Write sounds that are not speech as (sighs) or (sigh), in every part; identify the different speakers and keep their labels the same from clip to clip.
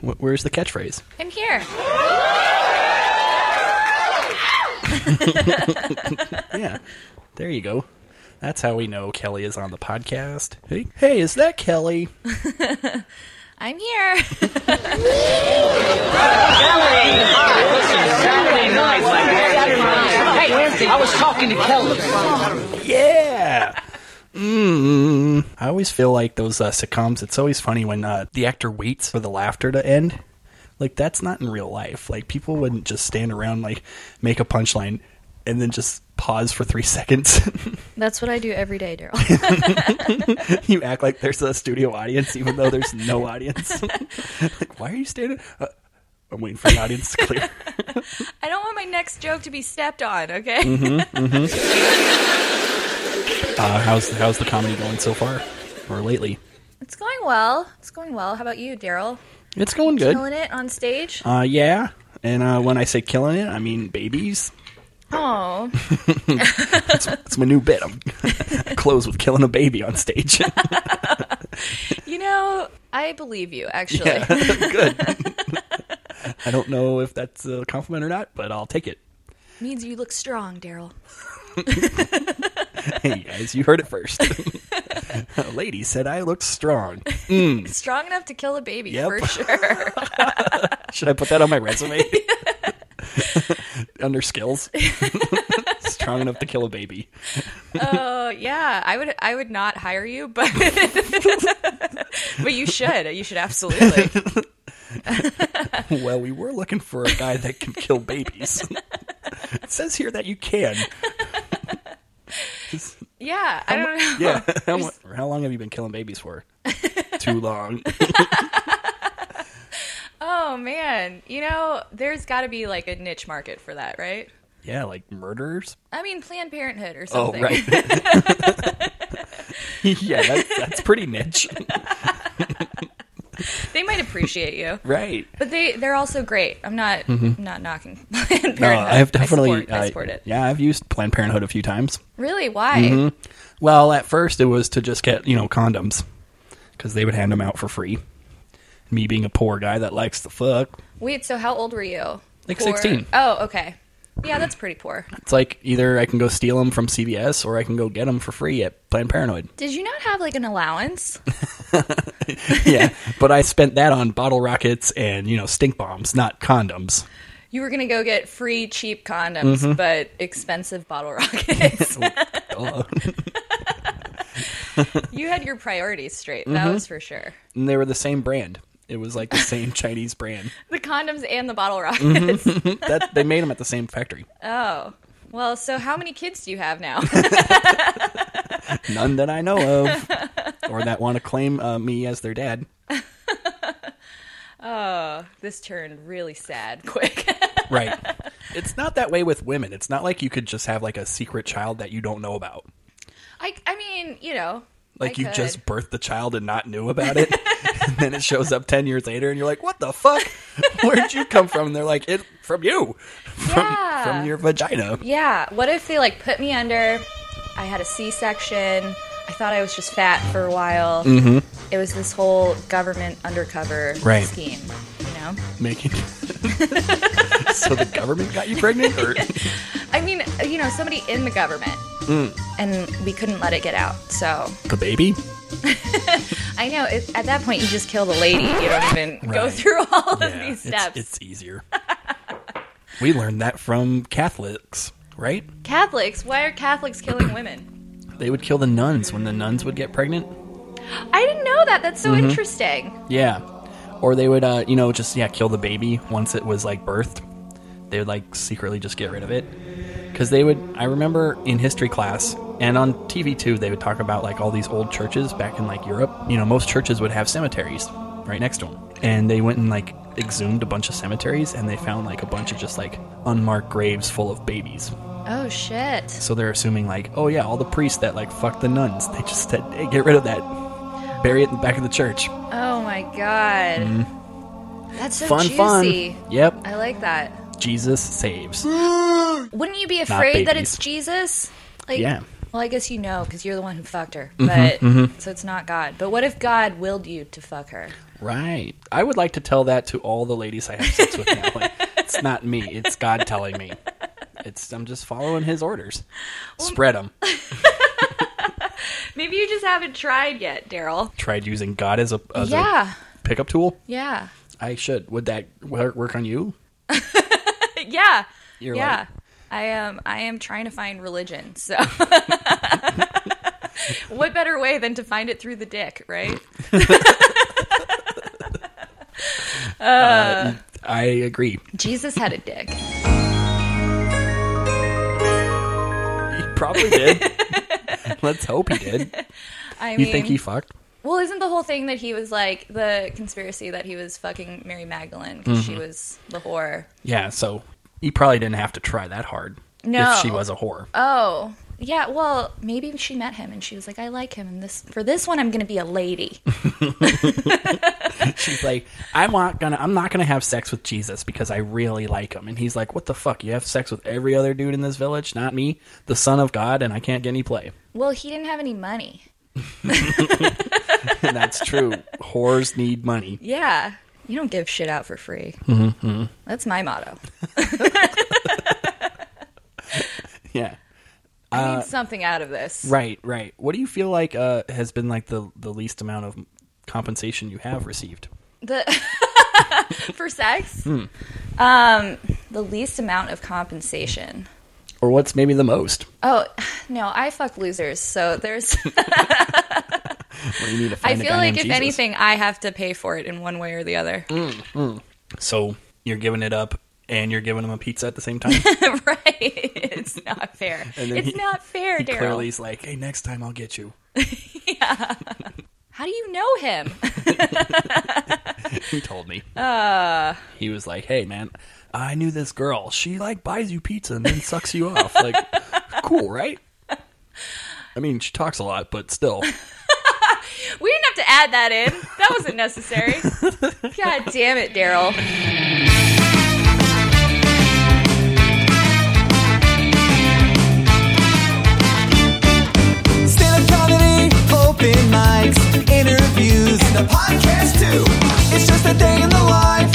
Speaker 1: Wh- Where's the catchphrase?
Speaker 2: I'm here.
Speaker 1: Yeah. There you go. That's how we know Kelly is on the podcast. Hey, hey, is that Kelly?
Speaker 2: I'm here. (laughs)
Speaker 3: Hey, I was talking to Kelly.
Speaker 1: Yeah. Mm. I always feel like those uh, sitcoms. It's always funny when uh, the actor waits for the laughter to end. Like that's not in real life. Like people wouldn't just stand around like make a punchline and then just pause for three (laughs) seconds.
Speaker 2: That's what I do every day, Daryl.
Speaker 1: you act like there's a studio audience even though there's no audience. (laughs) like why are you standing? Uh, I'm waiting for the audience to clear.
Speaker 2: (laughs) I don't want my next joke to be stepped on, okay?
Speaker 1: Mm-hmm. Uh, how's how's the comedy going so far, or lately?
Speaker 2: (laughs) It's going well. It's going well. How about you, Daryl?
Speaker 1: It's going good.
Speaker 2: Killing it on stage?
Speaker 1: Uh, yeah. And uh, when I say killing it, I mean babies. Uh-huh.
Speaker 2: Oh,
Speaker 1: It's my new bit. I'm, (laughs) I close with killing a baby on
Speaker 2: (laughs)
Speaker 1: stage.
Speaker 2: you know, I believe you, actually.
Speaker 1: yeah, (laughs) good. (laughs) I don't know if that's a compliment or not, but I'll take it.
Speaker 2: (laughs) Means you look strong, Daryl.
Speaker 1: Hey guys, you heard it first. (laughs) a lady said I looked strong.
Speaker 2: Strong enough to kill a baby,
Speaker 1: Mm. Yep. (laughs)
Speaker 2: for sure.
Speaker 1: Should I put that on my
Speaker 2: (laughs)
Speaker 1: resume? (laughs) Under skills. (laughs) strong enough to kill a baby.
Speaker 2: Oh, yeah. I would I would not hire you, but (laughs) but you should. You should absolutely.
Speaker 1: Well, we were looking for a guy that can kill babies. (laughs) it says here that you can.
Speaker 2: Yeah,
Speaker 1: (laughs)
Speaker 2: I don't know.
Speaker 1: Yeah. How, mu- how long have you been killing babies for? (laughs) Too long.
Speaker 2: Oh man, you know, there's got to be like a niche market for that, right?
Speaker 1: (laughs) yeah, like murders.
Speaker 2: I mean, Planned Parenthood or something.
Speaker 1: Oh, right. (laughs) yeah, that, that's pretty niche.
Speaker 2: (laughs)
Speaker 1: (laughs)
Speaker 2: They might appreciate you,
Speaker 1: right.
Speaker 2: but they they're also great. I'm not I'm not knocking (laughs) Planned Parenthood.
Speaker 1: Mm-hmm. No, I've definitely.
Speaker 2: I support, I
Speaker 1: uh,
Speaker 2: support it.
Speaker 1: Yeah, Mm-hmm. I've used Planned Parenthood a few times.
Speaker 2: Really? Why?
Speaker 1: Well, at first it was to just get you know condoms because they would hand them out for free. Me being a poor guy that likes to fuck,
Speaker 2: Wait, so how old were you?
Speaker 1: Like
Speaker 2: Poor-
Speaker 1: 16.
Speaker 2: Oh, okay. Yeah, that's pretty poor.
Speaker 1: it's like either I can go steal them from CVS or I can go get them for free at Planned Parenthood.
Speaker 2: Did you not have like an allowance?
Speaker 1: yeah, but I spent that on bottle rockets and you know stink bombs, not condoms.
Speaker 2: You were gonna go get free cheap condoms,
Speaker 1: Mm-hmm.
Speaker 2: but expensive bottle (laughs) rockets.
Speaker 1: Duh.
Speaker 2: you had your priorities straight.
Speaker 1: Mm-hmm.
Speaker 2: That was for sure.
Speaker 1: and they were the same brand. It was like the same Chinese brand.
Speaker 2: The condoms and the bottle rockets.
Speaker 1: Mm-hmm.
Speaker 2: (laughs)
Speaker 1: That they made them at the same factory.
Speaker 2: Oh. Well, so how many kids do you have now? (laughs)
Speaker 1: None that I know of, or that want to claim uh, me as their dad.
Speaker 2: this turned really sad quick. (laughs)
Speaker 1: Right. It's not that way with women. It's not like you could just have like a secret child that you don't know about.
Speaker 2: I, I mean, you know.
Speaker 1: Like
Speaker 2: I
Speaker 1: you
Speaker 2: could.
Speaker 1: just (laughs) birthed the child and not knew about
Speaker 2: (laughs)
Speaker 1: it. and then it shows up 10 years later and you're like, what the fuck? Where'd you come from? And they're like, it from you, from,
Speaker 2: Yeah.
Speaker 1: from your vagina.
Speaker 2: Yeah. What if they, like, put me under? I had a C section. I thought I was just fat for a while. It was this whole government undercover
Speaker 1: Mm-hmm. Right.
Speaker 2: scheme, you know?
Speaker 1: Making. (laughs) so the government got you pregnant? Or...
Speaker 2: I mean, you know, somebody in the government.
Speaker 1: Mm.
Speaker 2: And we couldn't let it get out. So
Speaker 1: The baby?
Speaker 2: I know it, at that point you just kill the lady. You don't even go
Speaker 1: Right.
Speaker 2: through all of
Speaker 1: Yeah,
Speaker 2: these
Speaker 1: it's-
Speaker 2: steps.
Speaker 1: It's, easier. we learned that from Catholics, right?
Speaker 2: Catholics, why are Catholics killing women?
Speaker 1: They would kill the nuns when the nuns would get pregnant.
Speaker 2: I didn't know that. That's so
Speaker 1: Mm-hmm.
Speaker 2: interesting.
Speaker 1: Yeah. Or they would, uh, you know, just, yeah, kill the baby once it was, like, birthed. They would, like, secretly just get rid of it. Because they would, I remember in history class and on TV too, they would talk about, like, all these old churches back in, like, Europe. You know, most churches would have cemeteries right next to them. And they went and, like, exhumed a bunch of cemeteries and they found, like, a bunch of just, like, unmarked graves full of babies.
Speaker 2: Oh shit.
Speaker 1: So they're assuming like, oh yeah, all the priests that like fuck the nuns, (laughs) they just said, hey, get rid of that, bury it in the back of the church.
Speaker 2: Oh my god. That's so
Speaker 1: Mm-hmm. fun,
Speaker 2: juicy.
Speaker 1: fun. Yep,
Speaker 2: I like that.
Speaker 1: Jesus saves.
Speaker 2: Wouldn't you be afraid that
Speaker 1: babies.
Speaker 2: it's Jesus? Like,
Speaker 1: Yeah. Mm-hmm,
Speaker 2: Well, I guess you know because you're the one who fucked her. But so it's not God. But what if God willed you to fuck her?
Speaker 1: Right. I would like to tell that to all the ladies I have sex with now. Like, it's not me. It's God telling me. It's I'm just following His orders. Spread 'em. Spread them.
Speaker 2: Maybe you just haven't tried yet, Daryl.
Speaker 1: Tried using God as a as
Speaker 2: Yeah.
Speaker 1: a pickup tool.
Speaker 2: Yeah.
Speaker 1: I should. Would that wor- work on you?
Speaker 2: (laughs) Yeah.
Speaker 1: You're
Speaker 2: yeah.
Speaker 1: like-
Speaker 2: I am I am trying to find religion.
Speaker 1: (laughs)
Speaker 2: So what better way than to find it through the dick, right?
Speaker 1: I agree.
Speaker 2: Jesus had a dick.
Speaker 1: He probably
Speaker 2: (laughs)
Speaker 1: did. Let's hope he did.
Speaker 2: I
Speaker 1: You
Speaker 2: mean,
Speaker 1: think he fucked?
Speaker 2: well, isn't the whole thing that he was like the conspiracy that he was fucking Mary Magdalene because she was the whore?
Speaker 1: Yeah. So he probably didn't have to try that hard.
Speaker 2: No.
Speaker 1: If she was a whore.
Speaker 2: Oh, yeah. Well, maybe she met him and she was like, "I like him," and this for this one, I'm gonna be a lady.
Speaker 1: She's like, I'm not gonna, I'm not gonna have sex with Jesus because I really like him. And he's like, What the fuck? You have sex with every other dude in this village, not me, the Son of God, and I can't get any play. (laughs)
Speaker 2: well, he didn't have any money.
Speaker 1: And that's true. Whores need money.
Speaker 2: Yeah, you don't give shit out for free. That's my motto.
Speaker 1: Yeah.
Speaker 2: I need something out of this.
Speaker 1: Right. Right. What do you feel like uh, has been like the the least amount of compensation you have received?
Speaker 2: The (laughs) for sex, um, the least amount of compensation.
Speaker 1: Or what's maybe the most?
Speaker 2: Oh (sighs) no, I fuck losers, so there's.
Speaker 1: What do you need to
Speaker 2: I
Speaker 1: find a
Speaker 2: feel
Speaker 1: guy
Speaker 2: like
Speaker 1: named
Speaker 2: if
Speaker 1: Jesus? Mm.
Speaker 2: anything, I have to pay for it in one way or the other.
Speaker 1: So you're giving it up and you're giving him a pizza at the same
Speaker 2: (laughs)
Speaker 1: time.
Speaker 2: (laughs) right? It's
Speaker 1: (laughs)
Speaker 2: not fair.
Speaker 1: then
Speaker 2: It's
Speaker 1: he-
Speaker 2: not fair,
Speaker 1: he
Speaker 2: Daryl.
Speaker 1: clearly is like, Hey, next time I'll get you.
Speaker 2: How do you know him? (laughs)
Speaker 1: he told me. he was like, "Hey, man, I knew this girl. She like buys you pizza and then sucks you off. Like, (laughs) cool, right? I mean, she talks a lot, but still,
Speaker 2: We didn't have to add that in. That
Speaker 1: (laughs)
Speaker 2: wasn't necessary. God damn it, Daryl.
Speaker 4: Stand-up comedy, open mics, interviews, and a podcast too. It's just a day in the life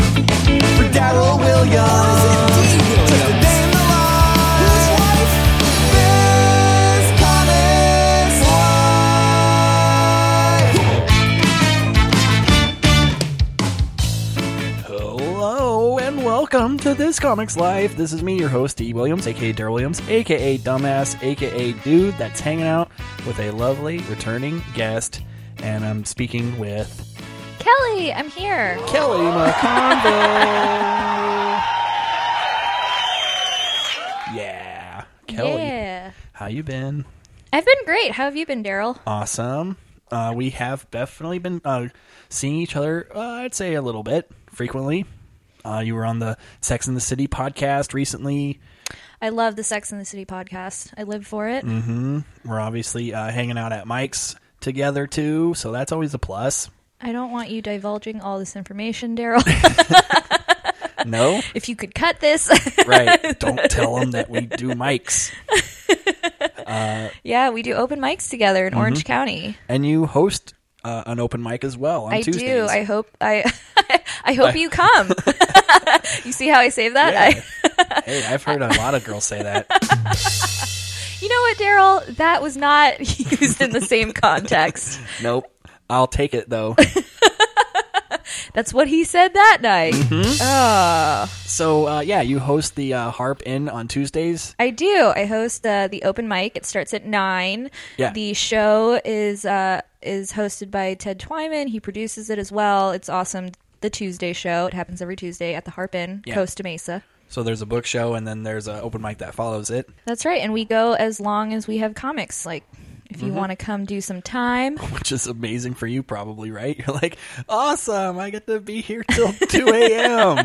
Speaker 4: for Daryl Williams. Just a day in the life. This comic's life.
Speaker 1: hello and welcome to this comics life. This is me, your host, D. Williams, aka Daryl Williams, aka Dumbass, aka Dude, that's hanging out with a lovely returning guest, and I'm speaking with
Speaker 2: Kelly, I'm here.
Speaker 1: Kelly McConville. yeah, Kelly.
Speaker 2: Yeah.
Speaker 1: How you been?
Speaker 2: I've been great. How have you been, Daryl?
Speaker 1: Awesome. Uh, we have definitely been uh, seeing each other. Uh, I'd say a little bit frequently. Uh, you were on the Sex in the City podcast recently.
Speaker 2: I love the Sex and the City podcast. I live for it.
Speaker 1: Mm. We're obviously uh, hanging out at Mike's together too, so that's always a plus.
Speaker 2: I don't want you divulging all this information, Daryl. (laughs)
Speaker 1: No,
Speaker 2: if you could cut this. (laughs)
Speaker 1: right? Don't tell them that we do Mike's.
Speaker 2: yeah, we do open mics together
Speaker 1: Mm-hmm.
Speaker 2: in Orange County.
Speaker 1: And you host uh, an open mic as well on
Speaker 2: I
Speaker 1: Tuesdays.
Speaker 2: do. I hope I (laughs) I hope you come. (laughs) you see how I save that? I,
Speaker 1: Yeah. hey, I've heard a lot of girls say that.
Speaker 2: you know what, Daryl? That was not (laughs) used in the same context.
Speaker 1: Nope. I'll take it though.
Speaker 2: That's what he said that night.
Speaker 1: Mm-hmm. So uh, yeah, you host the uh, Harp Inn on Tuesdays.
Speaker 2: I do. I host uh, the open mic. It starts at nine.
Speaker 1: Yeah.
Speaker 2: The show is uh, is hosted by Ted Twyman. He produces it as well. It's awesome. The Tuesday show. It happens every Tuesday at the Harp Inn,
Speaker 1: Yeah.
Speaker 2: Costa Mesa.
Speaker 1: So there's a book show, and then there's an open mic that follows it. (laughs)
Speaker 2: That's right. And we go as long as we have comics. Like, if
Speaker 1: Mm-hmm.
Speaker 2: you want to come do some time,
Speaker 1: which is amazing for you probably right (laughs) you're like awesome i get to be here till 2 a.m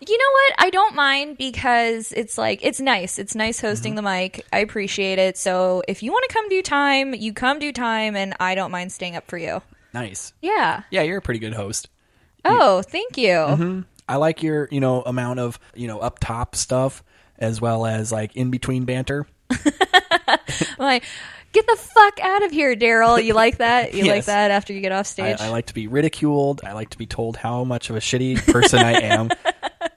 Speaker 2: You know what? I don't mind because it's like it's nice. It's nice hosting the mic. I appreciate it. So if you want to come do time, you come do time, and I don't mind staying up for you.
Speaker 1: nice
Speaker 2: Yeah.
Speaker 1: yeah you're a pretty good host
Speaker 2: Oh, thank you.
Speaker 1: i like your you know amount of you know up top stuff as well as like in between banter
Speaker 2: I'm like, Get the fuck out of here, Daryl. You like that? (laughs) You like
Speaker 1: Yes.
Speaker 2: that after you get off stage?
Speaker 1: I, I like to be ridiculed. I like to be told how much of a shitty person I
Speaker 2: (laughs)
Speaker 1: am,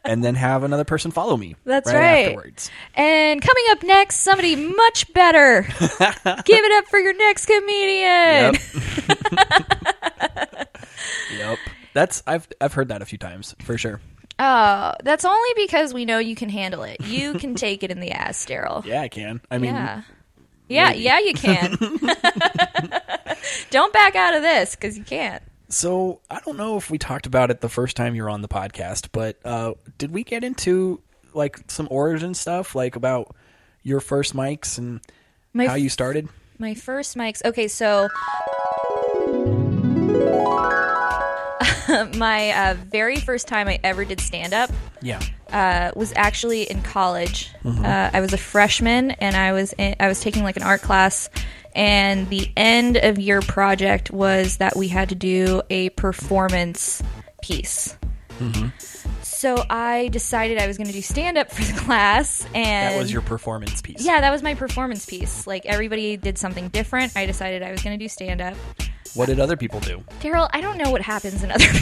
Speaker 1: and then have another person follow me.
Speaker 2: That's right.
Speaker 1: Afterwards,
Speaker 2: and coming up next, somebody much (laughs) better. Give it up for your next comedian.
Speaker 1: Yep. (laughs) yep. That's I've I've heard that a few times for sure.
Speaker 2: Oh, that's only because we know you can handle it. You can take it in the ass, Daryl.
Speaker 1: Yeah, I can. I mean,
Speaker 2: Yeah. Yeah, yeah,
Speaker 1: (laughs)
Speaker 2: you can. Don't back out of this because you can't.
Speaker 1: so I don't know if we talked about it the first time you were on the podcast, but uh, did we get into like some origin stuff, like about your first mics and
Speaker 2: My
Speaker 1: how you started?
Speaker 2: My first mics. Okay, so (laughs) my uh, very first time I ever did stand up
Speaker 1: Yeah.
Speaker 2: uh, was actually in college.
Speaker 1: Mm-hmm.
Speaker 2: Uh, I was a freshman, and I was in, I was taking like an art class. And the end of year project was that we had to do a performance piece.
Speaker 1: Mm-hmm.
Speaker 2: So I decided I was going to do stand up for the (laughs) class, and
Speaker 1: That was your performance piece.
Speaker 2: yeah, that was my performance piece. Like everybody did something different. I decided I was going to do stand up.
Speaker 1: What did other people do?
Speaker 2: Daryl, I don't know what happens in other (laughs)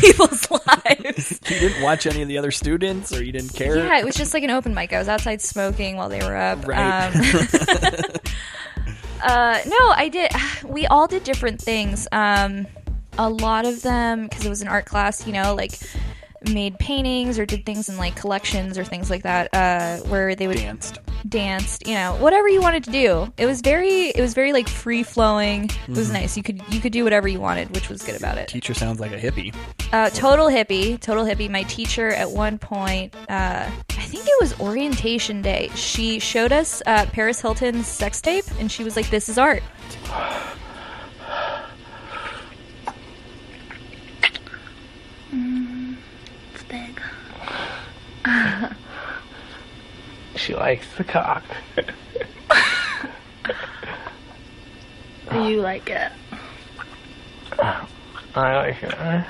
Speaker 1: (laughs)
Speaker 2: people's lives.
Speaker 1: You didn't watch any of the other students, or you didn't care.
Speaker 2: yeah, it was just like an open mic. I was outside smoking while they were up. Um,
Speaker 1: Right.
Speaker 2: (laughs) uh, no, I did. (sighs) We all did different things. Um, a lot of them, because it was an art class, you know, like made paintings or did things in like collections or things like that uh, where they would
Speaker 1: Danced.
Speaker 2: danced you know whatever you wanted to do it was very it was very like free flowing it
Speaker 1: Mm-hmm.
Speaker 2: was nice you could you could do whatever you wanted which was good about it
Speaker 1: Teacher sounds like a hippie.
Speaker 2: uh, total hippie total hippie my teacher at one point uh, i think it was orientation day she showed us uh, paris hilton's sex tape and she was like this is art
Speaker 5: big.
Speaker 6: She likes the cock.
Speaker 5: You like it.
Speaker 6: I like it.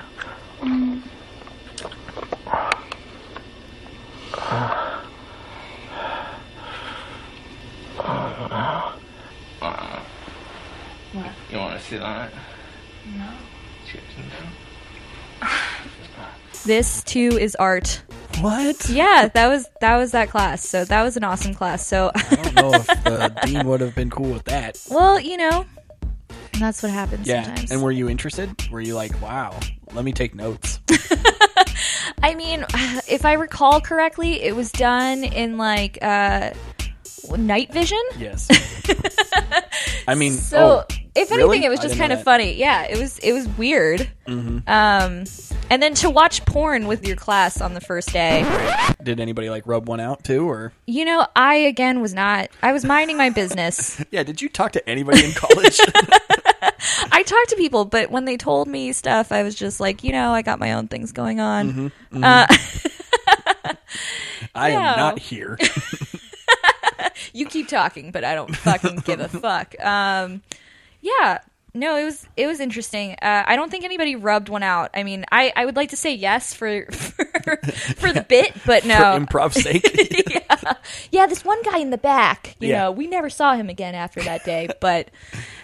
Speaker 6: You want to sit on it?
Speaker 5: No.
Speaker 6: Cheers.
Speaker 2: this too is art
Speaker 1: What?
Speaker 2: yeah that was that was that class so that was an awesome class so (laughs)
Speaker 1: I don't know if the dean would have been cool with that.
Speaker 2: well you know that's what happens sometimes
Speaker 1: And were you interested? Were you like, wow, let me take notes?
Speaker 2: I mean, (sighs) if I recall correctly, it was done in like uh, night vision. (laughs)
Speaker 1: Yes. I mean,
Speaker 2: So,
Speaker 1: oh,
Speaker 2: if anything,
Speaker 1: really?
Speaker 2: it was
Speaker 1: I
Speaker 2: just
Speaker 1: didn't
Speaker 2: kind
Speaker 1: know
Speaker 2: of
Speaker 1: that. Mm-hmm.
Speaker 2: funny. Yeah, it was it was weird. Um, and then to watch porn with your class on the first day,
Speaker 1: Did anybody like rub one out too, or
Speaker 2: you know, I again was not. I was minding
Speaker 1: (laughs)
Speaker 2: my business.
Speaker 1: yeah? Did you talk to anybody in college?
Speaker 2: I talked to people, but when they told me stuff, I was just like, you know, I got my own things going on.
Speaker 1: (laughs) Mm-hmm. I
Speaker 2: No.
Speaker 1: am not
Speaker 2: (laughs)
Speaker 1: here.
Speaker 2: you keep talking, but I don't fucking
Speaker 1: (laughs)
Speaker 2: give a fuck. Um, yeah, no, it was it was interesting. Uh, I don't think anybody rubbed one out. I mean, I, I would like to say yes for (laughs) for, for the bit, but no,
Speaker 1: (laughs) For improv's
Speaker 2: (laughs)
Speaker 1: sake,
Speaker 2: yeah. yeah, this one guy in the back. You
Speaker 1: Yeah.
Speaker 2: know, we never saw him again after that
Speaker 1: (laughs)
Speaker 2: day, but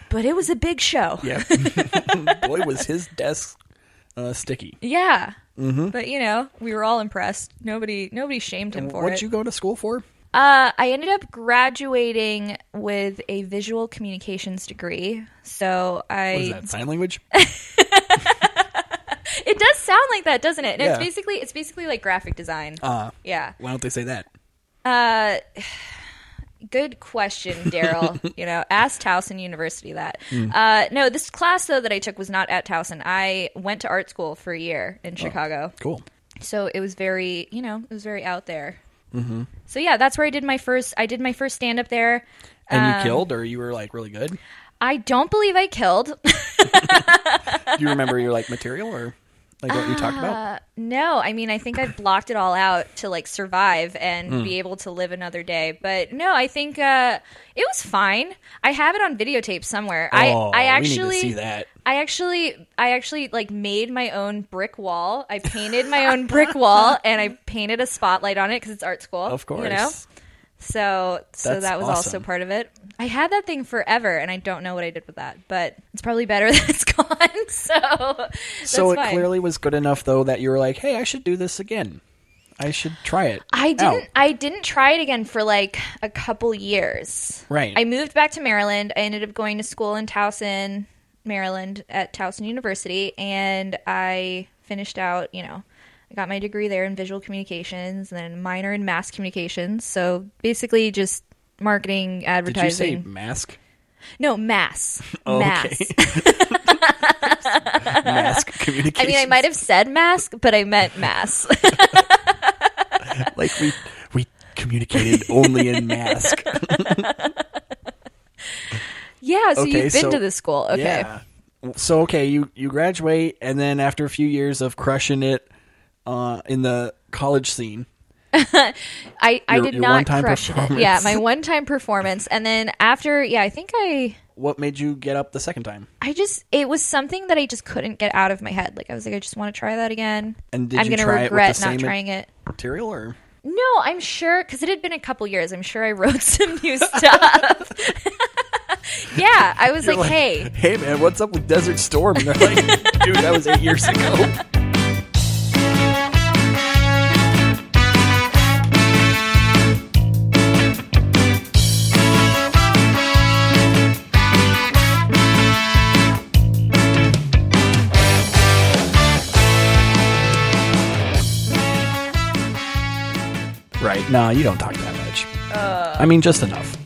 Speaker 2: but it was a big show. Yeah,
Speaker 1: yeah. (laughs) Boy, was his desk uh, sticky. Mm-hmm.
Speaker 2: but you know, we were all impressed. Nobody nobody shamed him for
Speaker 1: What'd
Speaker 2: it.
Speaker 1: you go to school for?
Speaker 2: Uh, I ended up graduating with a visual communications degree. So I
Speaker 1: What is that sign
Speaker 2: (laughs)
Speaker 1: language?
Speaker 2: It does sound like that, doesn't it? And It's
Speaker 1: Yeah.
Speaker 2: basically it's basically like graphic design.
Speaker 1: Uh,
Speaker 2: yeah.
Speaker 1: why don't they say that?
Speaker 2: Uh,
Speaker 1: (laughs)
Speaker 2: good question, Daryl. you know, ask Towson University that.
Speaker 1: Hmm.
Speaker 2: Uh, no, this class though that I took was not at Towson. I went to art school for a year
Speaker 1: Oh.
Speaker 2: in Chicago,
Speaker 1: Cool.
Speaker 2: so it was very you know it was very out there. Mm-hmm. So yeah, that's where I did my first. I did my first stand up there.
Speaker 1: And
Speaker 2: Um,
Speaker 1: you killed, or you were like really good?
Speaker 2: I don't believe I killed. (laughs)
Speaker 1: Do you remember your like material or like what you talked
Speaker 2: Uh,
Speaker 1: about?
Speaker 2: No, I mean, I think I blocked it all out to like survive and
Speaker 1: Hmm.
Speaker 2: be able to live another day. But no, I think uh, it was fine. I have it on videotape somewhere.
Speaker 1: Oh,
Speaker 2: I I
Speaker 1: we need
Speaker 2: actually
Speaker 1: to see that.
Speaker 2: I actually I actually like made my own brick wall.
Speaker 1: (laughs)
Speaker 2: I painted my own brick wall and I painted a spotlight on it because it's art school.
Speaker 1: Of course.
Speaker 2: you know. So so
Speaker 1: That's
Speaker 2: that was also
Speaker 1: awesome.
Speaker 2: part of it. I had that thing forever, and I don't know what I did with that, but it's probably better (laughs) that it's gone. So that's
Speaker 1: so it
Speaker 2: fine.
Speaker 1: clearly was good enough though that you were like, "Hey, I should do this again. I should try it."
Speaker 2: I
Speaker 1: out."
Speaker 2: didn't. I didn't try it again for like a couple years.
Speaker 1: Right.
Speaker 2: I moved back to Maryland. I ended up going to school in Towson, Maryland, at Towson University, and I finished out. You know, I got my degree there in visual communications, and then minor in mass communications. So basically, just marketing,
Speaker 1: Did you
Speaker 2: advertising.
Speaker 1: say mask?
Speaker 2: no
Speaker 1: (laughs)
Speaker 2: mass?
Speaker 1: Oh,
Speaker 2: Mass.
Speaker 1: mask
Speaker 2: I
Speaker 1: (laughs) communication.
Speaker 2: mean, I might have said mask, but I meant mass. (laughs)
Speaker 1: like we we communicated only
Speaker 2: (laughs)
Speaker 1: in mask.
Speaker 2: yeah. So
Speaker 1: Okay,
Speaker 2: you've been
Speaker 1: so-
Speaker 2: to this school, okay?
Speaker 1: Yeah. So okay, you you graduate, and then after a few years of crushing it uh, in the college scene,
Speaker 2: I, I
Speaker 1: Your-
Speaker 2: did
Speaker 1: your
Speaker 2: not
Speaker 1: one-time
Speaker 2: crush it.
Speaker 1: performance. (laughs)
Speaker 2: Yeah, my one time performance. And then after, yeah, I think I
Speaker 1: what made you get up the second time?
Speaker 2: I just it was something that I just couldn't get out of my head. Like I was like, I just want to try that again.
Speaker 1: And did
Speaker 2: I'm
Speaker 1: you
Speaker 2: gonna
Speaker 1: try it with the
Speaker 2: regret
Speaker 1: same- e-
Speaker 2: not trying it.
Speaker 1: Material or
Speaker 2: No, I'm sure because it had been a couple years. I'm sure I wrote (laughs) some new stuff. (laughs) yeah, I was like, hey,
Speaker 1: (laughs) hey man, what's up with Desert Storm? And they're like, (laughs) dude, that was eight years ago. Right? No, you don't talk that much.
Speaker 2: Uh.
Speaker 1: I mean, just enough.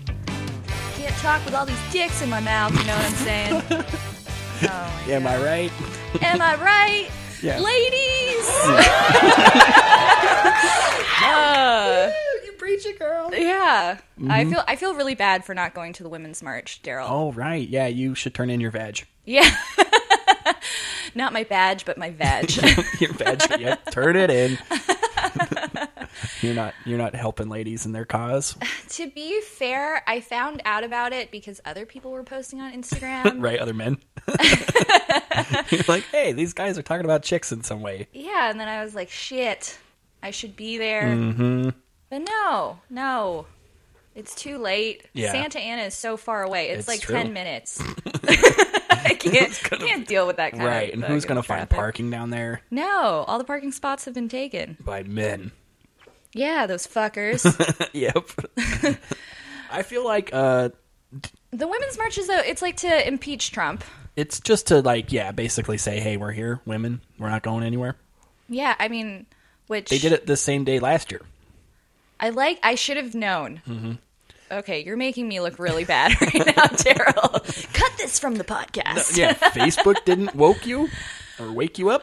Speaker 2: can't talk with all these dicks in my mouth. You know what I'm saying?
Speaker 1: Am I right?
Speaker 2: Am I right?
Speaker 1: Yeah.
Speaker 2: Ladies!
Speaker 1: You preach it, girl.
Speaker 2: yeah. I
Speaker 1: Mm-hmm.
Speaker 2: feel I feel really bad for not going to the women's march, Daryl.
Speaker 1: Oh right, yeah. You should turn in your vag.
Speaker 2: Yeah. (laughs) Not my badge, but
Speaker 1: (laughs)
Speaker 2: my veg.
Speaker 1: (laughs) Your vag. yep. Turn it in. you're not. You're not helping ladies in their cause.
Speaker 2: to be fair, I found out about it because other people were posting on Instagram.
Speaker 1: (laughs) Right. Other men. you're like, hey, these guys are talking about chicks in some way.
Speaker 2: Yeah, and then I was like, shit, I should be there.
Speaker 1: Mm-hmm.
Speaker 2: But no, no. It's too late.
Speaker 1: Yeah.
Speaker 2: Santa Ana is so far away. It's,
Speaker 1: It's
Speaker 2: like
Speaker 1: true. (laughs)
Speaker 2: 10 minutes. I can't, can't deal with that kind of
Speaker 1: Right. And who's
Speaker 2: fucking
Speaker 1: gonna find
Speaker 2: traffic.
Speaker 1: parking down there
Speaker 2: No, all the parking spots have been taken.
Speaker 1: by men?
Speaker 2: Yeah,
Speaker 1: (laughs)
Speaker 2: those fuckers.
Speaker 1: yep. I feel like uh,
Speaker 2: The women's march is though it's like to impeach Trump.
Speaker 1: it's just to like, yeah, basically say, hey, we're here, women. We're not going anywhere.
Speaker 2: Yeah, I mean, which
Speaker 1: They did it the same day last year.
Speaker 2: I like. I should have known.
Speaker 1: Mm-hmm.
Speaker 2: Okay, you're making me look really bad (laughs) right now, Daryl. Cut this from the podcast.
Speaker 1: Yeah, Facebook didn't woke you or wake you up.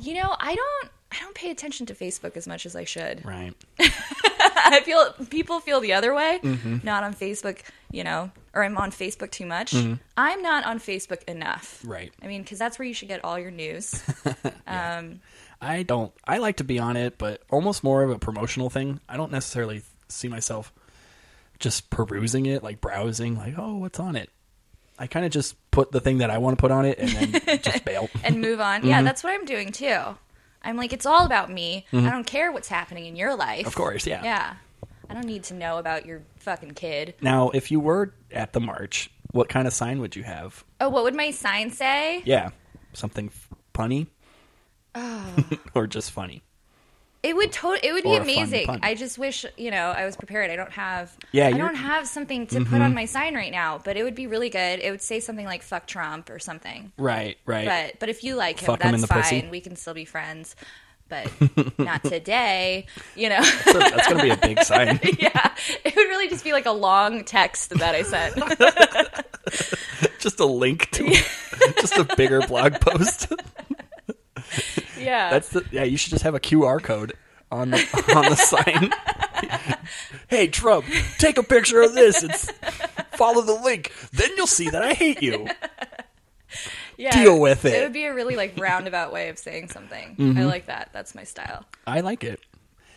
Speaker 2: You know, I don't. I don't pay attention to Facebook as much as I should.
Speaker 1: Right.
Speaker 2: (laughs) I feel people feel the other way.
Speaker 1: Mm-hmm.
Speaker 2: Not on Facebook, you know, or I'm on Facebook too much. I'm not on Facebook enough.
Speaker 1: Mm-hmm. Right.
Speaker 2: I mean, because that's where you should get all your news. (laughs) um,
Speaker 1: I don't. I like to be on it, but almost more of a promotional thing. I don't necessarily see myself just perusing it, like browsing, like oh, what's on it. I kind of just put the thing that I want to put on it, and (laughs) then just bail.
Speaker 2: and move on.
Speaker 1: Mm-hmm.
Speaker 2: Yeah, that's what I'm doing too. I'm like, it's all about me. I don't care what's happening in your life.
Speaker 1: Mm-hmm. Of course, yeah.
Speaker 2: Yeah. I don't need to know about your fucking kid.
Speaker 1: Now, if you were at the march, what kind of sign would you have?
Speaker 2: Oh, what would my sign say?
Speaker 1: Yeah, something f- punny, (laughs) or just funny.
Speaker 2: It would to- it would be
Speaker 1: Or a fun
Speaker 2: amazing.
Speaker 1: pun.
Speaker 2: I just wish, you know, I was prepared. I don't have
Speaker 1: Yeah,
Speaker 2: I
Speaker 1: you're- Mm-hmm.
Speaker 2: don't have something to put on my sign right now, but it would be really good. It would say something like fuck Trump or something.
Speaker 1: Right, right.
Speaker 2: But but if you like him,
Speaker 1: Fuck him in
Speaker 2: that's
Speaker 1: the
Speaker 2: fine.
Speaker 1: pussy.
Speaker 2: We can still be friends.
Speaker 1: (laughs)
Speaker 2: But not today, you know. (laughs)
Speaker 1: So that's gonna be a big (laughs) sign.
Speaker 2: yeah, it would really just be like a long text that I sent.
Speaker 1: (laughs) just a link to (laughs) just a bigger blog post.
Speaker 2: yeah,
Speaker 1: That's the yeah. You should just have a QR code on the (laughs) on the sign. (laughs) hey Trump, take a picture of this. It's follow the link. Then you'll see that I hate you.
Speaker 2: yeah,
Speaker 1: deal with it. Mm-hmm.
Speaker 2: It would be a really like roundabout way of saying something. I like that. That's my style.
Speaker 1: I like it.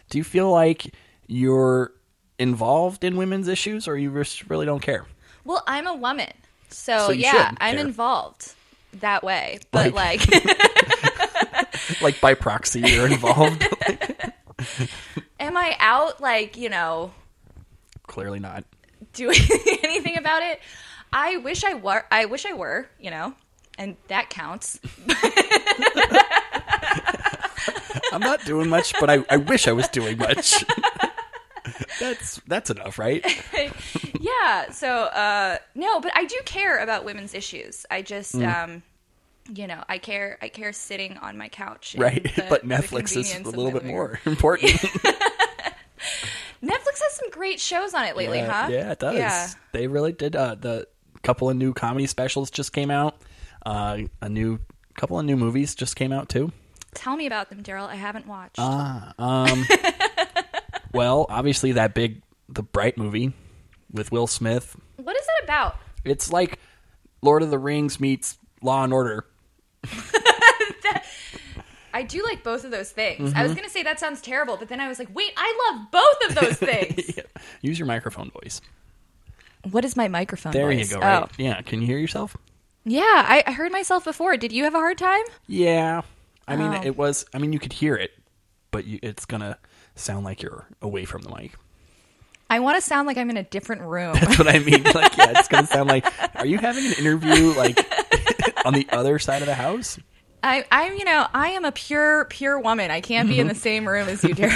Speaker 1: Do you feel like you're involved in women's issues, or you just really don't care?
Speaker 2: Well, I'm a woman, so,
Speaker 1: So you
Speaker 2: yeah,
Speaker 1: should
Speaker 2: I'm
Speaker 1: care.
Speaker 2: involved that way. But like, (laughs) (laughs)
Speaker 1: Like by proxy, you're involved.
Speaker 2: am am I out like, you know, (laughs)
Speaker 1: Clearly not.
Speaker 2: doing anything about it? I wish I were I wish I were, you know. And
Speaker 1: (laughs)
Speaker 2: that counts.
Speaker 1: I'm not doing much, but I, I wish I was doing much. (laughs) that's that's enough,
Speaker 2: (laughs)
Speaker 1: right?
Speaker 2: yeah so uh no but i do care about women's issues i just
Speaker 1: Mm.
Speaker 2: um you know i care i care sitting on my couch and
Speaker 1: Right. (laughs)
Speaker 2: the-
Speaker 1: but
Speaker 2: the
Speaker 1: Netflix is a
Speaker 2: convenience of
Speaker 1: little bit
Speaker 2: living.
Speaker 1: more
Speaker 2: (laughs)
Speaker 1: important.
Speaker 2: netflix has some great shows on it lately
Speaker 1: Yeah,
Speaker 2: huh
Speaker 1: yeah, it does.
Speaker 2: yeah
Speaker 1: They really did. Uh, the couple of new comedy specials just came out. Uh, a new couple of new movies just came out too.
Speaker 2: tell me about them daryl i haven't watched
Speaker 1: Uh, Well, obviously that big the Bright movie with Will Smith.
Speaker 2: what is it about
Speaker 1: It's like Lord of the Rings meets Law and Order. (laughs)
Speaker 2: i do like both of those things i
Speaker 1: Mm-hmm.
Speaker 2: was gonna say that sounds terrible but then i was like wait i love both of those
Speaker 1: (laughs)
Speaker 2: things
Speaker 1: Use your microphone voice.
Speaker 2: what is my microphone
Speaker 1: There
Speaker 2: voice?
Speaker 1: you go. Right?
Speaker 2: Oh.
Speaker 1: Yeah. Can you hear yourself?
Speaker 2: yeah I, I heard myself before did you have a hard time
Speaker 1: Yeah. I mean,
Speaker 2: Oh.
Speaker 1: it was. I mean, you could hear it, but you, it's gonna sound like you're away from the mic.
Speaker 2: i want to sound like i'm in a
Speaker 1: (laughs)
Speaker 2: different room
Speaker 1: That's what I mean. Like, yeah, it's gonna sound like, are you having an interview like (laughs) on the other side of the house?
Speaker 2: I, I'm, you know, I am a pure, pure woman. I can't be in
Speaker 1: Mm-hmm.
Speaker 2: the same room as you,
Speaker 1: (laughs)
Speaker 2: Daryl.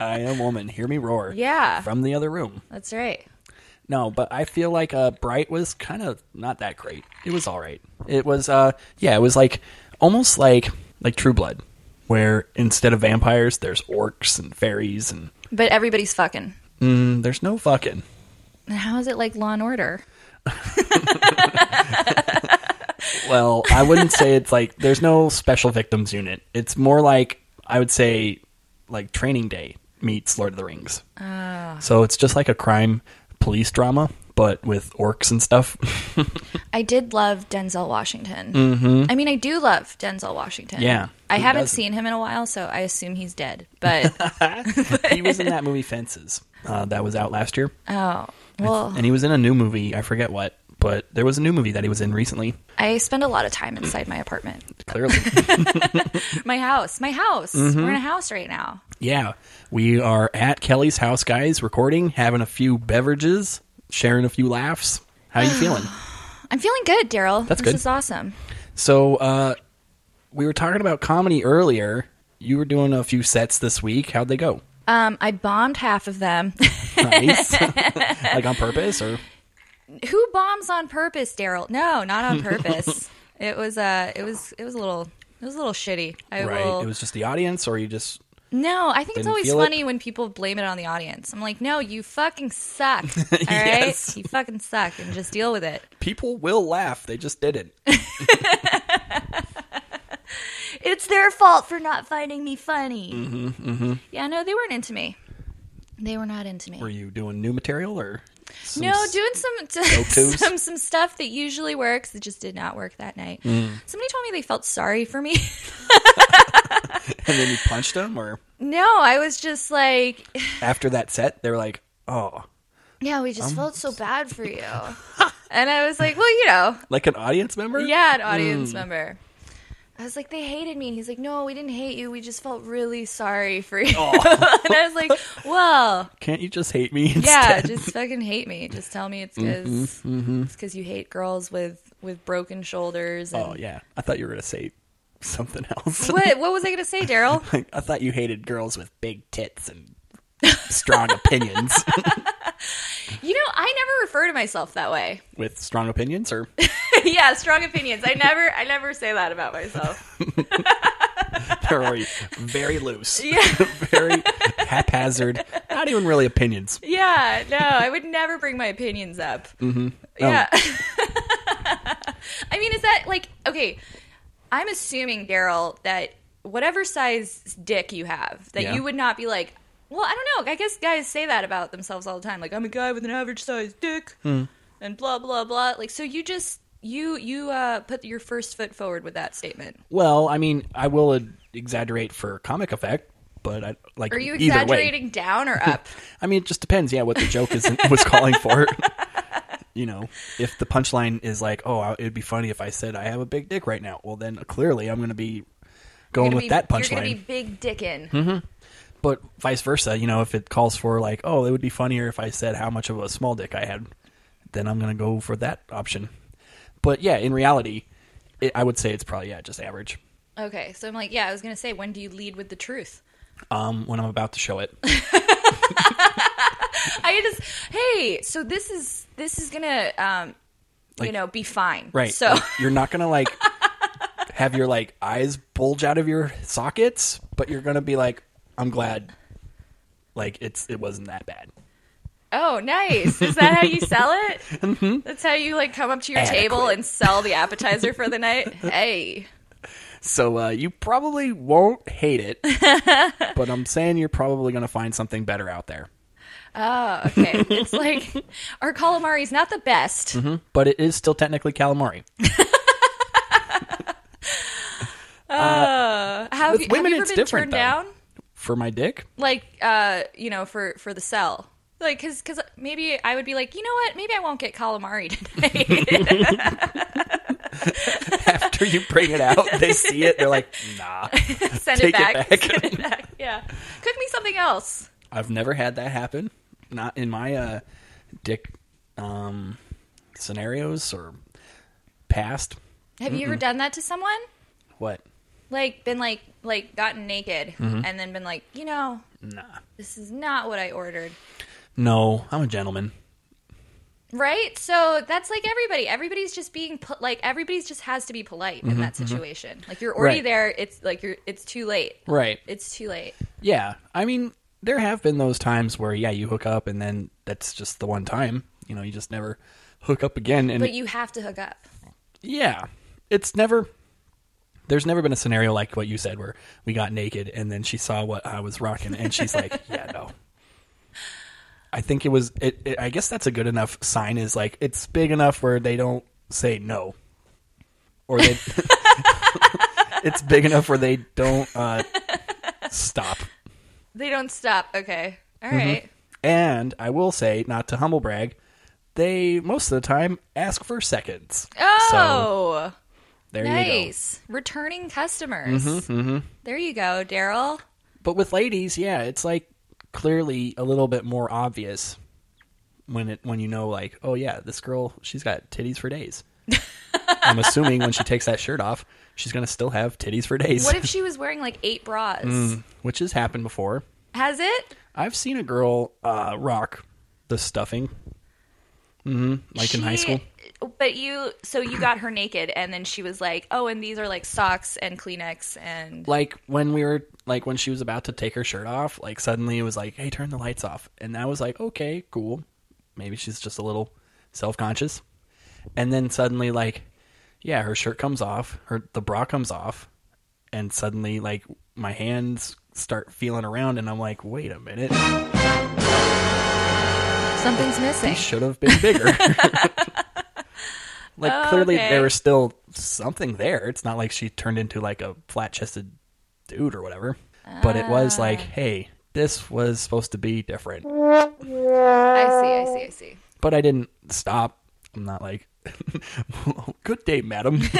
Speaker 1: I am woman. Hear me roar.
Speaker 2: Yeah.
Speaker 1: From the other room.
Speaker 2: That's right.
Speaker 1: No, but I feel like uh, Bright was kind of not that great. It was all right. It was, uh, yeah, it was like almost like like True Blood, where instead of vampires, there's orcs and fairies, and
Speaker 2: But everybody's fucking.
Speaker 1: mm, there's no fucking.
Speaker 2: And How is it like Law and Order?
Speaker 1: Well, I wouldn't say it's like there's no special victims unit. It's more like I would say like Training Day meets Lord of the Rings. So it's just like a crime police drama, but with orcs and stuff.
Speaker 2: I did love Denzel Washington. I mean, I do love Denzel Washington.
Speaker 1: Mm-hmm. Yeah,
Speaker 2: I
Speaker 1: who
Speaker 2: haven't
Speaker 1: doesn't?
Speaker 2: seen him in a while, so I assume
Speaker 1: (laughs)
Speaker 2: he's dead. But
Speaker 1: he was in that movie Fences uh, that was out last year,
Speaker 2: oh well,
Speaker 1: and he was in a new movie. I forget what, but there was a new movie that he was in recently.
Speaker 2: I spend a lot of time inside my apartment,
Speaker 1: (clears throat) Clearly,
Speaker 2: my house, my house.
Speaker 1: Mm-hmm.
Speaker 2: We're in a house right now.
Speaker 1: yeah, we are at Kelly's house, guys, recording, having a few beverages, sharing a few laughs. How you feeling?
Speaker 2: I'm feeling good, Daryl.
Speaker 1: That's
Speaker 2: this
Speaker 1: good.
Speaker 2: is awesome.
Speaker 1: So uh, we were talking about comedy earlier. You were doing a few sets this week. How'd they
Speaker 2: (laughs)
Speaker 1: go?
Speaker 2: Um, I bombed half of them. (laughs)
Speaker 1: Nice, (laughs) like on purpose or
Speaker 2: who bombs on purpose, Daryl? No,
Speaker 1: (laughs)
Speaker 2: not on purpose. it was uh it was it was a little it was a little shitty. I will
Speaker 1: It was just the audience, or you just
Speaker 2: No, I think it's
Speaker 1: Didn't
Speaker 2: always
Speaker 1: feel it?
Speaker 2: funny when people blame it on the audience. I'm like, "No, you fucking suck." All right?
Speaker 1: (laughs) Yes.
Speaker 2: You fucking suck and just deal with it.
Speaker 1: people will laugh. They just didn't.
Speaker 2: It's their fault for not finding me funny.
Speaker 1: Mm-hmm,
Speaker 2: Yeah, no, they weren't into me. They were not into me.
Speaker 1: Were you doing new material or some
Speaker 2: No,
Speaker 1: s-
Speaker 2: doing some (laughs)
Speaker 1: go-tos?
Speaker 2: some some stuff that usually works that just did not work that night.
Speaker 1: Mm.
Speaker 2: Somebody told me they felt sorry for me. (laughs)
Speaker 1: And then you punched them, or
Speaker 2: no, I was just like,
Speaker 1: after that set, they were like, "Oh,
Speaker 2: Yeah, we just felt so bad
Speaker 1: (laughs)
Speaker 2: for you. and I was like, well, you know,
Speaker 1: like an audience member?"
Speaker 2: yeah, an audience member. I was like, they hated me. And he's like, no, we didn't hate you. We just felt really sorry for you. (laughs) and I was like, well,
Speaker 1: Can't you just hate me? (laughs)
Speaker 2: yeah,
Speaker 1: instead?
Speaker 2: just fucking hate me. Just tell me it's because it's because you hate girls with with broken shoulders. And
Speaker 1: Oh yeah, I thought you were gonna say something else.
Speaker 2: what what was I gonna say, Daryl?
Speaker 1: (laughs) Like, I thought you hated girls with big tits and strong opinions.
Speaker 2: you know, I never refer to myself that way. (laughs)
Speaker 1: with strong opinions, or
Speaker 2: yeah, strong opinions. I never I never say that about myself. (laughs)
Speaker 1: or are you very loose,
Speaker 2: Yeah.
Speaker 1: (laughs) very haphazard, not even really opinions.
Speaker 2: Yeah, no, I would never bring my opinions up. Mm-hmm. Yeah.
Speaker 1: Oh.
Speaker 2: (laughs) I mean, is that like, okay, I'm assuming, Daryl, that whatever size dick you have, that
Speaker 1: Yeah.
Speaker 2: you would not be like, well, I don't know. I guess guys say that about themselves all the time. Like, I'm a guy with an average sized dick
Speaker 1: Hmm.
Speaker 2: and blah, blah, blah. Like, so you just. You you uh, put your first foot forward with that statement.
Speaker 1: Well, I mean, I will uh, exaggerate for comic effect, but I like
Speaker 2: Are you
Speaker 1: either way.
Speaker 2: exaggerating down or
Speaker 1: (laughs)
Speaker 2: up?
Speaker 1: I mean, it just depends. Yeah, what the joke (laughs) is was calling
Speaker 2: (laughs)
Speaker 1: for. you know, if the punchline is like, "Oh, I- it'd be funny if I said I have a big dick right now," well, then clearly I'm going to be going
Speaker 2: You're gonna
Speaker 1: with
Speaker 2: be-
Speaker 1: that Mm-hmm.
Speaker 2: You're gonna
Speaker 1: punchline.
Speaker 2: be big dickin'.
Speaker 1: but vice versa, you know, if it calls for like, oh, it would be funnier if I said how much of a small dick I had, then I'm gonna go for that option. But yeah, in reality, it, I would say it's probably yeah, just average.
Speaker 2: Okay, so I'm like, yeah, I was gonna say, when do you lead with the truth?
Speaker 1: Um, when I'm about to show it,
Speaker 2: (laughs) I just, hey, so this is this is gonna, um,
Speaker 1: Like-
Speaker 2: you know, be fine,
Speaker 1: right?
Speaker 2: So
Speaker 1: like, you're not gonna like have your like eyes bulge out of your sockets, but you're gonna be like, I'm glad, like it's it wasn't that bad.
Speaker 2: (laughs) Oh, nice. Is that how you sell
Speaker 1: (laughs)
Speaker 2: it? That's how you like come up to your table
Speaker 1: Mm-hmm. Adequate.
Speaker 2: and sell the appetizer for
Speaker 1: (laughs)
Speaker 2: the night? Hey.
Speaker 1: So uh, you probably won't hate it, but I'm saying you're probably going to find something better out there.
Speaker 2: Oh, okay. It's like our calamari's not the best.
Speaker 1: But it is still technically calamari.
Speaker 2: Have,
Speaker 1: with
Speaker 2: you,
Speaker 1: women,
Speaker 2: have you ever
Speaker 1: it's
Speaker 2: been
Speaker 1: different,
Speaker 2: turned
Speaker 1: though.
Speaker 2: down?
Speaker 1: For my dick, (laughs)
Speaker 2: Like uh, you know, for for the sell. Like cuz cuz maybe I would be like, "You know what? Maybe I won't get calamari (laughs)
Speaker 1: (laughs)
Speaker 2: today."
Speaker 1: after you bring it out, they see it, they're (laughs) like, nah,
Speaker 2: Send
Speaker 1: Take it
Speaker 2: it back.
Speaker 1: back. (laughs)
Speaker 2: Send it back. (laughs) Yeah. Cook me something else.
Speaker 1: I've never had that happen. Not in my uh, dick um, scenarios or past.
Speaker 2: Have you ever done that to someone?
Speaker 1: What?
Speaker 2: Like been like like gotten naked
Speaker 1: Mm-hmm.
Speaker 2: and then been like, "You know,
Speaker 1: Nah.
Speaker 2: this is not what I ordered.
Speaker 1: No, I'm a gentleman.
Speaker 2: Right? So that's like everybody. Everybody's just being po- like everybody's just has to be polite in that situation. Like you're already
Speaker 1: Mm-hmm, Right.
Speaker 2: there. It's like you're it's too late.
Speaker 1: Right.
Speaker 2: It's too late.
Speaker 1: Yeah, I mean, there have been those times where yeah, you hook up and then that's just the one time. You know, you just never hook up again. And
Speaker 2: But you have to hook up.
Speaker 1: yeah, it's never. There's never been a scenario like what you said where we got naked and then she saw what I was rocking and she's like, (laughs) yeah, no. I think it was. It, it, I guess that's a good enough sign. Is like it's big enough where they don't say no, or they. (laughs) it's big enough where they don't uh, stop.
Speaker 2: They don't stop. Okay. All
Speaker 1: Mm-hmm.
Speaker 2: right.
Speaker 1: And I will say, not to humble brag, they most of the time ask for seconds. so
Speaker 2: Oh,
Speaker 1: there you go. Mm-hmm,
Speaker 2: nice. Returning customers. There you go, Daryl.
Speaker 1: But with ladies, yeah, it's like clearly a little bit more obvious when it when you know, like, oh yeah, this girl, she's got titties for days.
Speaker 2: (laughs)
Speaker 1: I'm assuming when she takes that shirt off, she's gonna still have titties for days,
Speaker 2: What if she was wearing like eight bras?
Speaker 1: (laughs) which has happened before.
Speaker 2: Has it?
Speaker 1: I've seen a girl uh, rock the stuffing, mm-hmm, like in high
Speaker 2: She-
Speaker 1: school.
Speaker 2: But you, so you got her naked, and then she was like, "Oh, and these are like socks and Kleenex and
Speaker 1: like when we were like when she was about to take her shirt off, like suddenly it was like, "Hey, turn the lights off," and I was like, "Okay, cool, maybe she's just a little self conscious." And then suddenly, like, yeah, her shirt comes off, her the bra comes off, and suddenly, like, my hands start feeling around, and I'm like, "Wait a minute,
Speaker 2: something's missing."
Speaker 1: should have been bigger." like clearly
Speaker 2: Okay.
Speaker 1: there was still something there. It's not like she turned into like a flat chested dude or whatever. But it was like, hey, this was supposed to be different.
Speaker 2: I see, I see, I see.
Speaker 1: But I didn't stop. I'm not like (laughs) good day, madam. (laughs)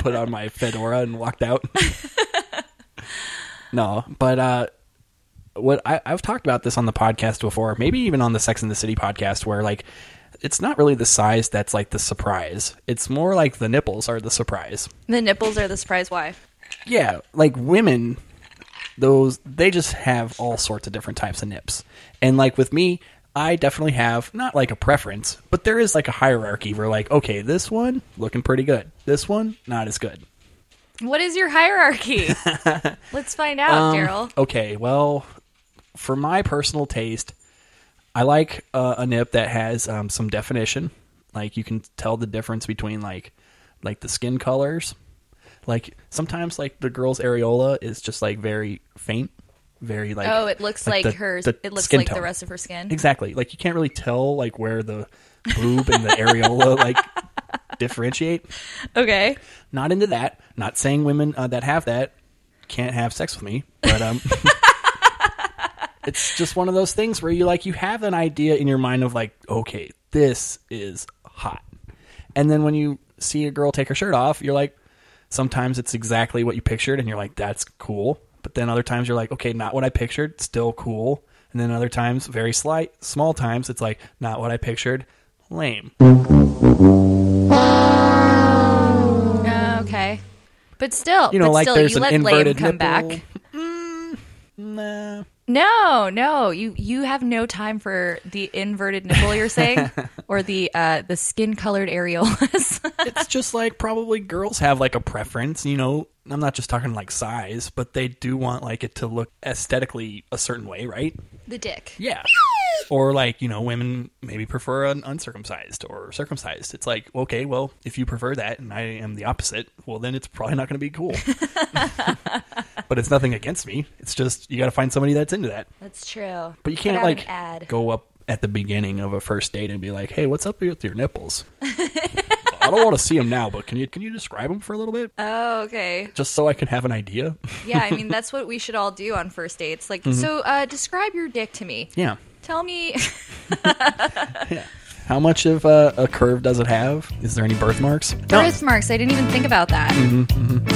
Speaker 1: Put on my fedora and walked out. (laughs) no, but uh what I, I've talked about this on the podcast before, maybe even on the Sex and the City podcast, where like it's not really the size that's like the surprise. It's more like the nipples are the surprise.
Speaker 2: The nipples are the surprise why.
Speaker 1: Yeah, like women, those they just have all sorts of different types of nips. And like with me, I definitely have not like a preference, but there is like a hierarchy where like, okay, this one looking pretty good. This one not as good.
Speaker 2: What is
Speaker 1: (laughs)
Speaker 2: your hierarchy? Let's find out,
Speaker 1: Um,
Speaker 2: Daryl.
Speaker 1: Okay, well, for my personal taste, I like uh, a nip that has um, some definition. Like you can tell the difference between like like the skin colors. Like sometimes like the girl's areola is just like very faint, very like
Speaker 2: Oh, it looks like,
Speaker 1: the-
Speaker 2: her.
Speaker 1: the
Speaker 2: It looks
Speaker 1: skin
Speaker 2: like the
Speaker 1: tone.
Speaker 2: rest of her skin.
Speaker 1: Exactly. Like you can't really tell like where the boob and the areola
Speaker 2: (laughs)
Speaker 1: like differentiate
Speaker 2: Okay.
Speaker 1: not into that. Not saying women uh, that have that can't have sex with me, but um, (laughs) it's just one of those things where you like you have an idea in your mind of like, okay, this is hot, and then when you see a girl take her shirt off, you're like, sometimes it's exactly what you pictured, and you're like, that's cool. But then other times you're like, okay, not what I pictured, still cool. And then other times, very slight, small times, it's like, not what I pictured, lame.
Speaker 2: Uh, okay. But still,
Speaker 1: You know,
Speaker 2: but
Speaker 1: like
Speaker 2: still,
Speaker 1: there's
Speaker 2: you
Speaker 1: an
Speaker 2: let lame
Speaker 1: inverted
Speaker 2: come
Speaker 1: nipple. Mm,
Speaker 2: back.
Speaker 1: Nah.
Speaker 2: No, no, you you have no time for the inverted nipple
Speaker 1: (laughs)
Speaker 2: you're saying, or the uh, the skin colored areolas.
Speaker 1: it's just like probably girls have like a preference, you know. I'm not just talking like size, but they do want like it to look aesthetically a certain way, right?
Speaker 2: the dick.
Speaker 1: Yeah. Or like, you know, women maybe prefer an uncircumcised or circumcised. It's like, okay, well, if you prefer that and I am the opposite, well then it's probably not going to be cool. (laughs) but it's nothing against me. It's just you got to find somebody that's into that.
Speaker 2: That's true.
Speaker 1: But you can't like go up at the beginning of a first date and be like, "Hey, what's up with your
Speaker 2: (laughs)
Speaker 1: nipples?" I don't want to see them now, but can you can you describe them for a little bit,
Speaker 2: Oh, okay.
Speaker 1: just so I can have an
Speaker 2: (laughs)
Speaker 1: idea?
Speaker 2: Yeah, I mean that's what we should all do on first dates. Like,
Speaker 1: Mm-hmm.
Speaker 2: so uh, describe your dick to me.
Speaker 1: Yeah.
Speaker 2: Tell me. (laughs)
Speaker 1: How much of uh, a curve does it have? Is there any birthmarks? No.
Speaker 2: Birthmarks. I didn't even think about that.
Speaker 1: Mm-hmm.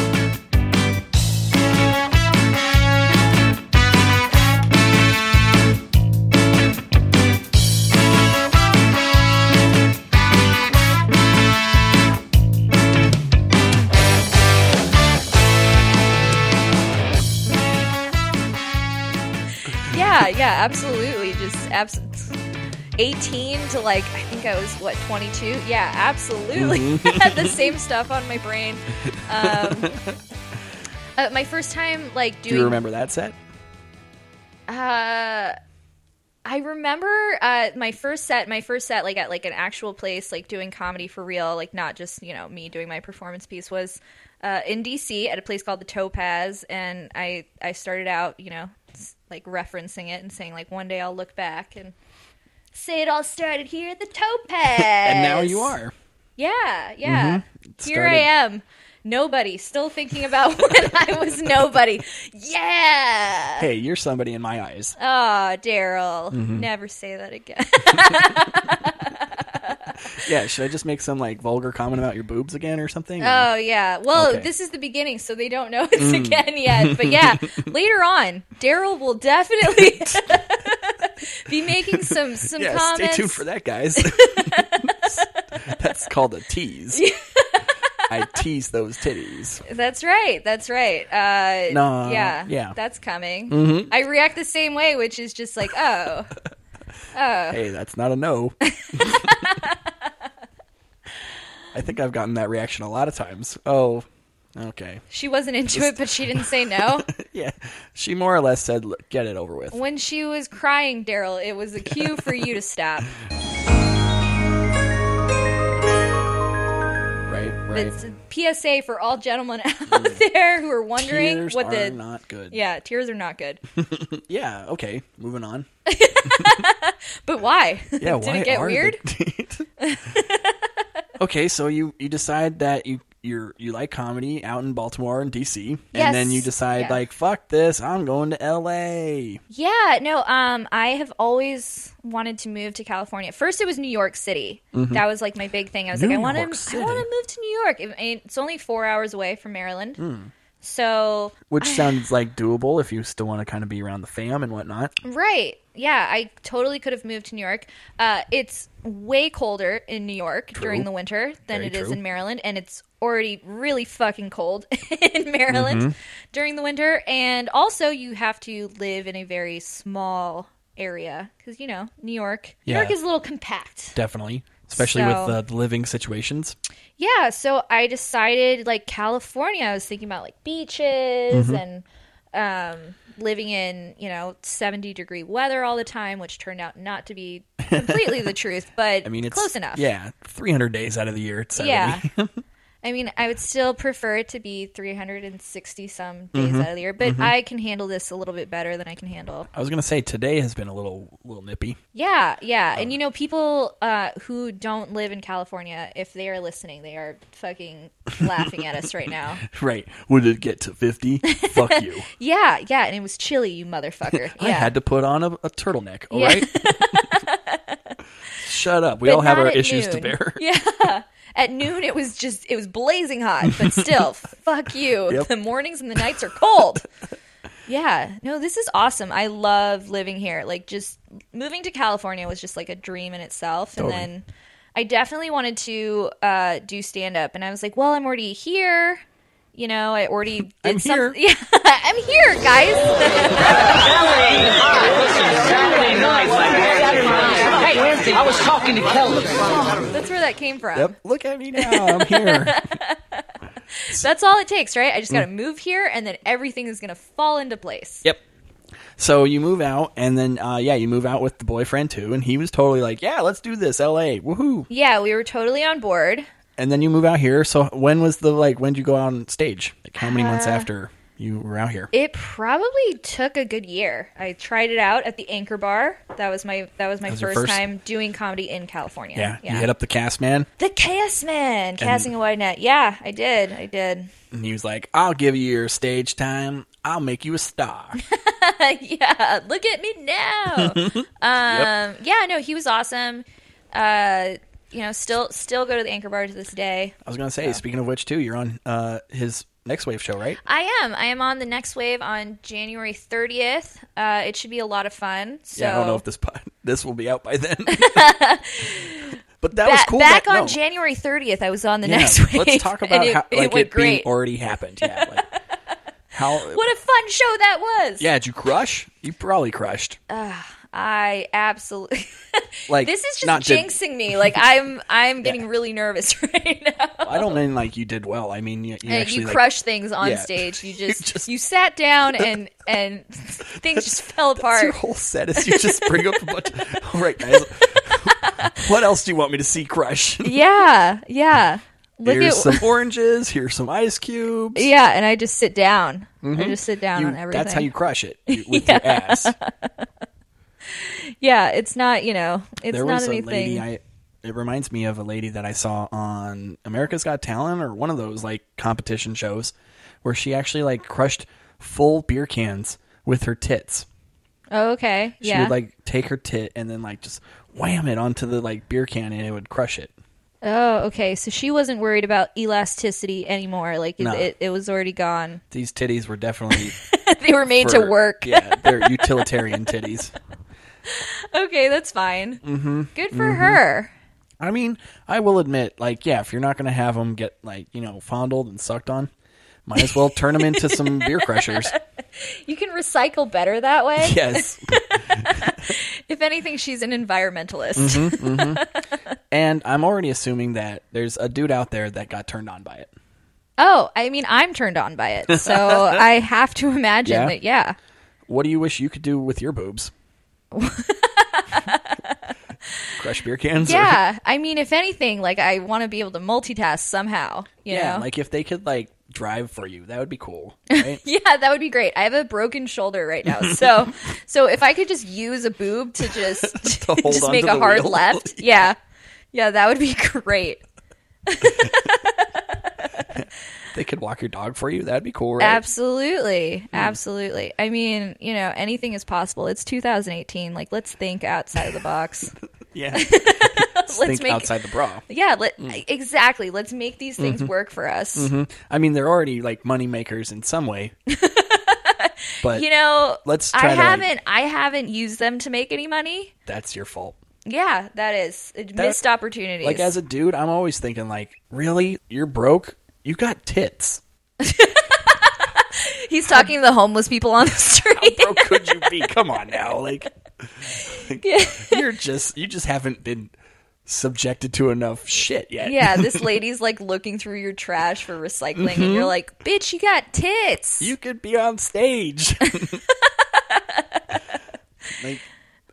Speaker 2: Yeah, yeah, absolutely. Just abs- 18 to like, I think I was, what, 22? Yeah, absolutely.
Speaker 1: Mm-hmm.
Speaker 2: (laughs) I had the same stuff on my brain.
Speaker 1: (laughs)
Speaker 2: Um, uh, my first time, like, doing.
Speaker 1: Do you remember that set?
Speaker 2: Uh, I remember uh, my first set, my first set, like at like an actual place, like doing comedy for real, like not just you know me doing my performance piece, was uh, in DC at a place called the Topaz, and I I started out you know s- like referencing it and saying like one day I'll look back and say it all started here at the Topaz,
Speaker 1: And now you are. Mm-hmm.
Speaker 2: yeah, yeah. Here
Speaker 1: started-
Speaker 2: I am. Nobody, still thinking about (laughs) when I was nobody. Yeah.
Speaker 1: Hey, you're somebody in my
Speaker 2: (laughs)
Speaker 1: eyes.
Speaker 2: Oh, Daryl.
Speaker 1: Mm-hmm.
Speaker 2: Never say
Speaker 1: (laughs)
Speaker 2: that again.
Speaker 1: Yeah, should I just make some like vulgar comment about your boobs again or something?
Speaker 2: oh, yeah. Well,
Speaker 1: Okay. Mm.
Speaker 2: this is the beginning, so they don't know it's again yet.
Speaker 1: (laughs)
Speaker 2: But yeah, later on, Daryl will definitely be making some some
Speaker 1: yeah,
Speaker 2: comments.
Speaker 1: stay tuned for that,
Speaker 2: (laughs)
Speaker 1: guys. (laughs) That's called a
Speaker 2: (laughs)
Speaker 1: tease. I tease those titties.
Speaker 2: That's right. That's right. Uh,
Speaker 1: No,
Speaker 2: yeah,
Speaker 1: yeah. Mm-hmm.
Speaker 2: That's coming. I react the same way, which is just like, oh,
Speaker 1: Hey, that's not a
Speaker 2: (laughs)
Speaker 1: no. I think I've gotten that reaction a lot of times. Oh, okay. (laughs)
Speaker 2: she wasn't into it, but she didn't say no.
Speaker 1: Yeah. She more or less said, "Look, get it over with.
Speaker 2: when she was crying, Daryl, it was a cue for you to stop.
Speaker 1: Right, right.
Speaker 2: It's a PSA for all gentlemen (laughs) out there who are wondering
Speaker 1: Tears
Speaker 2: what
Speaker 1: are
Speaker 2: the
Speaker 1: not good.
Speaker 2: yeah tears are not good.
Speaker 1: Yeah, okay. Moving on.
Speaker 2: But why?
Speaker 1: (laughs)
Speaker 2: (laughs)
Speaker 1: Yeah,
Speaker 2: Did
Speaker 1: why
Speaker 2: it get
Speaker 1: are the-
Speaker 2: weird? (laughs)
Speaker 1: (laughs) okay, so you you decide that you you're you like comedy out in Baltimore and DC, and
Speaker 2: Yes.
Speaker 1: then you decide
Speaker 2: Yeah.
Speaker 1: like fuck this, I'm going to L.A.
Speaker 2: Yeah, no. Um, I have always wanted to move to California. First, it was New York City. That was like my big thing. I was
Speaker 1: Mm-hmm. New
Speaker 2: like, I want to,
Speaker 1: York
Speaker 2: I
Speaker 1: City.
Speaker 2: want to move to New York. It- it- It's only four hours away from Maryland,
Speaker 1: Hmm.
Speaker 2: so
Speaker 1: Which sounds like doable if you still want to kind of be around the fam and whatnot.
Speaker 2: Right. Yeah, I totally could have moved to New York. Uh, it's way colder in New York during the winter than
Speaker 1: Very
Speaker 2: it is
Speaker 1: true.
Speaker 2: in Maryland, and it's already really fucking cold (laughs) in Maryland
Speaker 1: Mm-hmm.
Speaker 2: during the winter. And also, you have to live in a very small area because you know New York. New
Speaker 1: Yeah.
Speaker 2: York is a little compact.
Speaker 1: Definitely, especially
Speaker 2: So-
Speaker 1: with uh, the living situations.
Speaker 2: Yeah, so I decided like California. I was thinking about like beaches
Speaker 1: Mm-hmm.
Speaker 2: and um, living in you know seventy degree weather all the time, which turned out not
Speaker 1: (laughs)
Speaker 2: to be completely the truth, but
Speaker 1: I mean, it's
Speaker 2: close enough.
Speaker 1: Yeah, 300 days out of the year. It's 70.
Speaker 2: Yeah. (laughs) I mean, I would still prefer it to be 360 some days
Speaker 1: Mm-hmm.
Speaker 2: out of the year, but I can handle this a little bit better than I can handle.
Speaker 1: I was gonna say today has been a little little nippy. (laughs)
Speaker 2: Yeah, yeah. And you know, people uh, who don't live in California, if they are listening, they are fucking laughing at us
Speaker 1: (laughs)
Speaker 2: right now.
Speaker 1: Right? Would it get to 50?
Speaker 2: (laughs)
Speaker 1: Fuck you.
Speaker 2: Yeah, yeah, and it was chilly, you motherfucker.
Speaker 1: (laughs) I
Speaker 2: yeah.
Speaker 1: had to put on a, a turtleneck. All
Speaker 2: Yeah.
Speaker 1: right.
Speaker 2: (laughs)
Speaker 1: Shut up. We
Speaker 2: But
Speaker 1: all have
Speaker 2: not
Speaker 1: our
Speaker 2: at
Speaker 1: issues to
Speaker 2: noon.
Speaker 1: bear. (laughs)
Speaker 2: (laughs) Yeah. At noon, it was just,
Speaker 1: (laughs)
Speaker 2: it was blazing hot, but still, fuck you.
Speaker 1: Yep.
Speaker 2: The mornings and the nights are cold. Yeah. No, this is awesome. I love living here. Like just moving to California was just like a dream in itself.
Speaker 1: Totally.
Speaker 2: And then I definitely wanted to uh, do stand up and I was like, well, I'm already here. You know,
Speaker 1: (laughs)
Speaker 2: I already did
Speaker 1: I'm
Speaker 2: some-
Speaker 1: here.
Speaker 2: (laughs) Yeah, I'm here, guys. (laughs)
Speaker 3: Hey, I was talking to Kelly.
Speaker 2: That's where that came from.
Speaker 1: Yep. Look at me now. I'm here.
Speaker 2: (laughs) That's all it takes, right? I just got
Speaker 1: Mm.
Speaker 2: to move here and then everything is going to fall into place.
Speaker 1: Yep. So you move out, and then uh, yeah, you move out with the boyfriend too, and he was totally like, "Yeah, let's do this, L.A. Woohoo!"
Speaker 2: Yeah, we were totally on board.
Speaker 1: And then you move out here. So when was the like? When did you go out on stage? Like how many
Speaker 2: Uh,
Speaker 1: months after you were out here?
Speaker 2: It probably took a good year. I tried it out at the Anchor Bar. That was my that was my
Speaker 1: was your
Speaker 2: first,
Speaker 1: first-
Speaker 2: time doing comedy in California.
Speaker 1: yeah, you hit up the cast man,
Speaker 2: the Chaos Man, casting a wide net. Yeah, I did. I did. (laughs)
Speaker 1: and he was like, "I'll give you your stage time. I'll make you a star."
Speaker 2: yeah, look at me
Speaker 1: (laughs)
Speaker 2: now. um, Yeah, no, he was awesome. Uh, you know, still still go to the Anchor Bar to this day.
Speaker 1: I was gonna say. Speaking of which, too, you're on uh, his next wave show, right?
Speaker 2: I am. I am on the next wave on January 30th. Uh, it should be a lot of fun. So
Speaker 1: yeah, I don't know if this pod, (laughs) this will be out by
Speaker 2: (laughs)
Speaker 1: then. but that was
Speaker 2: Ba-
Speaker 1: cool.
Speaker 2: Back
Speaker 1: that-
Speaker 2: on
Speaker 1: no.
Speaker 2: January 30th, I was on the
Speaker 1: Yeah,
Speaker 2: next wave.
Speaker 1: Let's talk
Speaker 2: (laughs) and
Speaker 1: about
Speaker 2: it,
Speaker 1: how
Speaker 2: it
Speaker 1: like
Speaker 2: went
Speaker 1: it
Speaker 2: great.
Speaker 1: being already happened. Yeah. Like,
Speaker 2: (laughs)
Speaker 1: how?
Speaker 2: what a fun show that was.
Speaker 1: yeah. Did you crush? You probably crushed.
Speaker 2: I absolutely. (laughs)
Speaker 1: Like
Speaker 2: this is just
Speaker 1: not did-
Speaker 2: jinxing me. Like I'm,
Speaker 1: (laughs)
Speaker 2: I'm getting really nervous (laughs) right now.
Speaker 1: I don't mean like you did well. I mean you, you
Speaker 2: And
Speaker 1: actually
Speaker 2: you
Speaker 1: like,
Speaker 2: crush things on
Speaker 1: yeah.
Speaker 2: stage.
Speaker 1: (laughs)
Speaker 2: You
Speaker 1: You
Speaker 2: just, you
Speaker 1: just-
Speaker 2: sat
Speaker 1: (laughs)
Speaker 2: down and and (laughs) things just fell
Speaker 1: that's
Speaker 2: apart.
Speaker 1: Your whole set is you just bring up a bunch. (laughs) All right, guys. what else do you want me to see? Crush.
Speaker 2: yeah, yeah. Look
Speaker 1: Here's
Speaker 2: at
Speaker 1: some
Speaker 2: (laughs)
Speaker 1: oranges. Here's some ice cubes.
Speaker 2: yeah, and I just sit down. I just sit down
Speaker 1: Mm-hmm. You-
Speaker 2: on everything.
Speaker 1: that's how you crush it
Speaker 2: (laughs)
Speaker 1: you- with your ass.
Speaker 2: yeah, it's not you know, it's
Speaker 1: there
Speaker 2: not
Speaker 1: was
Speaker 2: anything.
Speaker 1: a lady I it reminds me of a lady that I saw on America's Got Talent or one of those like competition shows where she actually like crushed full beer cans with her tits.
Speaker 2: oh, okay,
Speaker 1: She
Speaker 2: yeah.
Speaker 1: would like take her tit and then like just wham it onto the like beer can and it would crush it.
Speaker 2: Oh, okay. So she wasn't worried about elasticity anymore. Like it,
Speaker 1: No.
Speaker 2: it, it was already gone. (laughs)
Speaker 1: These titties were definitely
Speaker 2: they were made
Speaker 1: for-
Speaker 2: to work.
Speaker 1: yeah, they're utilitarian titties.
Speaker 2: (laughs) Okay, that's fine. Mm-hmm. Good for her.
Speaker 1: I mean, I will admit, like, yeah, if you're not gonna have them get like you know fondled and sucked on, might as well turn them into some beer
Speaker 2: (laughs)
Speaker 1: crushers.
Speaker 2: You can recycle better
Speaker 1: (laughs)
Speaker 2: that way.
Speaker 1: Yes.
Speaker 2: If anything, she's an environmentalist.
Speaker 1: Mm-hmm. And I'm already assuming that there's a dude out there that got turned on by it.
Speaker 2: (laughs) Oh, I mean, I'm turned on by it.
Speaker 1: (laughs)
Speaker 2: So I have to imagine
Speaker 1: Yeah.
Speaker 2: that, yeah.
Speaker 1: What do you wish you could do with your
Speaker 2: (laughs)
Speaker 1: boobs? Crush beer cans? or-
Speaker 2: Yeah. I mean, if anything, like, I want to be able to multitask somehow. You
Speaker 1: yeah.
Speaker 2: know?
Speaker 1: Like if they could like drive for you, that would be cool.
Speaker 2: (laughs)
Speaker 1: Right?
Speaker 2: Yeah, that would be great. I have a broken shoulder right now,
Speaker 1: (laughs)
Speaker 2: so so if I could just use a boob to just
Speaker 1: To hold
Speaker 2: just
Speaker 1: onto
Speaker 2: make a
Speaker 1: the
Speaker 2: hard
Speaker 1: wheel. (laughs)
Speaker 2: left, yeah, yeah, that would be great.
Speaker 1: they could walk your dog for you. That'd be cool, right?
Speaker 2: Absolutely,
Speaker 1: Hmm.
Speaker 2: absolutely. I mean, you know, anything is possible. It's 2018. Like, let's think outside of
Speaker 1: (laughs)
Speaker 2: the box.
Speaker 1: yeah.
Speaker 2: (laughs) let's
Speaker 1: Think
Speaker 2: make
Speaker 1: outside Hmm. Mm-hmm. the bra.
Speaker 2: yeah, let, exactly. Let's make these things work for us.
Speaker 1: I mean, they're already like money makers in some
Speaker 2: (laughs)
Speaker 1: way. but
Speaker 2: You know,
Speaker 1: Let's
Speaker 2: I
Speaker 1: try to, like-
Speaker 2: haven't. I haven't used them to make any money.
Speaker 1: that's your fault.
Speaker 2: Yeah, that is missed opportunities.
Speaker 1: Like as a dude, I'm always thinking like, really? You're broke? You got tits.
Speaker 2: He's talking to the homeless people on
Speaker 1: (laughs)
Speaker 2: the street.
Speaker 1: How could you be? Come on now,
Speaker 2: (laughs)
Speaker 1: like, like, you're just you just haven't been subjected to enough shit yet.
Speaker 2: yeah, this lady's like looking through your trash for recycling, and you're like, "Bitch, you got tits."
Speaker 1: Mm-hmm. you could be on
Speaker 2: (laughs)
Speaker 1: stage. (laughs) like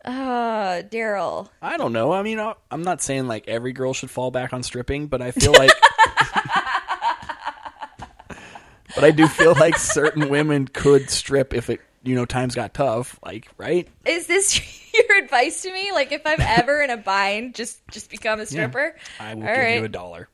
Speaker 2: uh, Daryl.
Speaker 1: I don't know. I mean, I- I'm not saying like every girl should fall back on stripping, but I feel like. (laughs) But I do feel like certain women could strip if it, you know, times got tough. Like, right?
Speaker 2: Is this (laughs) your advice to me? Like, if I'm ever in a bind, just just become a stripper.
Speaker 1: I will
Speaker 2: All
Speaker 1: give
Speaker 2: right.
Speaker 1: you a dollar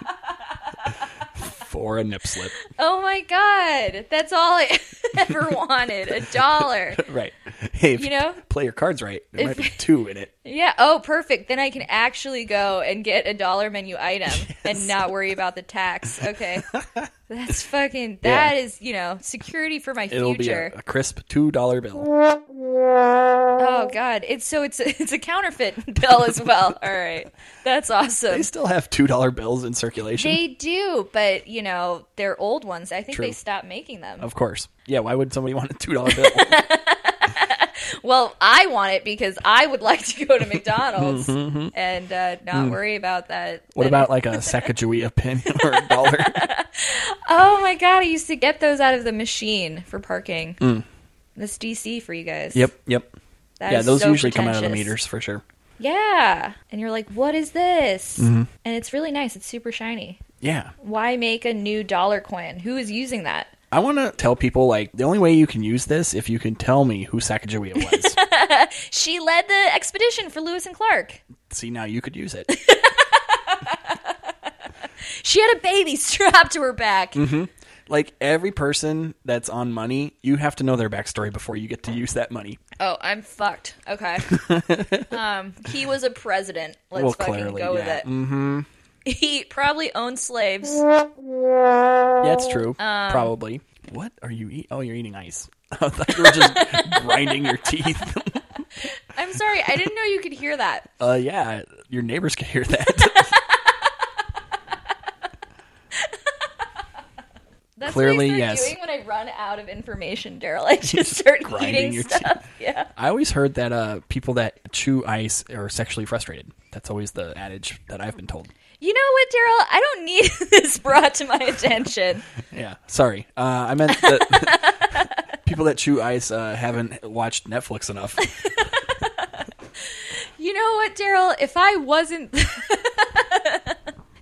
Speaker 1: (laughs) for a nip slip.
Speaker 2: (laughs) Oh my god, that's all I ever wanted—a dollar.
Speaker 1: Right. Hey, if
Speaker 2: You know?
Speaker 1: play your cards right. There might be two in it.
Speaker 2: (laughs) Yeah. Oh, perfect. Then I can actually go and get a dollar menu
Speaker 1: (laughs)
Speaker 2: item and not worry about the tax. Okay. That's fucking.
Speaker 1: Yeah.
Speaker 2: That is, you know, security for my
Speaker 1: It'll
Speaker 2: future.
Speaker 1: be a, a crisp two dollar bill.
Speaker 2: oh God. It's so it's (laughs) a, it's a counterfeit bill as well. All right. That's
Speaker 1: They
Speaker 2: awesome.
Speaker 1: still have two dollar bills in circulation.
Speaker 2: They do, but you know, they're old ones. I think
Speaker 1: True.
Speaker 2: they stopped making them.
Speaker 1: of course. Yeah. Why would somebody want a two
Speaker 2: (laughs)
Speaker 1: dollar bill?
Speaker 2: Well, I want it because I would like
Speaker 1: (laughs)
Speaker 2: to
Speaker 1: Mm-hmm,
Speaker 2: go to McDonald's and uh, not worry about
Speaker 1: Mm.
Speaker 2: that.
Speaker 1: what about
Speaker 2: (laughs)
Speaker 1: like a Sacagawea penny (laughs) or a dollar?
Speaker 2: Oh my god, I used to get those out of the machine for parking. This DC for you guys.
Speaker 1: Mm. yep. Yep.
Speaker 2: That
Speaker 1: yeah.
Speaker 2: is
Speaker 1: Those
Speaker 2: so
Speaker 1: usually come out of the
Speaker 2: pretentious.
Speaker 1: meters for sure.
Speaker 2: Yeah. And you're like, what is this?
Speaker 1: Mm-hmm.
Speaker 2: And it's really nice. It's super shiny.
Speaker 1: Yeah.
Speaker 2: Why make a new dollar coin? Who is using that?
Speaker 1: I want to tell people like the only way you can use this if you can tell me who Sacagawea was.
Speaker 2: (laughs) She led the expedition for Lewis and Clark.
Speaker 1: See now you could use it.
Speaker 2: She had a baby (laughs) strapped to her back.
Speaker 1: Mm-hmm. Like every person that's on money, you have to know their backstory before you get to use that money.
Speaker 2: Oh, I'm fucked.
Speaker 1: (laughs)
Speaker 2: Okay. um, he was a president. Let's
Speaker 1: Well,
Speaker 2: fucking
Speaker 1: clearly,
Speaker 2: go with
Speaker 1: yeah.
Speaker 2: it. Mm-hmm. He probably owned slaves.
Speaker 1: Yeah, it's true.
Speaker 2: Um,
Speaker 1: Probably. What are you eating? Oh, you're eating ice. (laughs) I thought you were just (laughs) grinding your teeth. (laughs)
Speaker 2: I'm sorry, I didn't know you could hear that.
Speaker 1: Uh, yeah, your neighbors could hear that.
Speaker 2: That's
Speaker 1: Clearly,
Speaker 2: what I start
Speaker 1: yes.
Speaker 2: doing when I run out of information, Daryl. I just, start
Speaker 1: grinding
Speaker 2: eating
Speaker 1: your
Speaker 2: stuff. Yeah.
Speaker 1: I always heard that uh, people that chew ice are sexually frustrated. That's always the adage that I've been told.
Speaker 2: You know what, Daryl? I don't need (laughs) this brought to my attention.
Speaker 1: Yeah, sorry. Uh, I meant that people that (laughs) chew ice uh, haven't watched Netflix enough.
Speaker 2: You know what, Daryl? If I wasn't (laughs)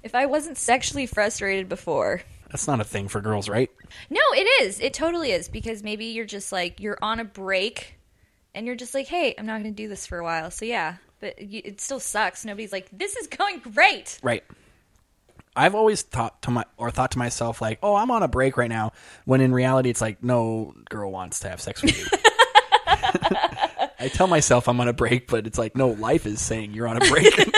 Speaker 2: if I wasn't sexually frustrated before.
Speaker 1: That's not a thing for girls, right?
Speaker 2: No, it is. It totally is because maybe you're just like you're on a break and you're just like, "Hey, I'm not going to do this for a while." So yeah, but you, it still sucks. Nobody's like, "This is going great."
Speaker 1: Right. I've always thought to my or thought to myself like, "Oh, I'm on a break right now," when in reality it's like, "No girl wants to have sex with you." (laughs) I tell myself I'm on a break, but it's like, "No, life is saying you're on a break."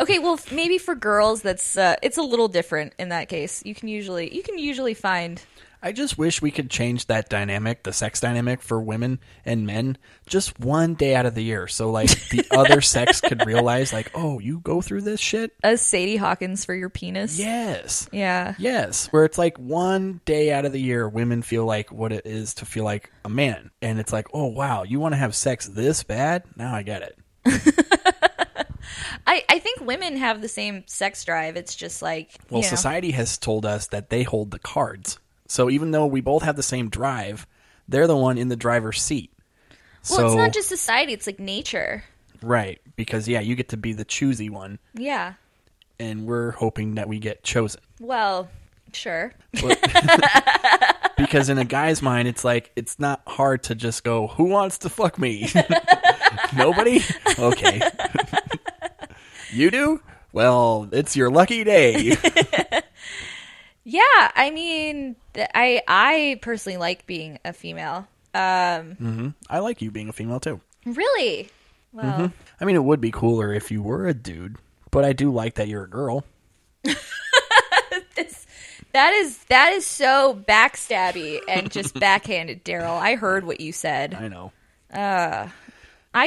Speaker 2: Okay, well, f- maybe for girls, that's uh, it's a little different in that case. You can usually you can usually find.
Speaker 1: I just wish we could change that dynamic, the sex dynamic for women and men, just one day out of the year. So like
Speaker 2: (laughs)
Speaker 1: the other sex could realize like, "Oh, you go through this shit?"
Speaker 2: A Sadie Hawkins for your penis.
Speaker 1: Yes.
Speaker 2: Yeah.
Speaker 1: Yes, where it's like one day out of the year, women feel like what it is to feel like a man, and it's like, oh wow, you want to have sex this bad? Now I get it.
Speaker 2: I, I think women have the same sex drive. It's just like
Speaker 1: Well,
Speaker 2: you know.
Speaker 1: society has told us that they hold the cards, so even though we both have the same drive, they're the one in the driver's seat.
Speaker 2: Well,
Speaker 1: so,
Speaker 2: it's not just society; it's like nature.
Speaker 1: right because yeah, you get to be the choosy one,
Speaker 2: Yeah.
Speaker 1: and we're hoping that we get chosen.
Speaker 2: Well, sure.
Speaker 1: because in a guy's mind it's like it's not hard to just go who wants to fuck me (laughs) nobody okay (laughs) you do well it's your lucky day
Speaker 2: Yeah, I mean, th- I I personally like being a female. Um,
Speaker 1: i like you being a female too
Speaker 2: really. Well,
Speaker 1: i mean it would be cooler if you were a dude but i do like that you're a girl
Speaker 2: that is that is so backstabby
Speaker 1: (laughs)
Speaker 2: and just backhanded, Daryl. I heard what you said.
Speaker 1: i know
Speaker 2: I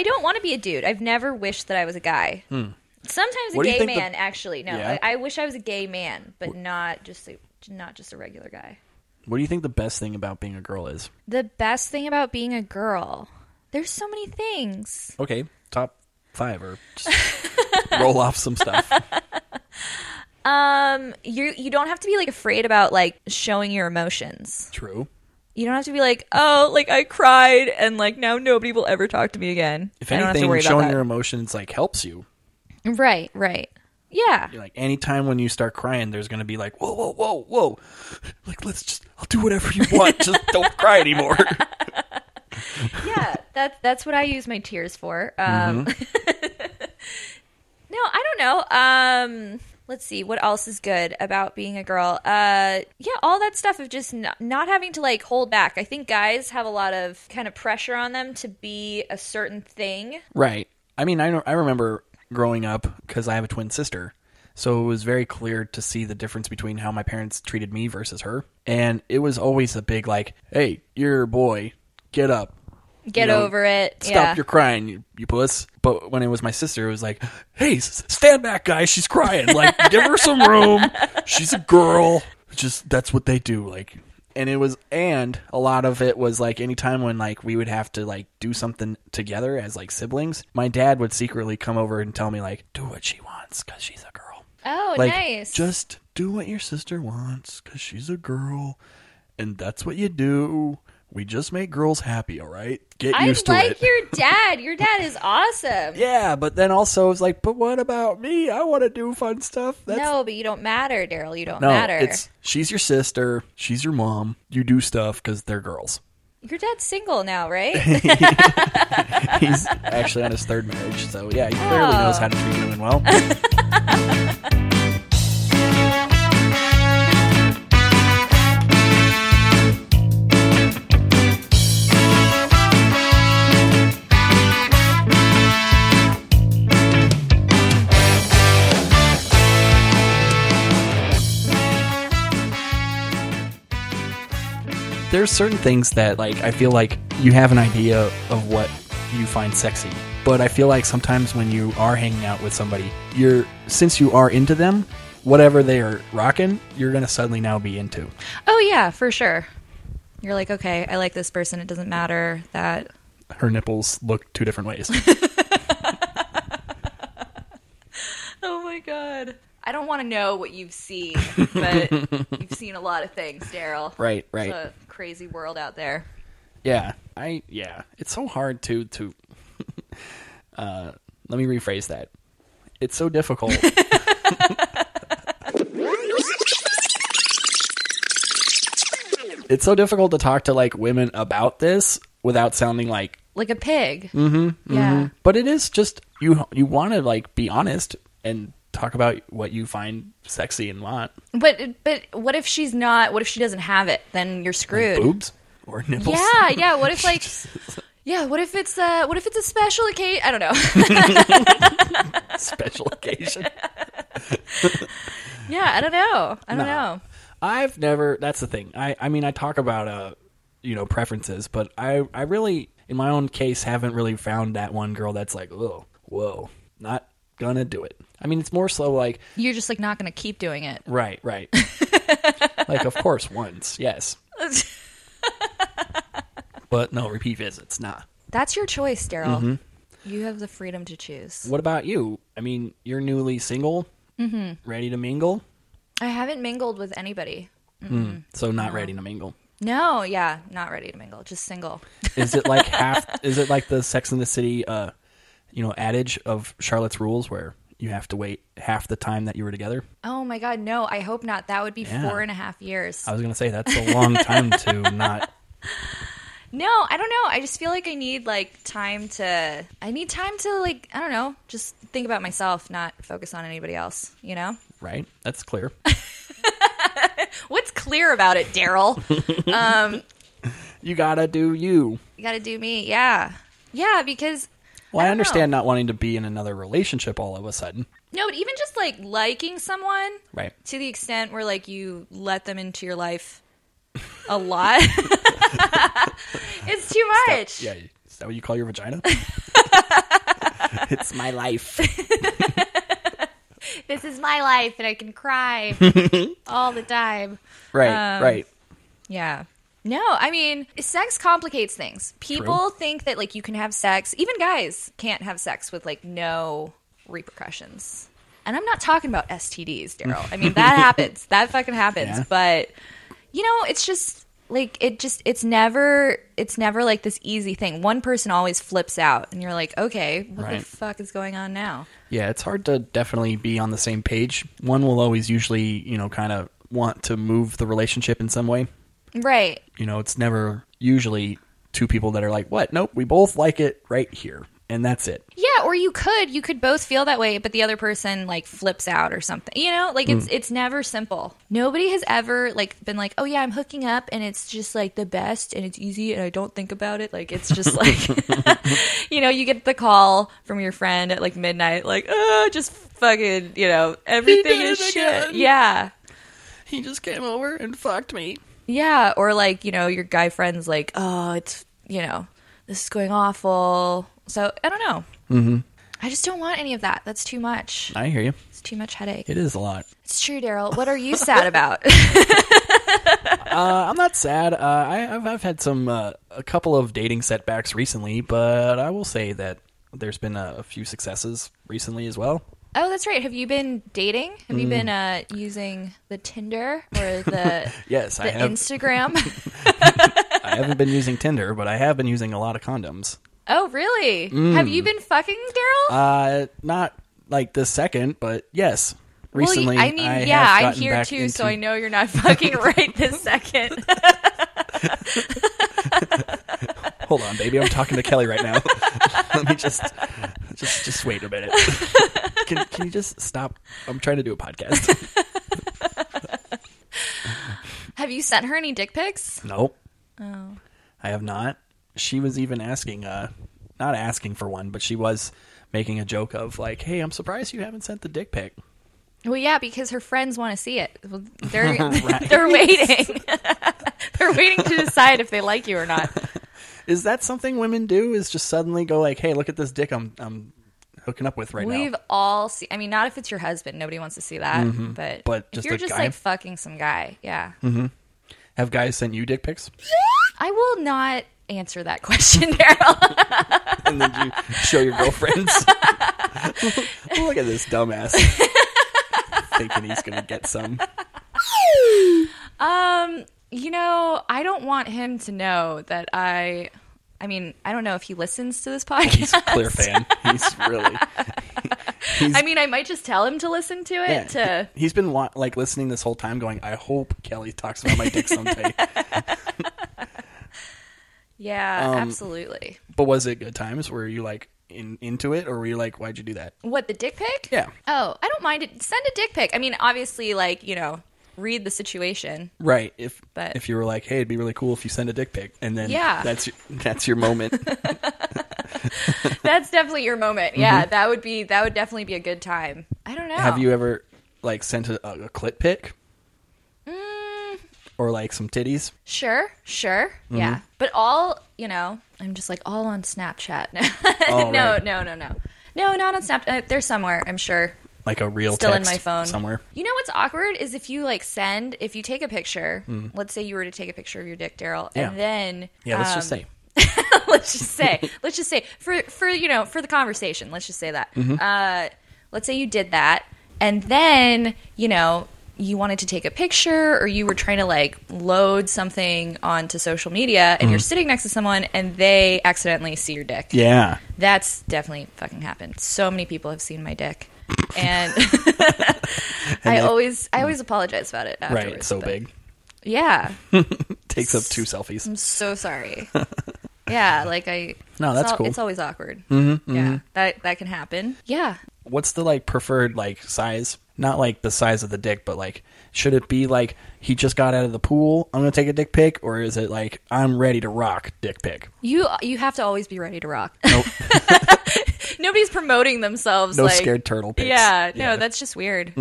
Speaker 2: don't want to be a dude. I've never wished that I was a guy. Sometimes
Speaker 1: Hmm. What
Speaker 2: a
Speaker 1: do you
Speaker 2: gay
Speaker 1: think the-
Speaker 2: man, actually. No,
Speaker 1: Yeah?
Speaker 2: I, I wish I was a gay man, but not just a, not just a regular guy.
Speaker 1: what do you think the best thing about being a girl is
Speaker 2: The best thing about being a girl, there's so many things.
Speaker 1: okay top five or just roll off some stuff
Speaker 2: You you don't have to be like afraid about like showing your emotions.
Speaker 1: true
Speaker 2: You don't have to be like, oh, like I cried and like now nobody will ever talk to me again.
Speaker 1: if
Speaker 2: I don't have to
Speaker 1: anything
Speaker 2: worry
Speaker 1: showing
Speaker 2: about
Speaker 1: your emotions like helps you
Speaker 2: that. Right, right. Yeah.
Speaker 1: You're like anytime when you start crying, there's gonna be like, whoa, whoa, whoa, whoa, (laughs) like let's just, I'll do whatever
Speaker 2: (laughs)
Speaker 1: you want, just don't cry anymore.
Speaker 2: yeah, that's that's what I use my
Speaker 1: Mm-hmm.
Speaker 2: (laughs) tears for. Um, no, I don't know. Um, Let's see what else is good about being a girl. Uh, yeah, all that stuff of just not, not having to like hold back. I think guys have a lot of kind of pressure on them to be a certain thing.
Speaker 1: Right. I mean, I know, I remember growing up because I have a twin sister, so it was very clear to see the difference between how my parents treated me versus her, and it was always a big like, "Hey, you're a boy, get up,
Speaker 2: Get
Speaker 1: You know,
Speaker 2: over it.
Speaker 1: stop
Speaker 2: yeah.
Speaker 1: your crying, you, you puss." But when it was my sister, it was like, "Hey, s- stand back, guys, she's crying.
Speaker 2: (laughs)
Speaker 1: Like, give her some room. She's a girl. Just that's what they do." Like. And it was, and a lot of it was like anytime when like we would have to like do something together as like siblings, my dad would secretly come over and tell me like, do what she wants because she's a girl
Speaker 2: oh,
Speaker 1: like
Speaker 2: nice.
Speaker 1: just do what your sister wants because she's a girl and that's what you do we just make girls happy all right get
Speaker 2: I
Speaker 1: used to
Speaker 2: like
Speaker 1: it
Speaker 2: your dad. Your dad is
Speaker 1: (laughs)
Speaker 2: awesome.
Speaker 1: yeah but then also it's like but what about me i want to do fun stuff that's
Speaker 2: no, but you don't matter, Daryl. You don't matter.
Speaker 1: it's she's your sister she's your mom you do stuff because they're girls
Speaker 2: Your dad's single
Speaker 1: (laughs)
Speaker 2: now, right? (laughs)
Speaker 1: he's actually on his third marriage so yeah he clearly knows how to treat women well
Speaker 2: Oh.
Speaker 1: (laughs) there's certain things that like I feel like you have an idea of what you find sexy. But I feel like sometimes when you are hanging out with somebody, you're since you are into them, whatever they are rocking, you're gonna suddenly now be into.
Speaker 2: oh yeah, for sure. You're like, okay, I like this person. It doesn't matter that
Speaker 1: Her nipples look two different ways.
Speaker 2: (laughs) Oh my god. I don't want to know what
Speaker 1: (laughs)
Speaker 2: you've seen, but you've seen a lot of things, Daryl.
Speaker 1: right,
Speaker 2: It's
Speaker 1: right.
Speaker 2: a crazy world out there.
Speaker 1: Yeah, I yeah. It's so hard to to. (laughs) uh, let me rephrase that. It's so (laughs) difficult. it's so difficult to talk to like women about this without sounding like.
Speaker 2: Like a pig. Mm-hmm. Yeah.
Speaker 1: But it is just you. You want to like be honest and talk about what you find sexy and want.
Speaker 2: But but what if she's not what if she doesn't have it? Then you're screwed.
Speaker 1: Boobs or nipples.
Speaker 2: yeah, yeah. What if like Yeah, what if it's uh what if it's a special occasion? I don't
Speaker 1: (laughs)
Speaker 2: know.
Speaker 1: Special occasion.
Speaker 2: yeah, I don't know. I
Speaker 1: No.
Speaker 2: don't know.
Speaker 1: I've never. That's the thing. I I mean, I talk about uh, you know, preferences, but I I really, in my own case, haven't really found that one girl that's like, oh, whoa, not gonna do it. I mean, it's more so like,
Speaker 2: You're just like not going to keep doing it.
Speaker 1: right, right. (laughs) like, of course, once, yes, (laughs) but no repeat visits, nah.
Speaker 2: That's your choice, Daryl. You have the freedom to choose.
Speaker 1: What about you? I mean, you're newly single, mm-hmm. ready to mingle,
Speaker 2: I haven't mingled with anybody.
Speaker 1: so not ready to mingle.
Speaker 2: No, yeah, not ready to mingle, just single.
Speaker 1: Is it like half? Is it like the Sex in the City, uh, you know, adage of Charlotte's Rules, where you have to wait half the time that you were together?
Speaker 2: Oh my God, no, I hope not. That would be
Speaker 1: Yeah. Uh,
Speaker 2: four and a half years.
Speaker 1: I was gonna say that's a long time to not.
Speaker 2: No, I don't know. I just feel like I need like time to, I need time to like, I don't know, just think about myself, not focus on anybody else, you know?
Speaker 1: Right, that's clear.
Speaker 2: What's clear about it, Daryl?
Speaker 1: You gotta do you.
Speaker 2: you gotta do me. Yeah. Yeah, because
Speaker 1: Well, I,
Speaker 2: don't
Speaker 1: understand not wanting to be in another relationship all of a sudden.
Speaker 2: No, but even just like liking someone
Speaker 1: Right.
Speaker 2: to the extent where like you let them into your life a lot. (laughs) it's too much.
Speaker 1: Yeah, is that what you call your vagina? (laughs) it's my life.
Speaker 2: This is my life and I can cry all the time.
Speaker 1: Right, right.
Speaker 2: Yeah. No, I mean, sex complicates things. People think that like you can have sex, even guys can't have sex with like no repercussions. And I'm not talking about STDs, Daryl. I
Speaker 1: (laughs)
Speaker 2: mean, that happens. That fucking happens.
Speaker 1: Yeah.
Speaker 2: But you know, it's just like it just it's never it's never like this easy thing. One person always flips out and you're like, "Okay, what
Speaker 1: Right.
Speaker 2: the fuck is going on now?"
Speaker 1: Yeah, it's hard to definitely be on the same page. One will always usually, you know, kind of want to move the relationship in some way.
Speaker 2: Right.
Speaker 1: you know it's never usually two people that are like what nope we both like it right here and that's it.
Speaker 2: Yeah, or you could you could both feel that way, but the other person like flips out or something. You know, like
Speaker 1: Hmm.
Speaker 2: it's it's never simple. Nobody has ever like been like, "Oh yeah, I'm hooking up and it's just like the best and it's easy and I don't think about it." Like it's
Speaker 1: (laughs)
Speaker 2: just like (laughs) you know, you get the call from your friend at like midnight like, "Oh, just fucking, you know, everything
Speaker 1: did
Speaker 2: is
Speaker 1: it
Speaker 2: shit."
Speaker 1: again.
Speaker 2: Yeah.
Speaker 1: He just came over and fucked me.
Speaker 2: Yeah, or like, you know, your guy friend's like, "Oh, it's, you know, this is going awful." So, I don't know. Mhm. I just don't want any of that. That's too much.
Speaker 1: I hear you.
Speaker 2: It's too much headache.
Speaker 1: It is a lot.
Speaker 2: It's true, Daryl. What are you
Speaker 1: (laughs)
Speaker 2: sad about?
Speaker 1: Uh, I'm not sad. Uh, I, I've, I've had some uh, a couple of dating setbacks recently, but I will say that there's been a, a few successes recently as well.
Speaker 2: oh, that's right. Have you been dating? Have
Speaker 1: Mm.
Speaker 2: you been uh, using the Tinder or the
Speaker 1: (laughs) Yes,
Speaker 2: the
Speaker 1: I have. (laughs)
Speaker 2: Instagram?
Speaker 1: I haven't been using Tinder, but I have been using a lot of condoms.
Speaker 2: oh, really? Have you been fucking Daryl?
Speaker 1: Mm. Uh, not like this second, but yes, recently.
Speaker 2: well, I mean,
Speaker 1: have
Speaker 2: yeah, I'm
Speaker 1: gotten
Speaker 2: here
Speaker 1: back
Speaker 2: too, so
Speaker 1: into-
Speaker 2: I know you're not (laughs) fucking right this
Speaker 1: (laughs)
Speaker 2: second.
Speaker 1: Hold on, baby. I'm talking to Kelly right now. (laughs) Let me just, just, just wait a minute. can, can you just stop? I'm trying to do a podcast.
Speaker 2: Have you sent her any dick pics?
Speaker 1: nope. I have not. She was even asking, uh, not asking for one, but she was making a joke of like, "Hey, I'm surprised you haven't sent the dick pic."
Speaker 2: Well, yeah, because her friends want to see it. Well,
Speaker 1: (laughs)
Speaker 2: They're (laughs) they're waiting. they're waiting to decide if they like you or not.
Speaker 1: Is that something women do? Is just suddenly go like, "Hey, look at this dick I'm, I'm hooking up with right
Speaker 2: We've
Speaker 1: now."
Speaker 2: all seen. I mean, not if it's your husband. Nobody wants to see that. But,
Speaker 1: Mm-hmm. But
Speaker 2: if
Speaker 1: just
Speaker 2: you're
Speaker 1: a
Speaker 2: just
Speaker 1: guy? Mm-hmm.
Speaker 2: like fucking some guy, yeah.
Speaker 1: Have guys sent you dick pics?
Speaker 2: I will not answer that (laughs) question, Daryl.
Speaker 1: and then you show your girlfriends. (laughs) Look at this (laughs) dumbass thinking he's gonna get some.
Speaker 2: you know, I don't want him to know that I. I mean, I don't know if he listens to this
Speaker 1: He's a
Speaker 2: podcast. (laughs)
Speaker 1: clear fan. He's (laughs) really. He's,
Speaker 2: I mean, I might just tell him to listen to it.
Speaker 1: yeah,
Speaker 2: To
Speaker 1: he- he's been wa- like listening this whole time, going, "I hope Kelly talks about my dick (laughs) someday." Um,
Speaker 2: yeah, absolutely.
Speaker 1: but was it good times? Were you like in, into it, or were you like, "Why'd you do that?"
Speaker 2: What the dick pic?
Speaker 1: Yeah.
Speaker 2: Oh, I don't mind it. Send a dick pic. I mean, obviously, like you know, read the situation.
Speaker 1: Right. If
Speaker 2: But-
Speaker 1: if you were like, "Hey, it'd be really cool if you send a dick pic," and then
Speaker 2: Yeah.
Speaker 1: that's your, that's your (laughs) moment.
Speaker 2: That's definitely your moment. Yeah, that would be that would definitely be a good time. I don't know.
Speaker 1: Mm-hmm. Have you ever like sent a, a clit pic? Mm. Or like some titties?
Speaker 2: Sure, sure.
Speaker 1: Mm-hmm.
Speaker 2: Yeah. But all, you know, I'm just like all on Snapchat. (laughs)
Speaker 1: Oh,
Speaker 2: no,
Speaker 1: right.
Speaker 2: no, no, no. No, not on Snapchat. Uh, They're somewhere, I'm sure.
Speaker 1: like a real
Speaker 2: Still in
Speaker 1: text
Speaker 2: my phone.
Speaker 1: somewhere.
Speaker 2: You know what's awkward is if you like send, if you take a picture, let's say you were to take a picture of your dick, Daryl,
Speaker 1: Mm-hmm. Yeah.
Speaker 2: and then
Speaker 1: Yeah, let's just
Speaker 2: um,
Speaker 1: say
Speaker 2: (laughs) let's just say let's just say for for you know for the conversation let's just say that
Speaker 1: Mm-hmm.
Speaker 2: uh, let's say you did that and then you know you wanted to take a picture or you were trying to like load something onto social media and you're sitting next to someone and they accidentally see your dick
Speaker 1: Mm-hmm. yeah.
Speaker 2: that's definitely fucking happened so many people have seen
Speaker 1: (laughs)
Speaker 2: my dick and (laughs) i always i always apologize about it afterwards,
Speaker 1: Mm. Right, so
Speaker 2: but-
Speaker 1: big.
Speaker 2: yeah
Speaker 1: Takes up two selfies.
Speaker 2: I'm so
Speaker 1: (laughs)
Speaker 2: sorry. yeah, like I.
Speaker 1: No, that's
Speaker 2: it's al-
Speaker 1: cool. Mm-hmm,
Speaker 2: It's always awkward. Yeah, that that can happen. Yeah,
Speaker 1: What's the like preferred like size? Not like the size of the dick, but like should it be like he just got out of the pool, I'm going to take a dick pic or is it like I'm ready to rock dick pic?
Speaker 2: you you have to always be ready to rock.
Speaker 1: Nope.
Speaker 2: (laughs) Nobody's promoting themselves.
Speaker 1: No
Speaker 2: like,
Speaker 1: scared turtle pics.
Speaker 2: Yeah, no,
Speaker 1: Yeah. Mm-hmm.
Speaker 2: that's just weird.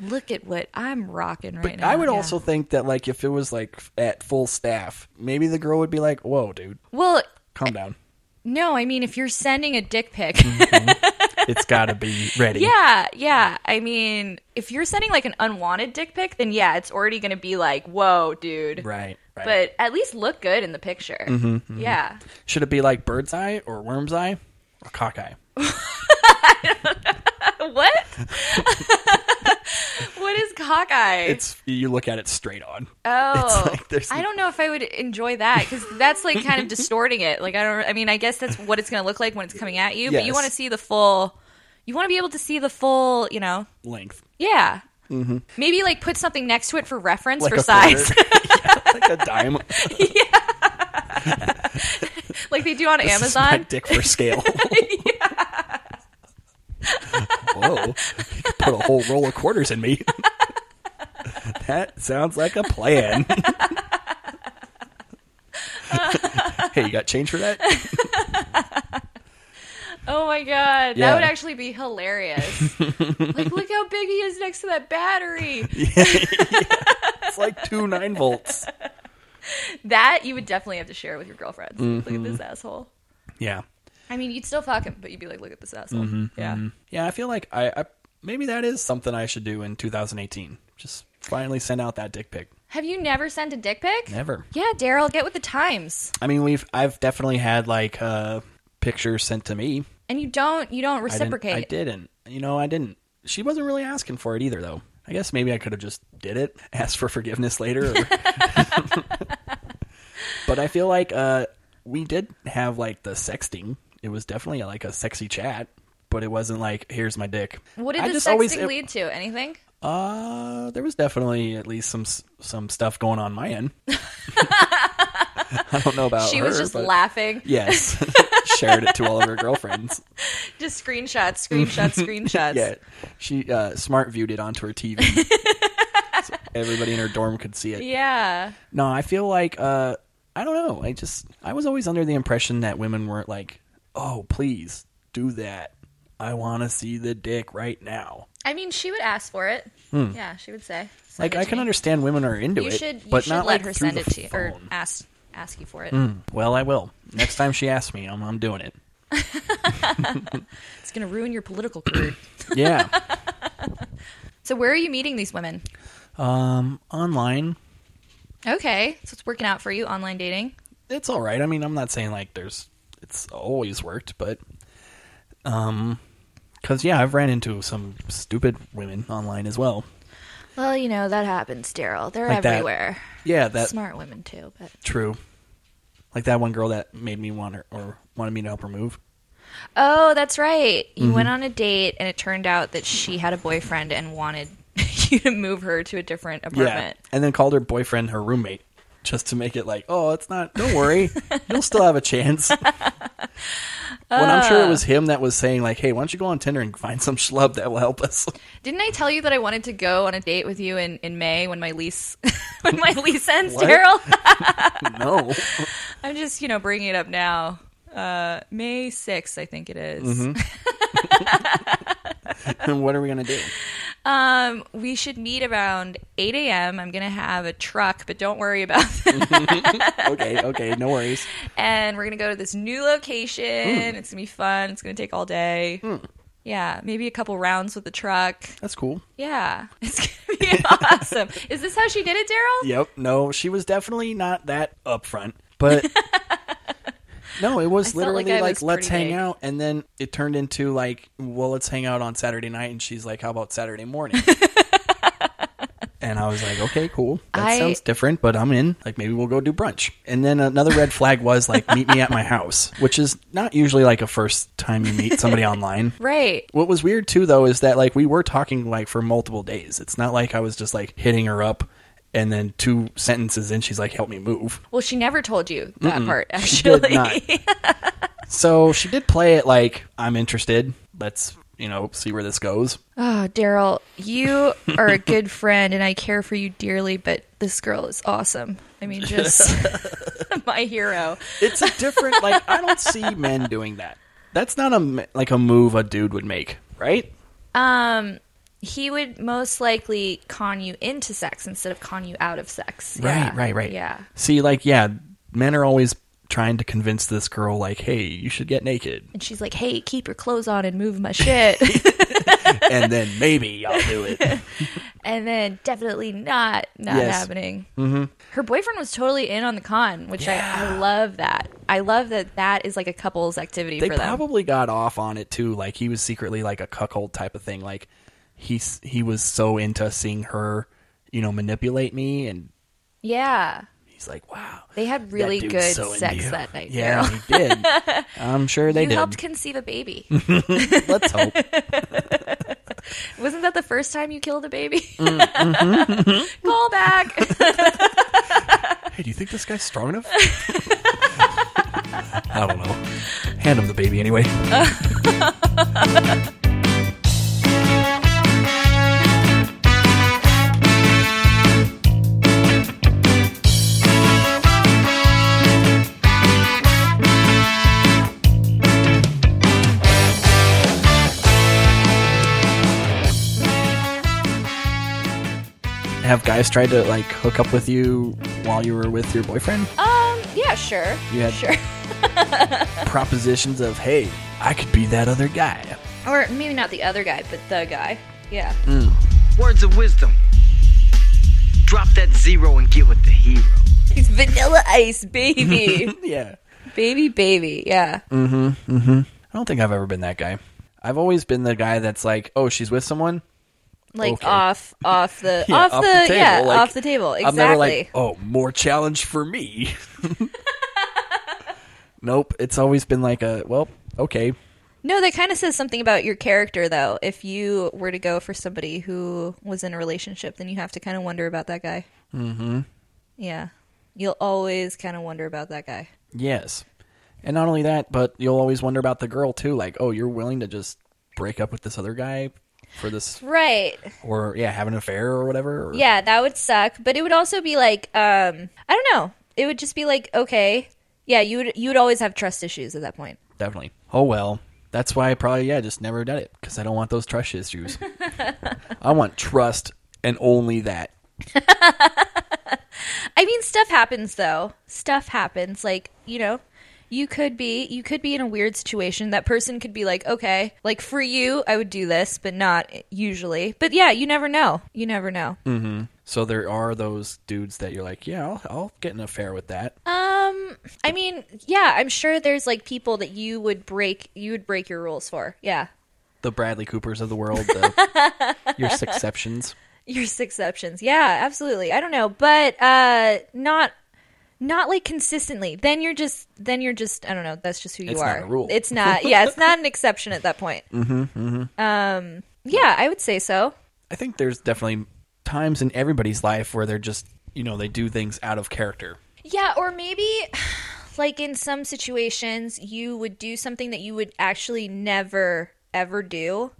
Speaker 2: Look at what I'm rocking right
Speaker 1: But
Speaker 2: now.
Speaker 1: I would
Speaker 2: yeah.
Speaker 1: also think that like if it was like at full staff, maybe the girl would be like, "Whoa, dude,
Speaker 2: Well,
Speaker 1: calm down.
Speaker 2: no, I mean, if you're sending a dick pic,
Speaker 1: Mm-hmm. It's got to be ready."
Speaker 2: (laughs) yeah, yeah. I mean, if you're sending like an unwanted dick pic, then yeah, it's already gonna be like, whoa, dude.
Speaker 1: Right. Right. Mm-hmm,
Speaker 2: But at least look good in the picture. Yeah.
Speaker 1: should it be like bird's eye or worm's eye or cock
Speaker 2: (laughs)
Speaker 1: eye? (laughs)
Speaker 2: What? what is cockeye?
Speaker 1: It's you look at it straight on.
Speaker 2: oh,
Speaker 1: it's like there's-
Speaker 2: I don't know if I would enjoy that because that's like kind of distorting it. Like I don't. I mean, I guess that's what it's going to look like when it's coming at you. But you
Speaker 1: Yes.
Speaker 2: want to see the full. You want to be able to see the full. You know.
Speaker 1: Length.
Speaker 2: Yeah. Maybe like put something next to it for reference for
Speaker 1: Mm-hmm. a
Speaker 2: (laughs) size, (laughs)
Speaker 1: quarter. Yeah, like a dime.
Speaker 2: like like they do on
Speaker 1: This is my
Speaker 2: Amazon.
Speaker 1: dick for
Speaker 2: (laughs)
Speaker 1: scale. Whoa. You could put a whole roll of quarters in me. (laughs) that sounds like a plan. (laughs) hey, you got change for that?
Speaker 2: Oh my god,
Speaker 1: Yeah.
Speaker 2: that would actually
Speaker 1: (laughs)
Speaker 2: be hilarious. like, look how big he is next to
Speaker 1: (laughs)
Speaker 2: that battery.
Speaker 1: It's like two nine volts.
Speaker 2: That you would definitely have to share with your girlfriends. Look at this
Speaker 1: Mm-hmm.
Speaker 2: asshole.
Speaker 1: Yeah.
Speaker 2: I mean, you'd still fuck him, but you'd be like, look at this asshole.
Speaker 1: Mm-hmm,
Speaker 2: yeah.
Speaker 1: Yeah, I feel like I, I maybe that is something I should do in 2018. Just finally send out that dick pic.
Speaker 2: Have you never sent a dick pic?
Speaker 1: Never.
Speaker 2: Yeah, Daryl, get with the times.
Speaker 1: I mean, we've I've definitely had like uh pictures sent to me.
Speaker 2: And you don't, you
Speaker 1: I
Speaker 2: don't
Speaker 1: didn't-
Speaker 2: reciprocate.
Speaker 1: I didn't, You know, I didn't. She wasn't really asking for it either, though. I guess maybe I could have just did it, (laughs) asked for forgiveness later. Or... (laughs) but I feel like uh, we did have like the sexting. It was definitely like a sexy chat, but it wasn't like here's my dick.
Speaker 2: What did
Speaker 1: I
Speaker 2: the
Speaker 1: just
Speaker 2: sexting
Speaker 1: always- it-
Speaker 2: lead to? Anything?
Speaker 1: Uh, there was definitely at least some s- some stuff going on my
Speaker 2: (laughs)
Speaker 1: end. (laughs) I don't know about
Speaker 2: she
Speaker 1: Oh, her,
Speaker 2: was just
Speaker 1: but-
Speaker 2: laughing.
Speaker 1: Yes, (laughs) shared it to all of her girlfriends.
Speaker 2: Just screenshots, screenshots, screenshots.
Speaker 1: (laughs) Yeah, she uh, smart viewed it onto her TV.
Speaker 2: (laughs)
Speaker 1: So everybody in her dorm could see it.
Speaker 2: Yeah.
Speaker 1: No, I feel like uh, I don't know. I just I was always under the impression that women weren't like, oh, please do that. I want to see the dick right now.
Speaker 2: I mean, she would ask for it. Yeah, she would say. "Send
Speaker 1: Hmm. Like
Speaker 2: it
Speaker 1: I
Speaker 2: to
Speaker 1: can
Speaker 2: me."
Speaker 1: understand women are into
Speaker 2: You
Speaker 1: it,
Speaker 2: should, you
Speaker 1: but
Speaker 2: should
Speaker 1: not like
Speaker 2: let her
Speaker 1: through
Speaker 2: send it
Speaker 1: the
Speaker 2: to you or
Speaker 1: phone. Hmm.
Speaker 2: ask ask you for it.
Speaker 1: Well, I will next time she asks me. I'm I'm doing it.
Speaker 2: It's gonna ruin your political career. (laughs)
Speaker 1: Yeah,
Speaker 2: so where are you meeting these
Speaker 1: (clears throat)
Speaker 2: women?
Speaker 1: online.
Speaker 2: Okay, so it's working out for you online dating.
Speaker 1: it's all right. I mean, I'm not saying like there's it's always worked, but um, because yeah, I've ran into some stupid women online as well.
Speaker 2: Well, you know that happens, Daryl. They're
Speaker 1: Like that.
Speaker 2: everywhere.
Speaker 1: Yeah, that's
Speaker 2: Smart women too, but
Speaker 1: true. Like that one girl that made me want her or wanted me to help her move.
Speaker 2: oh, that's right.
Speaker 1: Mm-hmm.
Speaker 2: You went on a date, and it turned out that she had a boyfriend and wanted (laughs) you to move her to a different apartment.
Speaker 1: and then called her boyfriend her roommate just to make it like, oh, it's not. Don't worry, you'll still have a
Speaker 2: (laughs)
Speaker 1: chance. when I'm sure it
Speaker 2: Uh.
Speaker 1: was him that was saying like, hey, why don't you go on Tinder and find some schlub that will help us? (laughs)
Speaker 2: Didn't I tell you that I wanted to go on a date with you in, in May when my lease (laughs) when my lease ends,
Speaker 1: What? (laughs)
Speaker 2: Daryl? (laughs)
Speaker 1: no.
Speaker 2: I'm just, you know, bringing it up now. Uh, May 6th, I think it is.
Speaker 1: Mm-hmm. And what are we gonna do?
Speaker 2: Um, we should meet around 8 a.m. I'm going to have a truck, but don't worry about (laughs) that.
Speaker 1: Okay, okay, no worries.
Speaker 2: And we're going to go to this new location.
Speaker 1: Hmm.
Speaker 2: It's going to be fun. It's going to take all day. Yeah, maybe a couple rounds with the truck.
Speaker 1: That's cool.
Speaker 2: Yeah, (laughs) it's
Speaker 1: (laughs)
Speaker 2: going to be awesome. Is this how she did it, Daryl?
Speaker 1: Yep. No, she was definitely not that upfront, (laughs) but no, it was
Speaker 2: felt like
Speaker 1: literally
Speaker 2: I
Speaker 1: like,
Speaker 2: was
Speaker 1: let's
Speaker 2: pretty
Speaker 1: hang
Speaker 2: big.
Speaker 1: out, and then it turned into like, well, let's hang out on Saturday night, and she's like, how about Saturday
Speaker 2: (laughs)
Speaker 1: morning? and I was like, okay, cool, that
Speaker 2: I-
Speaker 1: sounds different, but I'm in. Like maybe we'll go do brunch. And then another red flag was like, meet me at my house, which is not usually like a first time you meet
Speaker 2: (laughs)
Speaker 1: somebody online.
Speaker 2: Right.
Speaker 1: What was weird too, though, is that like we were talking like for multiple days. It's not like I was just like hitting her up, and then two sentences in, she's like, "Help me move."
Speaker 2: Well, she never told you that part, actually.
Speaker 1: did not. so she did play it like I'm interested. Let's you know see where this goes.
Speaker 2: (laughs) Oh, Daryl, you are
Speaker 1: (laughs)
Speaker 2: a good friend, and I care for you dearly. But this girl is awesome. I mean, just (laughs) my hero.
Speaker 1: It's a different like I don't see men doing that. That's not a m- like a move a dude would make, right?
Speaker 2: Um, he would most likely con you into sex instead of con you out of sex. Yeah.
Speaker 1: Right, right, right.
Speaker 2: Yeah,
Speaker 1: See, like yeah, men are always trying to convince this girl like, "Hey, you should get naked."
Speaker 2: and she's like, "Hey, keep your clothes on and move
Speaker 1: (laughs)
Speaker 2: my shit," (laughs)
Speaker 1: and then maybe I'll do it.
Speaker 2: and then definitely not not
Speaker 1: Yes.
Speaker 2: happening. Mm-hmm. Her boyfriend was totally in on the con, which I, I love. That I love that that is like a couple's activity
Speaker 1: they
Speaker 2: for them.
Speaker 1: probably got off on it too. Like he was secretly like a cuckold type of thing. Like he s- he was so into seeing her, you know, manipulate me, and
Speaker 2: yeah.
Speaker 1: he's like, wow,
Speaker 2: They had
Speaker 1: that
Speaker 2: really
Speaker 1: dude's
Speaker 2: good
Speaker 1: so into
Speaker 2: sex
Speaker 1: you.
Speaker 2: that night.
Speaker 1: Yeah,
Speaker 2: Daryl.
Speaker 1: he
Speaker 2: (laughs)
Speaker 1: did. I'm sure they
Speaker 2: you
Speaker 1: did. Mm-hmm.
Speaker 2: helped conceive
Speaker 1: (laughs)
Speaker 2: a baby.
Speaker 1: Let's
Speaker 2: (laughs)
Speaker 1: hope.
Speaker 2: Wasn't that the first time you killed a baby?
Speaker 1: Mm-hmm.
Speaker 2: (laughs) Call back. (laughs)
Speaker 1: Hey, do you think this guy's strong enough? I don't know. Hand him the baby anyway. Have guys tried to like hook up with you while you were with your boyfriend?
Speaker 2: Um, yeah, sure.
Speaker 1: You had-
Speaker 2: sure. (laughs)
Speaker 1: Propositions of, hey, I could be that other guy.
Speaker 2: Or maybe not the other guy, but the guy. Yeah.
Speaker 1: Mm.
Speaker 7: Words of wisdom. Drop that zero and get with the hero.
Speaker 2: He's vanilla
Speaker 1: (laughs)
Speaker 2: ice, baby.
Speaker 1: Yeah.
Speaker 2: baby, baby. Yeah.
Speaker 1: I don't think I've ever been that guy. I've always been the guy that's like, oh, she's with someone.
Speaker 2: Like
Speaker 1: Okay.
Speaker 2: off off the
Speaker 1: (laughs) Yeah,
Speaker 2: off, the,
Speaker 1: table,
Speaker 2: yeah,
Speaker 1: like,
Speaker 2: off the table. Exactly.
Speaker 1: I'm never like, oh, more challenge for me. (laughs) nope. It's always been like a, well, okay.
Speaker 2: No, that kind of says something about your character, though. If you were to go for somebody who was in a relationship, then you have to kind of wonder about that guy. Mm-hmm. Yeah, you'll always kind of wonder about that guy.
Speaker 1: Yes. And not only that, but you'll always wonder about the girl too. Like, oh, you're willing to just break up with this other guy for this,
Speaker 2: Right?
Speaker 1: or yeah, have an affair or whatever. Or,
Speaker 2: Yeah, that would suck. But it would also be like, um, I don't know. It would just be like, okay, yeah, you would you would always have trust issues at that point.
Speaker 1: Definitely. Oh well. That's why I probably yeah just never done it because I don't want those trust
Speaker 2: (laughs)
Speaker 1: issues. I want trust and only that.
Speaker 2: I mean, stuff happens though. Stuff happens. Like you know, you could be you could be in a weird situation. That person could be like, okay, like for you, I would do this, but not usually. But yeah, you never know. You never know.
Speaker 1: So there are those dudes that you're like, yeah, I'll, I'll get an affair with that.
Speaker 2: Um, I mean, yeah, I'm sure there's like people that you would break you would break your rules for. Yeah,
Speaker 1: the Bradley Coopers of the world, the, your exceptions.
Speaker 2: your exceptions. Yeah, absolutely. I don't know, but uh, not. Not like consistently. Then you're just. Then you're just. I don't know. That's just who you
Speaker 1: It's not
Speaker 2: are.
Speaker 1: a rule. Mm-hmm,
Speaker 2: It's not. Yeah, it's not an exception at that
Speaker 1: (laughs)
Speaker 2: point. Um, Yeah, I would say so.
Speaker 1: I think there's definitely times in everybody's life where they're just, you know, they do things out of character.
Speaker 2: Yeah, or maybe (sighs) like in some situations you would do something that you would actually never ever do,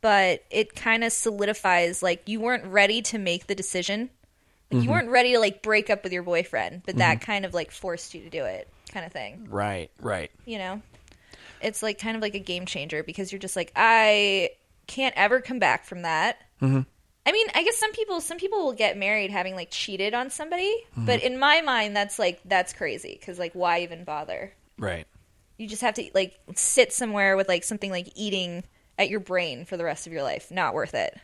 Speaker 2: but it kind of solidifies like you weren't ready to make the decision. Like, You weren't ready to like break up with your boyfriend, but that kind of like forced you to do it, kind of thing.
Speaker 1: Right, right.
Speaker 2: You know, it's like kind of like a game changer because you're just like I can't ever come back from that.
Speaker 1: Mm-hmm.
Speaker 2: I mean, I guess some people some people will get married having like cheated on somebody,
Speaker 1: Mm-hmm.
Speaker 2: but in my mind that's like that's crazy cuz like why even bother?
Speaker 1: Right.
Speaker 2: You just have to like sit somewhere with like something like eating at your brain for the rest of your life. Not worth it.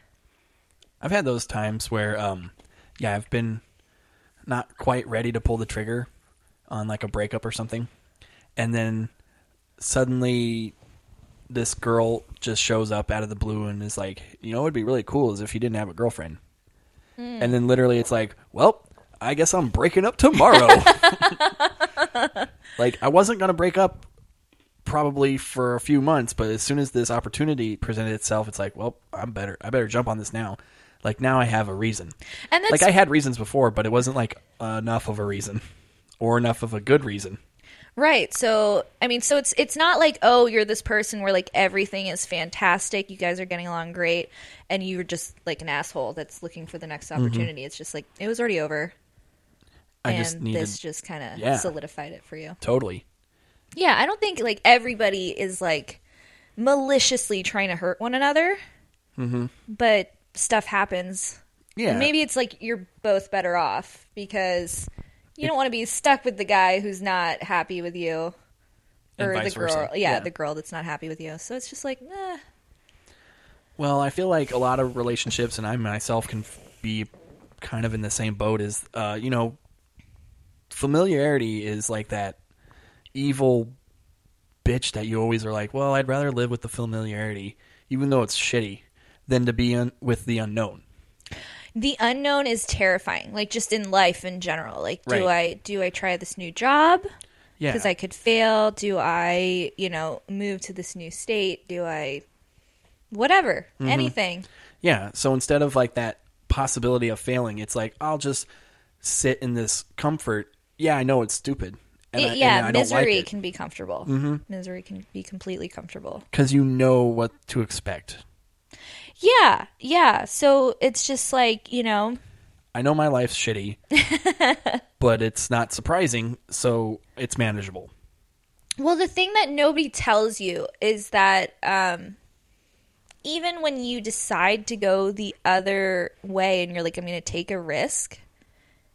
Speaker 1: I've had those times where, um, yeah, I've been not quite ready to pull the trigger on like a breakup or something. And then suddenly this girl just shows up out of the blue and is like, you know, what would be really cool is if you didn't have a girlfriend. And then literally it's like, well, I guess I'm breaking up tomorrow. like, I wasn't going to break up probably for a few months, but as soon as this opportunity presented itself, it's like, well, I'm better. I better jump on this now. Like, now I have a reason.
Speaker 2: And that's
Speaker 1: Like I had reasons before, but it wasn't like enough of a reason or enough of a good reason.
Speaker 2: Right. So, I mean, so it's it's not like, oh, you're this person where like everything is fantastic, you guys are getting along great, and you're just like an asshole that's looking for the next opportunity. It's just like it was already over.
Speaker 1: Mm-hmm. I
Speaker 2: and
Speaker 1: just needed
Speaker 2: this just kind of
Speaker 1: Yeah.
Speaker 2: solidified it for you.
Speaker 1: totally.
Speaker 2: Yeah, I don't think like everybody is like maliciously trying to hurt one another, but stuff happens.
Speaker 1: Mm-hmm. Yeah.
Speaker 2: Maybe it's like you're both better off because you don't want to be stuck with the guy who's not happy with you,
Speaker 1: And
Speaker 2: or the
Speaker 1: vice
Speaker 2: girl.
Speaker 1: versa.
Speaker 2: Yeah,
Speaker 1: Yeah.
Speaker 2: the girl that's not happy with you. So it's just like, eh.
Speaker 1: Well, I feel like a lot of relationships, and I myself can f- be kind of in the same boat. Is uh, you know, familiarity is like that evil bitch that you always are like. Well, I'd rather live with the familiarity, even though it's shitty, than to be un- with the unknown.
Speaker 2: the unknown is terrifying. Like just in life in general. Like, do
Speaker 1: Right.
Speaker 2: I do I try this new job?
Speaker 1: Yeah,
Speaker 2: because I could fail. Do I, you know, move to this new state? Do I, whatever,
Speaker 1: Mm-hmm.
Speaker 2: anything?
Speaker 1: Yeah. So instead of like that possibility of failing, it's like I'll just sit in this comfort. Yeah, I know it's stupid, And I- and
Speaker 2: yeah,
Speaker 1: I don't like
Speaker 2: misery
Speaker 1: it. Mm-hmm.
Speaker 2: can be comfortable. Misery can be completely comfortable.
Speaker 1: because you know what to expect.
Speaker 2: Yeah, yeah. So it's just like you know,
Speaker 1: I know my life's shitty, but it's not surprising, so it's manageable.
Speaker 2: Well, the thing that nobody tells you is that um, even when you decide to go the other way and you're like, I'm going to take a risk,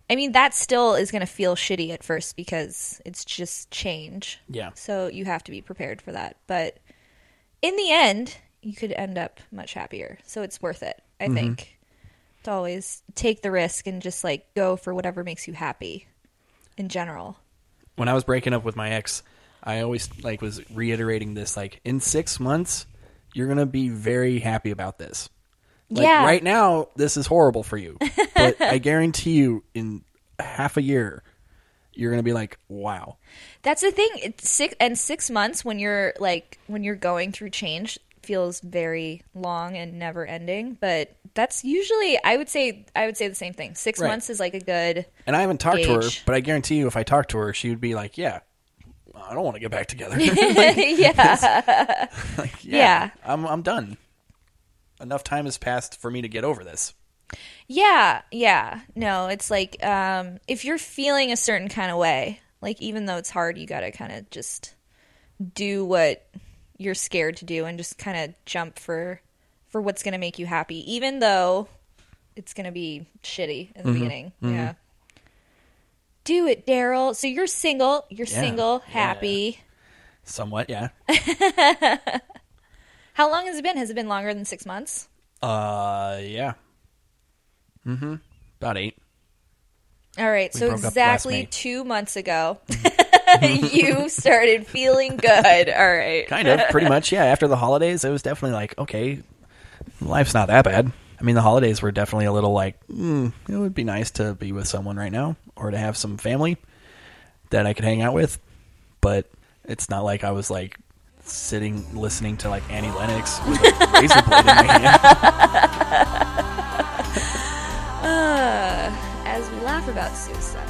Speaker 2: I mean, that still is going to feel shitty at first because it's just change.
Speaker 1: Yeah.
Speaker 2: So you have to be prepared for that. But in the end, you could end up much happier. So it's worth it, I think, to always take the risk and just like go for whatever makes you happy in general.
Speaker 1: When I was breaking up with my ex, I always like was reiterating this like in 6 months you're going to be very happy about this. Like
Speaker 2: Yeah.
Speaker 1: right now this is horrible for you, but I guarantee you in half a year you're going to be like, "Wow."
Speaker 2: That's the thing. It's six and six months when you're like when you're going through change feels very long and never ending. But that's usually I would say I would say the same thing. Six
Speaker 1: Right.
Speaker 2: months is like a good.
Speaker 1: And I haven't talked to her,
Speaker 2: Gauge.
Speaker 1: but I guarantee you if I talked to her, she would be like, "Yeah, I don't want to get back together." (laughs)
Speaker 2: (laughs) yeah,
Speaker 1: Like,
Speaker 2: Yeah.
Speaker 1: I'm I'm done. Enough time has passed for me to get over this.
Speaker 2: yeah, yeah. No, it's like um, if you're feeling a certain kind of way, like even though it's hard, you gotta kind of just do what you're scared to do and just kind of jump for for what's gonna make you happy, even though it's gonna be shitty
Speaker 1: Mm-hmm.
Speaker 2: in the beginning. Yeah. Do it, Daryl. So you're single. You're
Speaker 1: Yeah.
Speaker 2: single,
Speaker 1: Yeah.
Speaker 2: happy.
Speaker 1: Somewhat, yeah.
Speaker 2: How long has it been? Has it been longer than six months?
Speaker 1: Uh, yeah. Mm-hmm. About eight.
Speaker 2: All right, so
Speaker 1: broke up last May.
Speaker 2: exactly two months ago,
Speaker 1: (laughs)
Speaker 2: (laughs) you started feeling good. All right.
Speaker 1: Kind of, pretty much, yeah. After the holidays, it was definitely like, okay, life's not that bad. I mean, the holidays were definitely a little like, mm, it would be nice to be with someone right now or to have some family that I could hang out with. But it's not like I was like sitting listening to like Annie Lennox with a razor blade in my hand.
Speaker 2: Uh, As we laugh about suicide.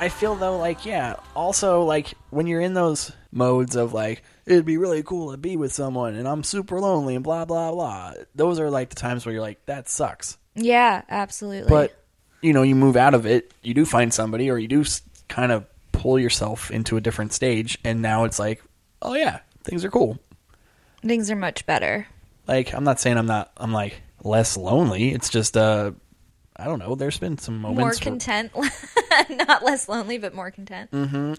Speaker 1: I feel though, like, yeah, also, like, when you're in those modes of, like, it'd be really cool to be with someone and I'm super lonely and blah, blah, blah, those are, like, the times where you're like, that sucks.
Speaker 2: Yeah, absolutely.
Speaker 1: But, you know, you move out of it, you do find somebody or you do s- kind of pull yourself into a different stage, and now it's like, oh, yeah, things are cool.
Speaker 2: Things are much better.
Speaker 1: Like, I'm not saying I'm not, I'm like less lonely. It's just, uh, I don't know. There's been some moments
Speaker 2: More
Speaker 1: where-
Speaker 2: content. (laughs) Not less lonely, but more content.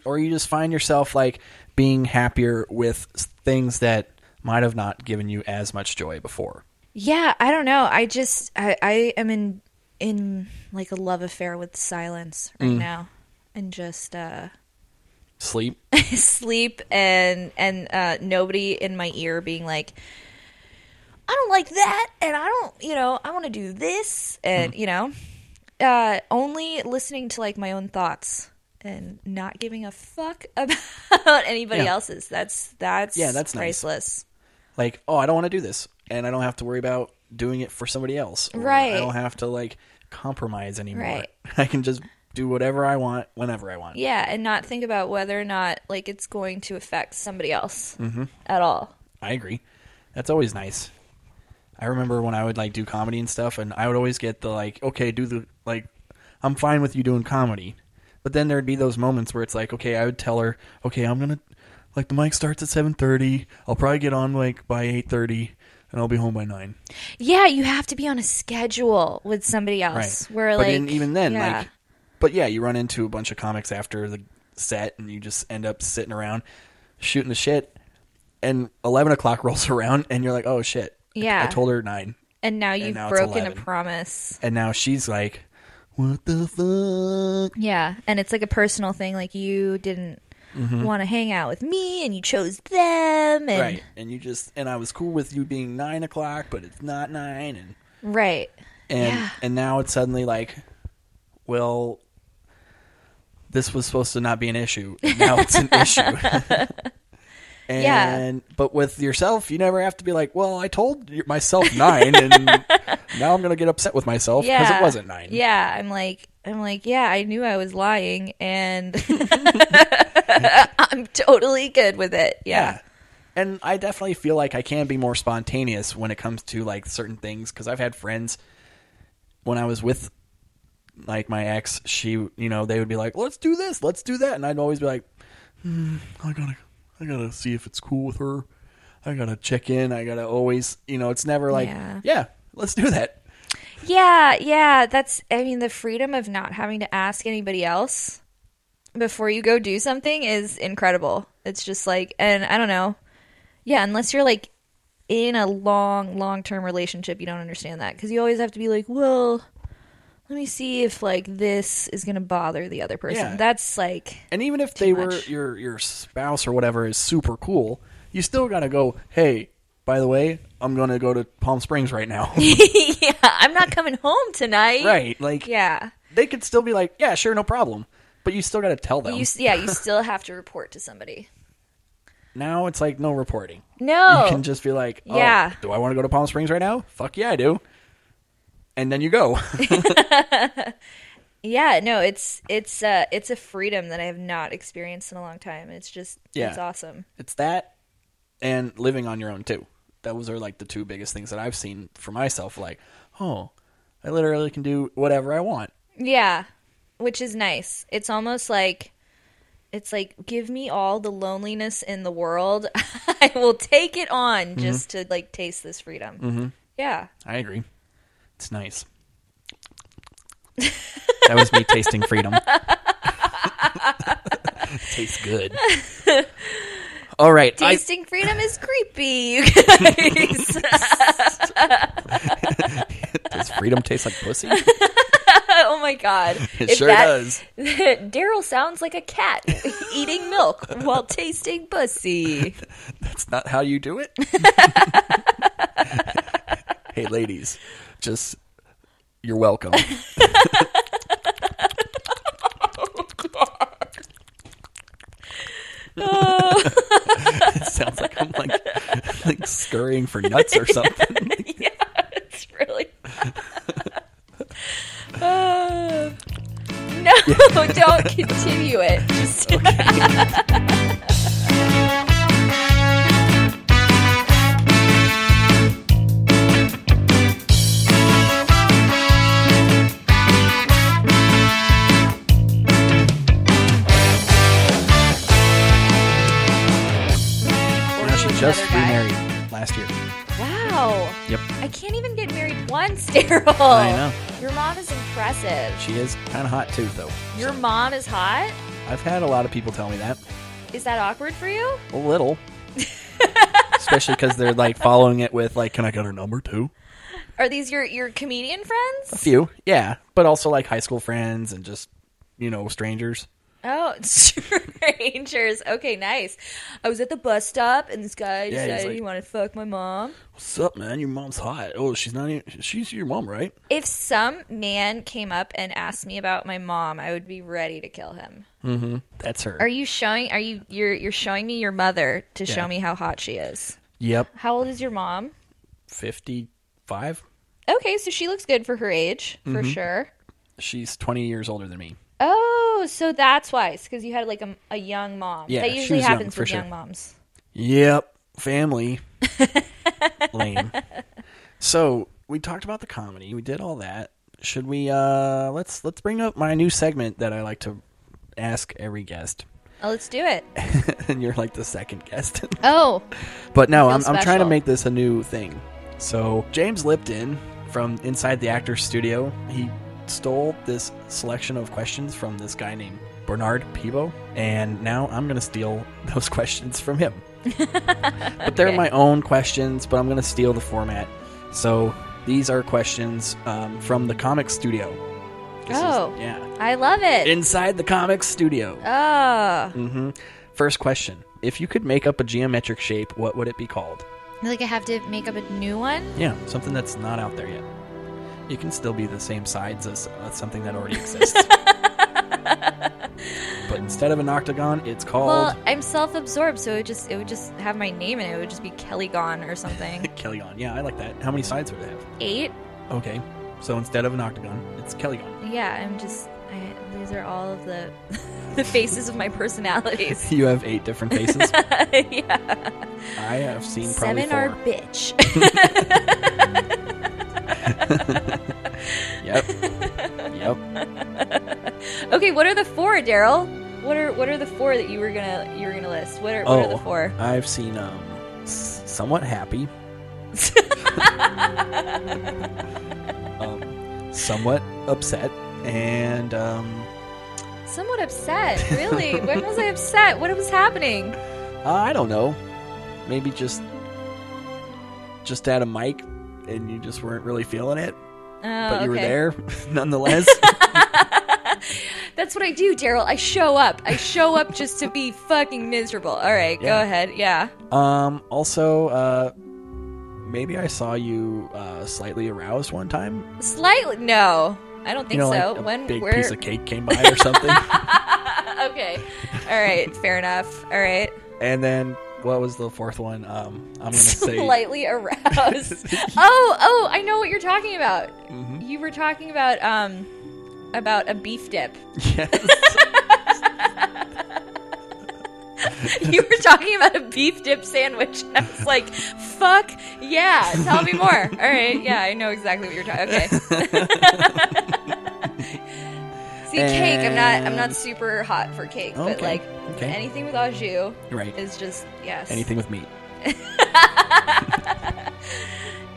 Speaker 1: or you just find yourself like being happier with s- things that might have not given you as much joy before.
Speaker 2: Yeah, I don't know. I just, I, I am in, in like a love affair with silence
Speaker 1: Mm.
Speaker 2: right now. And just, uh,
Speaker 1: Sleep.
Speaker 2: sleep and and uh, nobody in my ear being like i don't like that and i don't you know i want to do this and
Speaker 1: Mm-hmm.
Speaker 2: you know uh, only listening to like my own thoughts and not giving a fuck (laughs) about anybody
Speaker 1: Yeah.
Speaker 2: else's that's that's
Speaker 1: Yeah, that's nice.
Speaker 2: priceless
Speaker 1: Like, oh, I don't want to do this, and I don't have to worry about doing it for somebody else. or
Speaker 2: Right.
Speaker 1: I don't have to like compromise anymore.
Speaker 2: Right.
Speaker 1: (laughs) I can just do whatever I want whenever I want.
Speaker 2: yeah and not think about whether or not like it's going to affect somebody else
Speaker 1: Mm-hmm.
Speaker 2: at all
Speaker 1: I agree. That's always nice. I remember when I would like do comedy and stuff, and I would always get the like, okay, do the like, I'm fine with you doing comedy, but then there'd be those moments where it's like, okay, I would tell her, okay, I'm gonna like the mic starts at seven thirty, I'll probably get on like by eight thirty, and I'll be home by nine.
Speaker 2: yeah you have to be on a schedule with somebody else where
Speaker 1: but
Speaker 2: like
Speaker 1: in- even then,
Speaker 2: yeah.
Speaker 1: like, but yeah, you run into a bunch of comics after the set, and you just end up sitting around shooting the shit, and eleven o'clock (laughs) rolls around, and you're like, oh shit, I-
Speaker 2: Yeah.
Speaker 1: I told her nine.
Speaker 2: And now you've
Speaker 1: now it's
Speaker 2: broken a
Speaker 1: 11.
Speaker 2: promise.
Speaker 1: And now she's like, "What the fuck?"
Speaker 2: Yeah. And it's like a personal thing. Like you didn't
Speaker 1: Mm-hmm.
Speaker 2: want to hang out with me and you chose them. And,
Speaker 1: Right, and you just and I was cool with you being nine o'clock, but it's not nine, and
Speaker 2: Right.
Speaker 1: and
Speaker 2: Yeah.
Speaker 1: and now it's suddenly like, well, this was supposed to not be an issue, and now it's
Speaker 2: (laughs)
Speaker 1: an issue. and but with yourself, you never have to be like, well, I told y-
Speaker 2: (laughs)
Speaker 1: myself nine, and now I'm gonna get upset with myself because
Speaker 2: Yeah.
Speaker 1: it wasn't nine.
Speaker 2: Yeah. I'm like, I'm like, yeah, I knew I was lying,
Speaker 1: (laughs)
Speaker 2: and (laughs) I'm totally good with it. Yeah.
Speaker 1: And I definitely feel like I can be more spontaneous when it comes to like certain things because I've had friends when I was with like my ex, she, you know, they would be like, let's do this, let's do that. And I'd always be like, hmm, I gotta, I gotta see if it's cool with her. I gotta check in. I gotta always, you know, it's never like,
Speaker 2: Yeah.
Speaker 1: yeah let's do that.
Speaker 2: yeah, yeah. That's I mean, the freedom of not having to ask anybody else before you go do something is incredible. It's just like, and I don't know, yeah. Unless you're like in a long, long term relationship, you don't understand that because you always have to be like, well, let me see if like this is gonna bother the other person.
Speaker 1: Yeah.
Speaker 2: That's like. (laughs)
Speaker 1: And even if they were
Speaker 2: much.
Speaker 1: your your spouse or whatever is super cool, you still gotta go. Hey, by the way, I'm gonna go to Palm Springs right
Speaker 2: (laughs)
Speaker 1: now.
Speaker 2: yeah, I'm not coming home tonight.
Speaker 1: right? Like,
Speaker 2: Yeah.
Speaker 1: they could still be like, yeah, sure, no problem. But you still got to tell them.
Speaker 2: You s- yeah, you still have to report to somebody.
Speaker 1: now it's like no reporting.
Speaker 2: No.
Speaker 1: You can just be like, oh,
Speaker 2: Yeah.
Speaker 1: do I want to go to Palm Springs right now? Fuck yeah, I do. And then you go. (laughs)
Speaker 2: yeah, no, it's it's uh it's a freedom that I have not experienced in a long time. It's just
Speaker 1: Yeah.
Speaker 2: it's awesome.
Speaker 1: it's that and living on your own too. Those are like the two biggest things that I've seen for myself. Like, oh, I literally can do whatever I want.
Speaker 2: Yeah. Which is nice. It's almost like it's like give me all the loneliness in the world. (laughs) I will take it on
Speaker 1: Mm-hmm.
Speaker 2: just to like taste this freedom. Yeah.
Speaker 1: I agree. It's nice. that was me tasting
Speaker 2: (laughs)
Speaker 1: freedom. (laughs) Tastes good. All right. I-
Speaker 2: Tasting freedom is creepy, you guys. (laughs)
Speaker 1: Does freedom taste like pussy? (laughs)
Speaker 2: oh my god.
Speaker 1: It
Speaker 2: If
Speaker 1: sure
Speaker 2: that-
Speaker 1: does.
Speaker 2: (laughs) Daryl sounds like a cat eating milk while tasting pussy.
Speaker 1: That's not how you do it. (laughs) hey, ladies, just you're (laughs) welcome. it sounds like I'm like, like scurrying for nuts or (laughs) something.
Speaker 2: yeah, it's
Speaker 1: (laughs)
Speaker 2: really. (laughs) Uh, no, don't continue
Speaker 1: (laughs)
Speaker 2: it. Just
Speaker 1: Now she just
Speaker 2: Another guy.
Speaker 1: remarried last year.
Speaker 2: Wow.
Speaker 1: Yep.
Speaker 2: I can't even get married once, (laughs) Daryl.
Speaker 1: I know.
Speaker 2: Your mom is impressive.
Speaker 1: She is kind of hot too, though.
Speaker 2: Your mom is hot?
Speaker 1: I've had a lot of people tell me that.
Speaker 2: Is that awkward for you?
Speaker 1: A little. (laughs) Especially because they're like following it with like, can I get her number too?
Speaker 2: Are these your, your comedian friends?
Speaker 1: Few, yeah, but also like high school friends and just you know strangers.
Speaker 2: Oh, (laughs) strangers. Okay, nice. I was at the bus stop and this guy
Speaker 1: Yeah, he's
Speaker 2: decided
Speaker 1: like-
Speaker 2: he wanted to fuck my mom.
Speaker 1: What's up, man? Your mom's hot. Oh, she's not. Even, she's your mom, right?
Speaker 2: If some man came up and asked me about my mom, I would be ready to kill him.
Speaker 1: That's her.
Speaker 2: Are you showing are you you're you're showing me your mother to
Speaker 1: Yeah.
Speaker 2: show me how hot she is?
Speaker 1: yep,
Speaker 2: How old is your mom?
Speaker 1: fifty-five.
Speaker 2: Okay, so she looks good for her age, for
Speaker 1: Mm-hmm.
Speaker 2: sure.
Speaker 1: She's twenty years older than me.
Speaker 2: Oh, so that's why. It's because you had like a, a young mom.
Speaker 1: Yeah,
Speaker 2: that
Speaker 1: she
Speaker 2: usually
Speaker 1: was young,
Speaker 2: happens
Speaker 1: for
Speaker 2: with
Speaker 1: sure.
Speaker 2: young moms.
Speaker 1: Yep, (laughs) family. Lame. So we talked about the comedy. We did all that. Should we? uh Let's let's bring up my new segment that I like to ask every guest,
Speaker 2: Oh, let's do it.
Speaker 1: (laughs) and you're like the second guest.
Speaker 2: (laughs)
Speaker 1: (laughs)
Speaker 2: Oh,
Speaker 1: But no,
Speaker 2: Feel
Speaker 1: I'm, I'm trying to
Speaker 2: special.
Speaker 1: make this a new thing. So James Lipton from Inside the Actors Studio, he stole this selection of questions from this guy named Bernard Pivo, and now I'm gonna steal (laughs) those questions from
Speaker 2: (laughs)
Speaker 1: him. but they're
Speaker 2: Okay.
Speaker 1: my own questions, but I'm gonna steal the format. So these are questions um, from the comic studio. This is-
Speaker 2: Oh.
Speaker 1: yeah,
Speaker 2: I love it.
Speaker 1: inside the comic studio.
Speaker 2: oh,
Speaker 1: hmm First question: If you could make up a geometric shape, what would it be called?
Speaker 2: like I have to make up a new one.
Speaker 1: Yeah, something that's not out there yet. You can still be the same sides as as something that already (laughs) exists. but instead of an octagon, it's called
Speaker 2: Well, I'm self-absorbed, so it would just it would just have my name in it. It would just be Kelly Gone
Speaker 1: (laughs)
Speaker 2: or something.
Speaker 1: Kellyon. Yeah, I like that. How many sides would it have?
Speaker 2: Eight.
Speaker 1: (laughs) Okay, so instead of an octagon, it's Kellyon.
Speaker 2: Yeah, I'm just These are all of the (laughs) the faces of my personalities.
Speaker 1: You have eight different (laughs) faces.
Speaker 2: yeah.
Speaker 1: I have seen (laughs) probably
Speaker 2: Seven
Speaker 1: four.
Speaker 2: are bitch. (laughs)
Speaker 1: Yep.
Speaker 2: (laughs)
Speaker 1: yep.
Speaker 2: okay, what are the four, Daryl? What are what are the four that you were gonna you were gonna list? What are what are the four?
Speaker 1: Oh, I've seen um, s- somewhat
Speaker 2: (laughs)
Speaker 1: happy. um, somewhat upset and um,
Speaker 2: Somewhat upset,
Speaker 1: (laughs)
Speaker 2: really. when was I upset? What was happening?
Speaker 1: Uh, I don't know. Maybe just just at a mic and you just weren't really feeling it,
Speaker 2: Oh,
Speaker 1: but you were
Speaker 2: okay.
Speaker 1: there (laughs) nonetheless.
Speaker 2: (laughs) That's what I do, Daryl. I show up. I show up just to be fucking miserable. All right, go
Speaker 1: Yeah.
Speaker 2: ahead. Yeah.
Speaker 1: um also uh maybe I saw you uh slightly aroused one time.
Speaker 2: Slightly. No, I don't think
Speaker 1: you know
Speaker 2: so.
Speaker 1: like a
Speaker 2: when
Speaker 1: big
Speaker 2: we're
Speaker 1: piece of cake
Speaker 2: (laughs)
Speaker 1: came by or something.
Speaker 2: okay. All
Speaker 1: (laughs)
Speaker 2: right. Fair enough. All right.
Speaker 1: and then what was the fourth one? Um
Speaker 2: (laughs)
Speaker 1: I'm going to say
Speaker 2: Slightly aroused. oh, oh, I know what you're talking about.
Speaker 1: Mm-hmm.
Speaker 2: You were talking about um about a beef dip.
Speaker 1: (laughs)
Speaker 2: (laughs)
Speaker 1: yes.
Speaker 2: You were talking about a beef dip sandwich. (laughs) I was like, fuck yeah. Tell me
Speaker 1: (laughs)
Speaker 2: more. All right. Yeah, I know exactly what you're talking. Okay. (laughs) See, cake. I'm not. I'm not
Speaker 1: And-
Speaker 2: super hot for cake, but
Speaker 1: Okay,
Speaker 2: like
Speaker 1: okay.
Speaker 2: anything with au jus
Speaker 1: Right.
Speaker 2: is just yes.
Speaker 1: Anything with meat.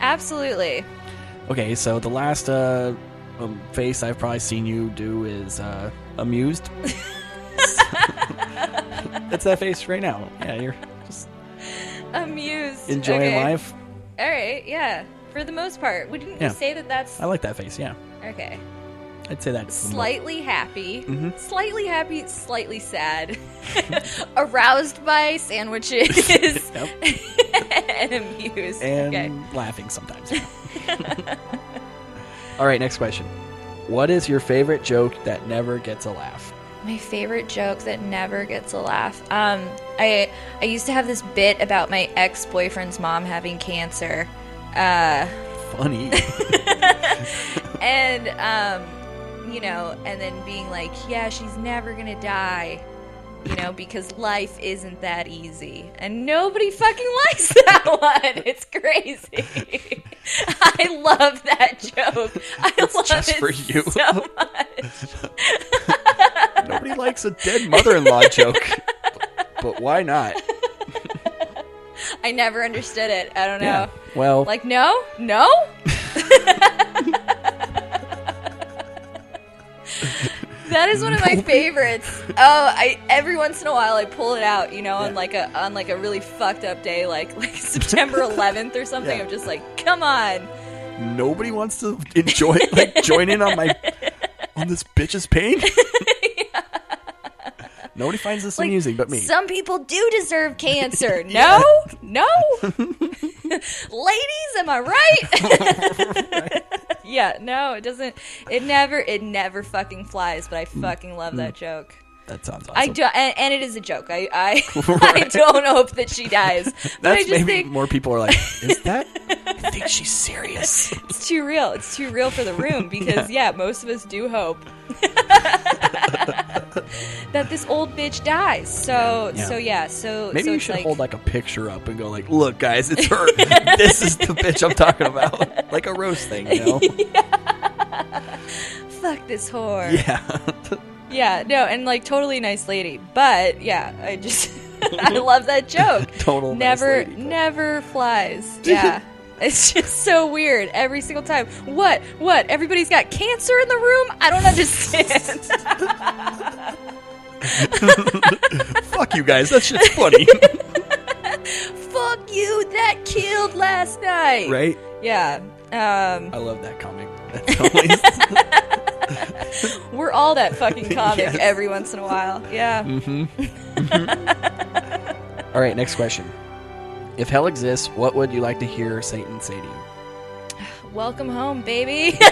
Speaker 2: Absolutely.
Speaker 1: Okay, so the last uh, um, face I've probably seen you do is uh,
Speaker 2: (laughs)
Speaker 1: amused. (laughs) That's that face right now. Yeah, you're
Speaker 2: (laughs)
Speaker 1: just
Speaker 2: Amused.
Speaker 1: enjoying
Speaker 2: okay.
Speaker 1: life.
Speaker 2: All right. Yeah. For the most part, wouldn't
Speaker 1: Yeah.
Speaker 2: you say that that's
Speaker 1: I like that face. Yeah,
Speaker 2: okay?
Speaker 1: I'd say that.
Speaker 2: Slightly happy,
Speaker 1: Mm-hmm.
Speaker 2: slightly happy, slightly sad, (laughs) aroused by sandwiches, (laughs)
Speaker 1: Yep.
Speaker 2: and amused.
Speaker 1: And
Speaker 2: okay.
Speaker 1: laughing
Speaker 2: (laughs)
Speaker 1: sometimes. All right, next question. What is your favorite joke that never gets a laugh?
Speaker 2: My favorite joke that never gets a laugh. Um, I I used to have this bit about my ex boyfriend's mom having cancer. Uh.
Speaker 1: Funny.
Speaker 2: (laughs) and um, you know, and then being like, yeah, she's never gonna die, you know, because life isn't that easy, and nobody fucking (laughs) likes that one. It's crazy. (laughs) I love that joke. I love
Speaker 1: just
Speaker 2: it
Speaker 1: for you.
Speaker 2: so much.
Speaker 1: Nobody likes a dead mother-in-law joke, but why not?
Speaker 2: I never understood it. I don't know.
Speaker 1: Well,
Speaker 2: Like, no, no. (laughs) that is one of my favorites. Oh, I every once in a while I pull it out, you know, on
Speaker 1: Yeah.
Speaker 2: like a on like a really fucked up day, like
Speaker 1: (laughs)
Speaker 2: like September 11th or something.
Speaker 1: Yeah.
Speaker 2: I'm just like, come on.
Speaker 1: nobody wants to enjoy like join in on
Speaker 2: (laughs)
Speaker 1: my on this bitch's pain. Nobody finds this
Speaker 2: Like,
Speaker 1: amusing but me.
Speaker 2: Some people do deserve
Speaker 1: (laughs)
Speaker 2: cancer. No, no. Ladies, am I right?
Speaker 1: (laughs)
Speaker 2: (laughs) yeah, no, it doesn't. It never, it never fucking flies. But I
Speaker 1: Mm.
Speaker 2: fucking love that joke.
Speaker 1: that sounds awesome.
Speaker 2: I do, and, and it is a joke. I,
Speaker 1: (laughs)
Speaker 2: I, (laughs) I
Speaker 1: Right.
Speaker 2: don't hope that
Speaker 1: (laughs)
Speaker 2: she dies. But I
Speaker 1: That's
Speaker 2: just
Speaker 1: maybe
Speaker 2: think
Speaker 1: more people are like, is that?
Speaker 2: (laughs)
Speaker 1: I think she's serious.
Speaker 2: it's too real. It's too real for
Speaker 1: (laughs)
Speaker 2: the room because yeah, most of us do hope (laughs) that this old bitch dies. So,
Speaker 1: Yeah.
Speaker 2: so yeah, so
Speaker 1: Maybe
Speaker 2: so
Speaker 1: you
Speaker 2: it's
Speaker 1: should
Speaker 2: like,
Speaker 1: hold like a picture up and go like, look guys, it's
Speaker 2: (laughs)
Speaker 1: her. this is the bitch I'm talking about. Like a roast thing, you
Speaker 2: (laughs)
Speaker 1: know?
Speaker 2: fuck this whore.
Speaker 1: yeah. (laughs)
Speaker 2: Yeah, no, and like totally nice lady. But yeah, I just (laughs)
Speaker 1: (laughs)
Speaker 2: I love that joke.
Speaker 1: Total nice
Speaker 2: never
Speaker 1: lady, but-
Speaker 2: never flies. Yeah.
Speaker 1: (laughs)
Speaker 2: It's just so weird every single time. What? What? Everybody's got cancer in the room? I don't understand.
Speaker 1: (laughs) Fuck you guys. That shit's
Speaker 2: (laughs)
Speaker 1: funny,
Speaker 2: Fuck you, that killed last night.
Speaker 1: right?
Speaker 2: Yeah. Um
Speaker 1: I love that comic. That's
Speaker 2: (laughs)
Speaker 1: always
Speaker 2: we're all that fucking
Speaker 1: (laughs)
Speaker 2: comic
Speaker 1: Yes. Mm.
Speaker 2: every once in a while. Yeah.
Speaker 1: All right, next question. If hell exists, what would you like to hear Satan say to you?
Speaker 2: Welcome home, baby.
Speaker 1: (laughs)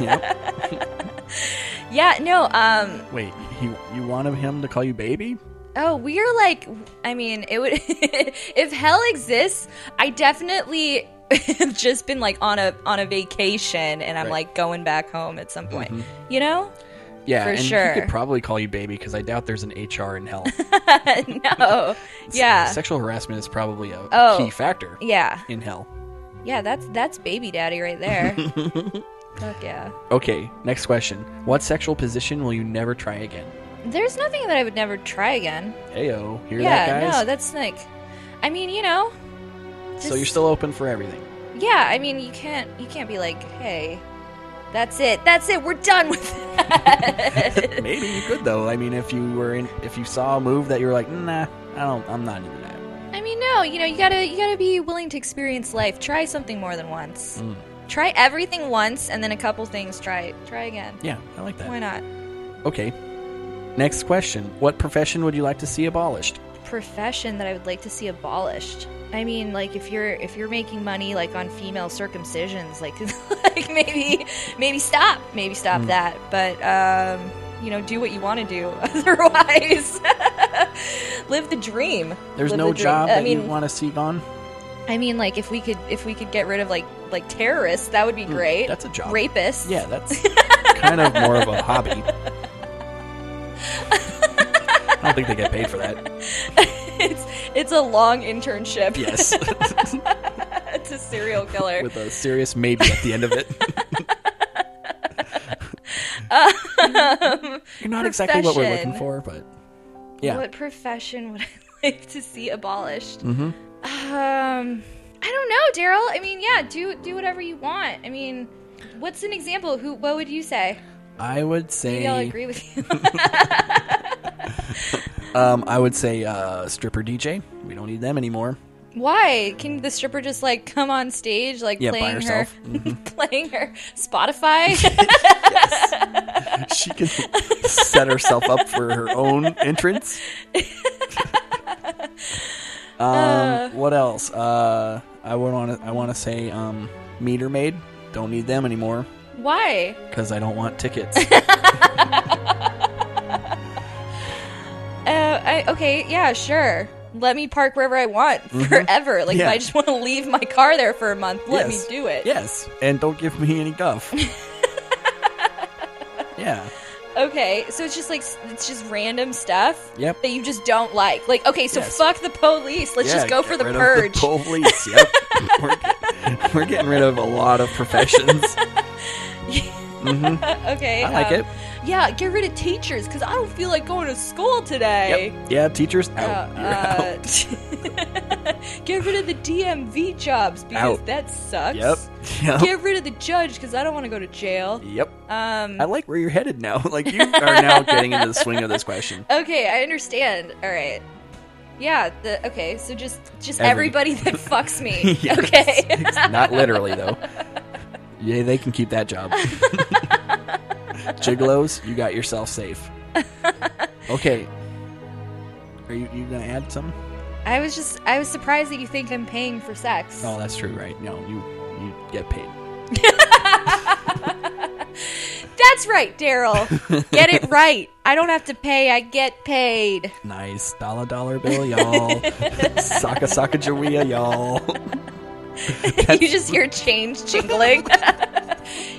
Speaker 1: Yep.
Speaker 2: (laughs) yeah, no, um
Speaker 1: Wait, you you want him to call you baby?
Speaker 2: Oh, we are like, I mean, it would, (laughs) if hell exists, I definitely (laughs) have just been like on a, on a vacation and I'm
Speaker 1: Right. Mm-hmm.
Speaker 2: like going back home at some point, you know? (laughs)
Speaker 1: Yeah,
Speaker 2: For
Speaker 1: and
Speaker 2: sure.
Speaker 1: he could probably call you baby because I doubt there's an HR in
Speaker 2: (laughs)
Speaker 1: hell.
Speaker 2: no. Yeah.
Speaker 1: Sexual harassment is probably a
Speaker 2: Oh.
Speaker 1: key factor
Speaker 2: Yeah.
Speaker 1: in hell.
Speaker 2: Yeah, that's that's baby daddy
Speaker 1: (laughs)
Speaker 2: right there. Fuck yeah.
Speaker 1: Okay, next question. What sexual position will you never try again?
Speaker 2: There's nothing that I would never try again.
Speaker 1: Heyo, hear
Speaker 2: yeah,
Speaker 1: that, guys?
Speaker 2: no, that's like I mean, you know.
Speaker 1: so you're
Speaker 2: just-
Speaker 1: still open for everything.
Speaker 2: Yeah, I mean, you can't you can't be like, "Hey, that's it. That's it. We're done with
Speaker 1: (laughs)
Speaker 2: that."
Speaker 1: Maybe you could though. I mean, if you were in, if you saw a move that you were like, nah, I don't, I'm not into that.
Speaker 2: I mean, no, you know, you gotta you gotta be willing to experience life. Try something more than once.
Speaker 1: Mm.
Speaker 2: Try everything once, and then a couple things. Try try again.
Speaker 1: Yeah, I like that.
Speaker 2: Why not?
Speaker 1: Okay. Next question. What profession would you like to see abolished?
Speaker 2: Profession that I would like to see abolished. I mean, like if you're if you're making money like on female circumcisions, like (laughs) like maybe maybe stop maybe
Speaker 1: Mm.
Speaker 2: stop that. But um, you know, do what you want to do. (laughs) Otherwise, (laughs) live the dream.
Speaker 1: There's
Speaker 2: Live
Speaker 1: no
Speaker 2: the dream.
Speaker 1: job
Speaker 2: I
Speaker 1: that
Speaker 2: mean,
Speaker 1: you want to see gone.
Speaker 2: I mean, like if we could if we could get rid of like like terrorists, that would be great.
Speaker 1: Mm, that's a job.
Speaker 2: Rapists.
Speaker 1: Yeah, that's kind of more of a hobby. I don't think they get paid for that.
Speaker 2: (laughs) it's it's a long internship. (laughs)
Speaker 1: Yes,
Speaker 2: it's a serial killer.
Speaker 1: (laughs) with a serious maybe at the end of it. You're not exactly what we're looking
Speaker 2: Um,
Speaker 1: for,
Speaker 2: profession.
Speaker 1: but yeah.
Speaker 2: What profession would I (laughs) like to see abolished?
Speaker 1: Mm-hmm.
Speaker 2: Um, I don't know, Daryl. I mean, yeah, do do whatever you want. I mean, what's an example? Who? What would you say?
Speaker 1: I would
Speaker 2: Maybe I'll
Speaker 1: say,
Speaker 2: agree with you. (laughs)
Speaker 1: um, I would say uh, stripper DJ. We don't need them anymore.
Speaker 2: Why can the stripper just like come on stage like
Speaker 1: Yeah, by
Speaker 2: playing her (laughs)
Speaker 1: herself. Mm-hmm.
Speaker 2: playing her Spotify? (laughs)
Speaker 1: She can set herself up for her own
Speaker 2: (laughs)
Speaker 1: entrance. um, what else? Uh, I would want to. I want to say um, meter maid. Don't need them anymore
Speaker 2: Why?
Speaker 1: because I don't want
Speaker 2: (laughs)
Speaker 1: tickets.
Speaker 2: Uh, I, okay, yeah, sure. Let me park wherever I want (laughs) forever. Like,
Speaker 1: Mm-hmm. Yeah.
Speaker 2: if I just want to leave my car there for a month, let
Speaker 1: Yes.
Speaker 2: me do it.
Speaker 1: Yes, and don't give me any
Speaker 2: (laughs)
Speaker 1: guff. yeah.
Speaker 2: Okay, so it's just like, s- it's just random stuff
Speaker 1: Yep.
Speaker 2: that you just don't like. Like, okay, so
Speaker 1: Yes.
Speaker 2: fuck the police. Let's
Speaker 1: Yeah,
Speaker 2: just go
Speaker 1: get
Speaker 2: for the
Speaker 1: rid of
Speaker 2: purge.
Speaker 1: police. Yep.
Speaker 2: (laughs)
Speaker 1: we're, get- we're getting rid of a lot of professions.
Speaker 2: okay.
Speaker 1: I like
Speaker 2: um,
Speaker 1: it.
Speaker 2: Yeah, get rid of teachers because I don't feel like going to school today.
Speaker 1: Yep. Yeah, teachers
Speaker 2: Uh,
Speaker 1: out. You're out.
Speaker 2: uh, (laughs) get rid of the DMV jobs because
Speaker 1: Out.
Speaker 2: that uh, sucks.
Speaker 1: Yep. (laughs) Yep.
Speaker 2: Get rid of the judge because I don't want to go to jail.
Speaker 1: Yep.
Speaker 2: Um,
Speaker 1: I like where you're headed now. (laughs) Like you are now getting into the swing of this question.
Speaker 2: Okay, I understand. All right. Yeah, the okay, so just just
Speaker 1: Every-
Speaker 2: everybody
Speaker 1: (laughs)
Speaker 2: that fucks me.
Speaker 1: Yes. (laughs)
Speaker 2: Okay.
Speaker 1: It's not literally though. Yeah, they can keep that job. (laughs) Gigolos, you got yourself safe. Okay. Are you, you gonna add something?
Speaker 2: I was just I was surprised that you think I'm paying for sex.
Speaker 1: Oh, that's true, right? No, you you get paid.
Speaker 2: That's right, Daryl. get
Speaker 1: (laughs)
Speaker 2: it right. I don't have to pay, I get paid. (laughs)
Speaker 1: Nice dollar dollar bill, y'all. Saka saka jawea, y'all. (laughs)
Speaker 2: you just hear change jingling. (laughs)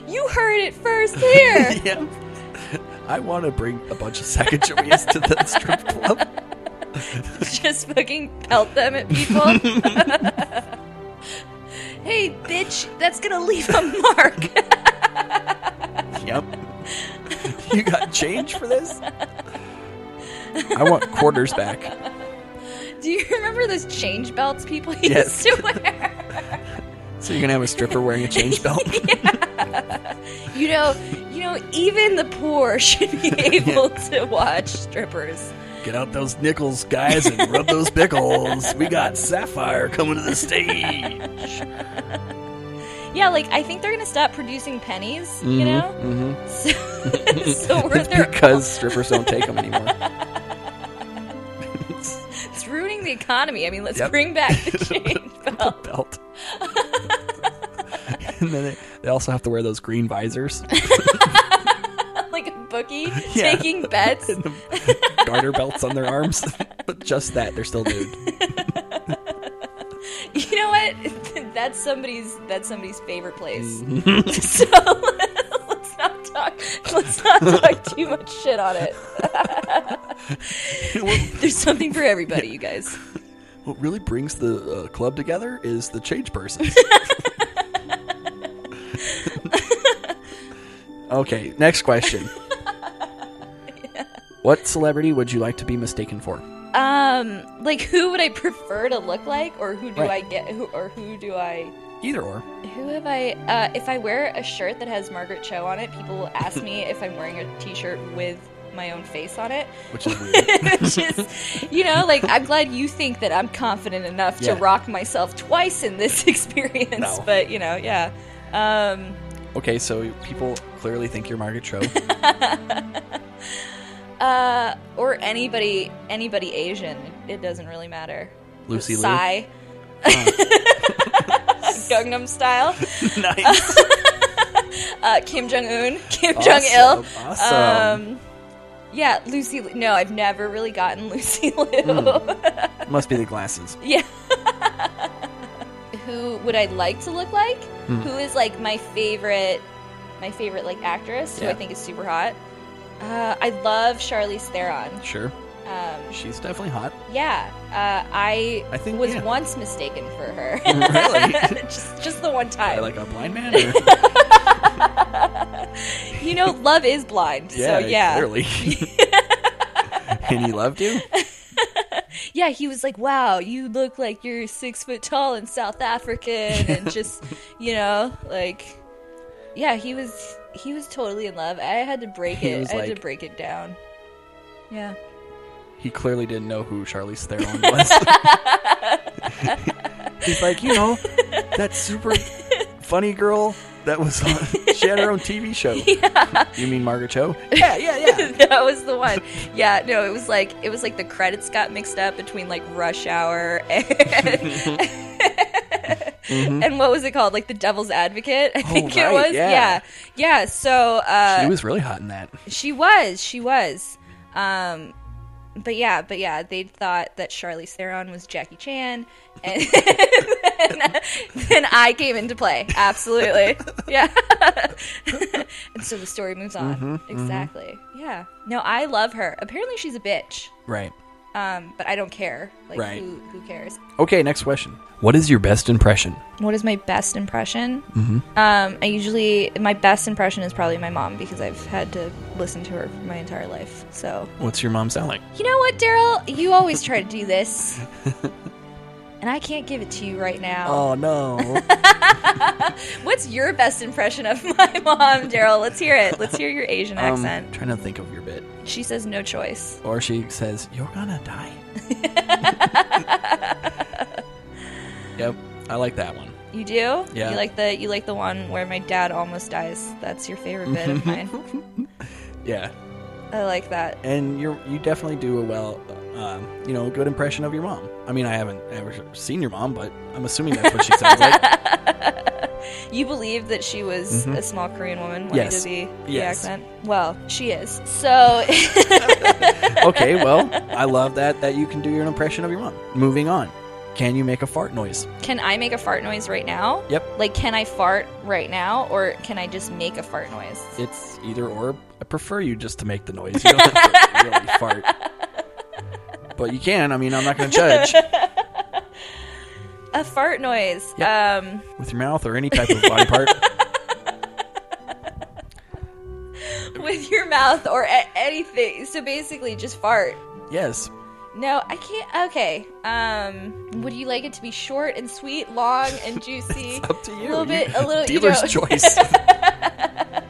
Speaker 2: you heard it first here.
Speaker 1: (laughs) yep. I want to bring a bunch of sakajaweas to the strip club.
Speaker 2: just fucking pelt them
Speaker 1: (laughs)
Speaker 2: at people. (laughs) hey, bitch, that's going to leave a mark.
Speaker 1: Yep. (laughs) you got change for this? I want quarters back.
Speaker 2: Do you remember those change belts people (laughs) used
Speaker 1: Yes.
Speaker 2: to wear?
Speaker 1: So you're gonna have a stripper wearing a change belt?
Speaker 2: You know, you know, even the poor (laughs) should be
Speaker 1: (laughs)
Speaker 2: able to watch strippers.
Speaker 1: (laughs) Get out those nickels, guys, and rub those pickles. We got Sapphire coming to the stage.
Speaker 2: Yeah, like I think they're gonna stop producing pennies. You know,
Speaker 1: mm-hmm.
Speaker 2: mm-hmm. so,
Speaker 1: (laughs)
Speaker 2: (laughs) so we're there.
Speaker 1: because strippers don't take them anymore.
Speaker 2: It's ruining the economy. I mean, let's
Speaker 1: Yep.
Speaker 2: bring back
Speaker 1: (laughs)
Speaker 2: the change belt. (laughs)
Speaker 1: Belt. (laughs) and then they, they also have to wear those green visors.
Speaker 2: like a bookie
Speaker 1: Yeah.
Speaker 2: taking bets.
Speaker 1: and (laughs) the garter belts on their arms. (laughs) but just that, they're still nude. (laughs)
Speaker 2: You know (laughs)
Speaker 1: Mm-hmm.
Speaker 2: what? that's somebody's. That's somebody's favorite place. so (laughs) let's not talk not let's not talk
Speaker 1: (laughs)
Speaker 2: too much shit on it. There's something for everybody, you guys.
Speaker 1: What really brings the uh, club together is the change person. okay, next question. What celebrity would you like to be mistaken for?
Speaker 2: Um, like who would I prefer to look like, or who do
Speaker 1: Right.
Speaker 2: I get, who or who do I?
Speaker 1: Either or.
Speaker 2: Who have I? Uh, if I wear a shirt that has Margaret Cho on it, people will ask me if I'm wearing a T-shirt with my own face on it. (laughs)
Speaker 1: Which is weird.
Speaker 2: which is, you know, like I'm glad you think that I'm confident enough
Speaker 1: Yeah.
Speaker 2: to rock myself twice in this (laughs) experience.
Speaker 1: No.
Speaker 2: But you know, yeah. Um,
Speaker 1: okay, so people clearly think you're Margaret Cho.
Speaker 2: uh, or anybody, anybody Asian. It doesn't really matter.
Speaker 1: Lucy Liu.
Speaker 2: Psy. (laughs) Gangnam Style.
Speaker 1: nice.
Speaker 2: Uh, Kim Jong Un. (laughs) Kim
Speaker 1: Oh,
Speaker 2: Jong Il.
Speaker 1: Awesome, awesome.
Speaker 2: Um, yeah, Lucy. Liu- No, I've never really gotten (laughs) Lucy Liu.
Speaker 1: Must be the glasses.
Speaker 2: Yeah.
Speaker 1: Hmm.
Speaker 2: who would I like to look like? Who is like my favorite, my favorite like actress who
Speaker 1: Yeah.
Speaker 2: I think is super hot. Uh, I love Charlize Theron.
Speaker 1: Sure.
Speaker 2: Um,
Speaker 1: She's definitely hot.
Speaker 2: yeah, uh, I,
Speaker 1: I think,
Speaker 2: was
Speaker 1: yeah.
Speaker 2: once mistaken for her.
Speaker 1: (laughs) Really?
Speaker 2: (laughs) just, just the one
Speaker 1: I
Speaker 2: time.
Speaker 1: like a blind man. Or...
Speaker 2: you know, love is blind. so yeah,
Speaker 1: clearly. (laughs) and he loved you.
Speaker 2: yeah. He was like, "Wow, you look like you're six foot tall and South
Speaker 1: (laughs)
Speaker 2: African," and just you know, like, yeah. He was he was totally in love. I had to break
Speaker 1: He
Speaker 2: it.
Speaker 1: was
Speaker 2: I had
Speaker 1: like-
Speaker 2: to break it down. Yeah.
Speaker 1: He clearly didn't know who Charlize Theron was. He's like, you know, that super funny girl that was on. She had her own TV show. You mean Margaret Cho? Yeah, yeah,
Speaker 2: (laughs)
Speaker 1: yeah.
Speaker 2: (laughs) that was the one. Yeah, no, it was like it was like the credits got mixed up between like Rush Hour and
Speaker 1: (laughs)
Speaker 2: (laughs) and what was it called? Like the Devil's Advocate, I think
Speaker 1: Mm-hmm. Oh, right,
Speaker 2: it was.
Speaker 1: yeah.
Speaker 2: yeah, Yeah, So uh,
Speaker 1: She was really hot in that.
Speaker 2: she was, she was. Um, but yeah, but yeah, they thought that Charlize Theron was Jackie Chan, and (laughs) then, then I came into play. Absolutely, yeah. (laughs) and so the story moves on. exactly. Yeah. No, I love her. Apparently, she's a bitch.
Speaker 1: Right.
Speaker 2: Um, but I don't care. Like,
Speaker 1: Right.
Speaker 2: who who cares?
Speaker 1: Okay, next question. What is your best impression?
Speaker 2: What is my best impression? Um, I usually my best impression is probably my mom because I've had to listen to her for my entire life. So
Speaker 1: What's your mom sound like?
Speaker 2: You know what, Daryl? You always try to do this.
Speaker 1: (laughs)
Speaker 2: and I can't give it to you right now.
Speaker 1: Oh no. Oh.
Speaker 2: What's your best impression of (laughs) my mom, Daryl? Let's hear it. Let's hear your Asian
Speaker 1: Um,
Speaker 2: accent.
Speaker 1: trying to think of your bit.
Speaker 2: She says no choice.
Speaker 1: Or she says, You're gonna die. yep. I like that one.
Speaker 2: You do?
Speaker 1: Yeah.
Speaker 2: You like the you like the one where my dad almost dies. That's your favorite bit
Speaker 1: (laughs)
Speaker 2: of mine.
Speaker 1: Yeah.
Speaker 2: I like that.
Speaker 1: and you you definitely do a well, um, you know, good impression of your mom. I mean, I haven't ever seen your mom, but I'm assuming that's what she sounds like.
Speaker 2: (laughs) You believe that she was a small Korean woman when
Speaker 1: Mm-hmm. Yes.
Speaker 2: you did the, the
Speaker 1: Yes.
Speaker 2: accent? Well, she is. So (laughs)
Speaker 1: Okay, well, I love that that you can do your impression of your mom. Moving on, can you make a fart noise?
Speaker 2: can I make a fart noise right now?
Speaker 1: Yep.
Speaker 2: Like can I fart right now or can I just make a fart noise?
Speaker 1: It's either or. I prefer you just to make the noise. You don't have to really fart, but you can. I mean, I'm not going to judge
Speaker 2: a fart noise. Um, (laughs)
Speaker 1: with your mouth or any type of body part.
Speaker 2: with your mouth or a- anything. So basically, just fart.
Speaker 1: Yes,
Speaker 2: No, I can't. Okay. Um, would you like it to be short and sweet, long
Speaker 1: (laughs)
Speaker 2: and juicy?
Speaker 1: up to you.
Speaker 2: A little
Speaker 1: You-
Speaker 2: bit. A little.
Speaker 1: dealer's
Speaker 2: you know, (laughs)
Speaker 1: choice.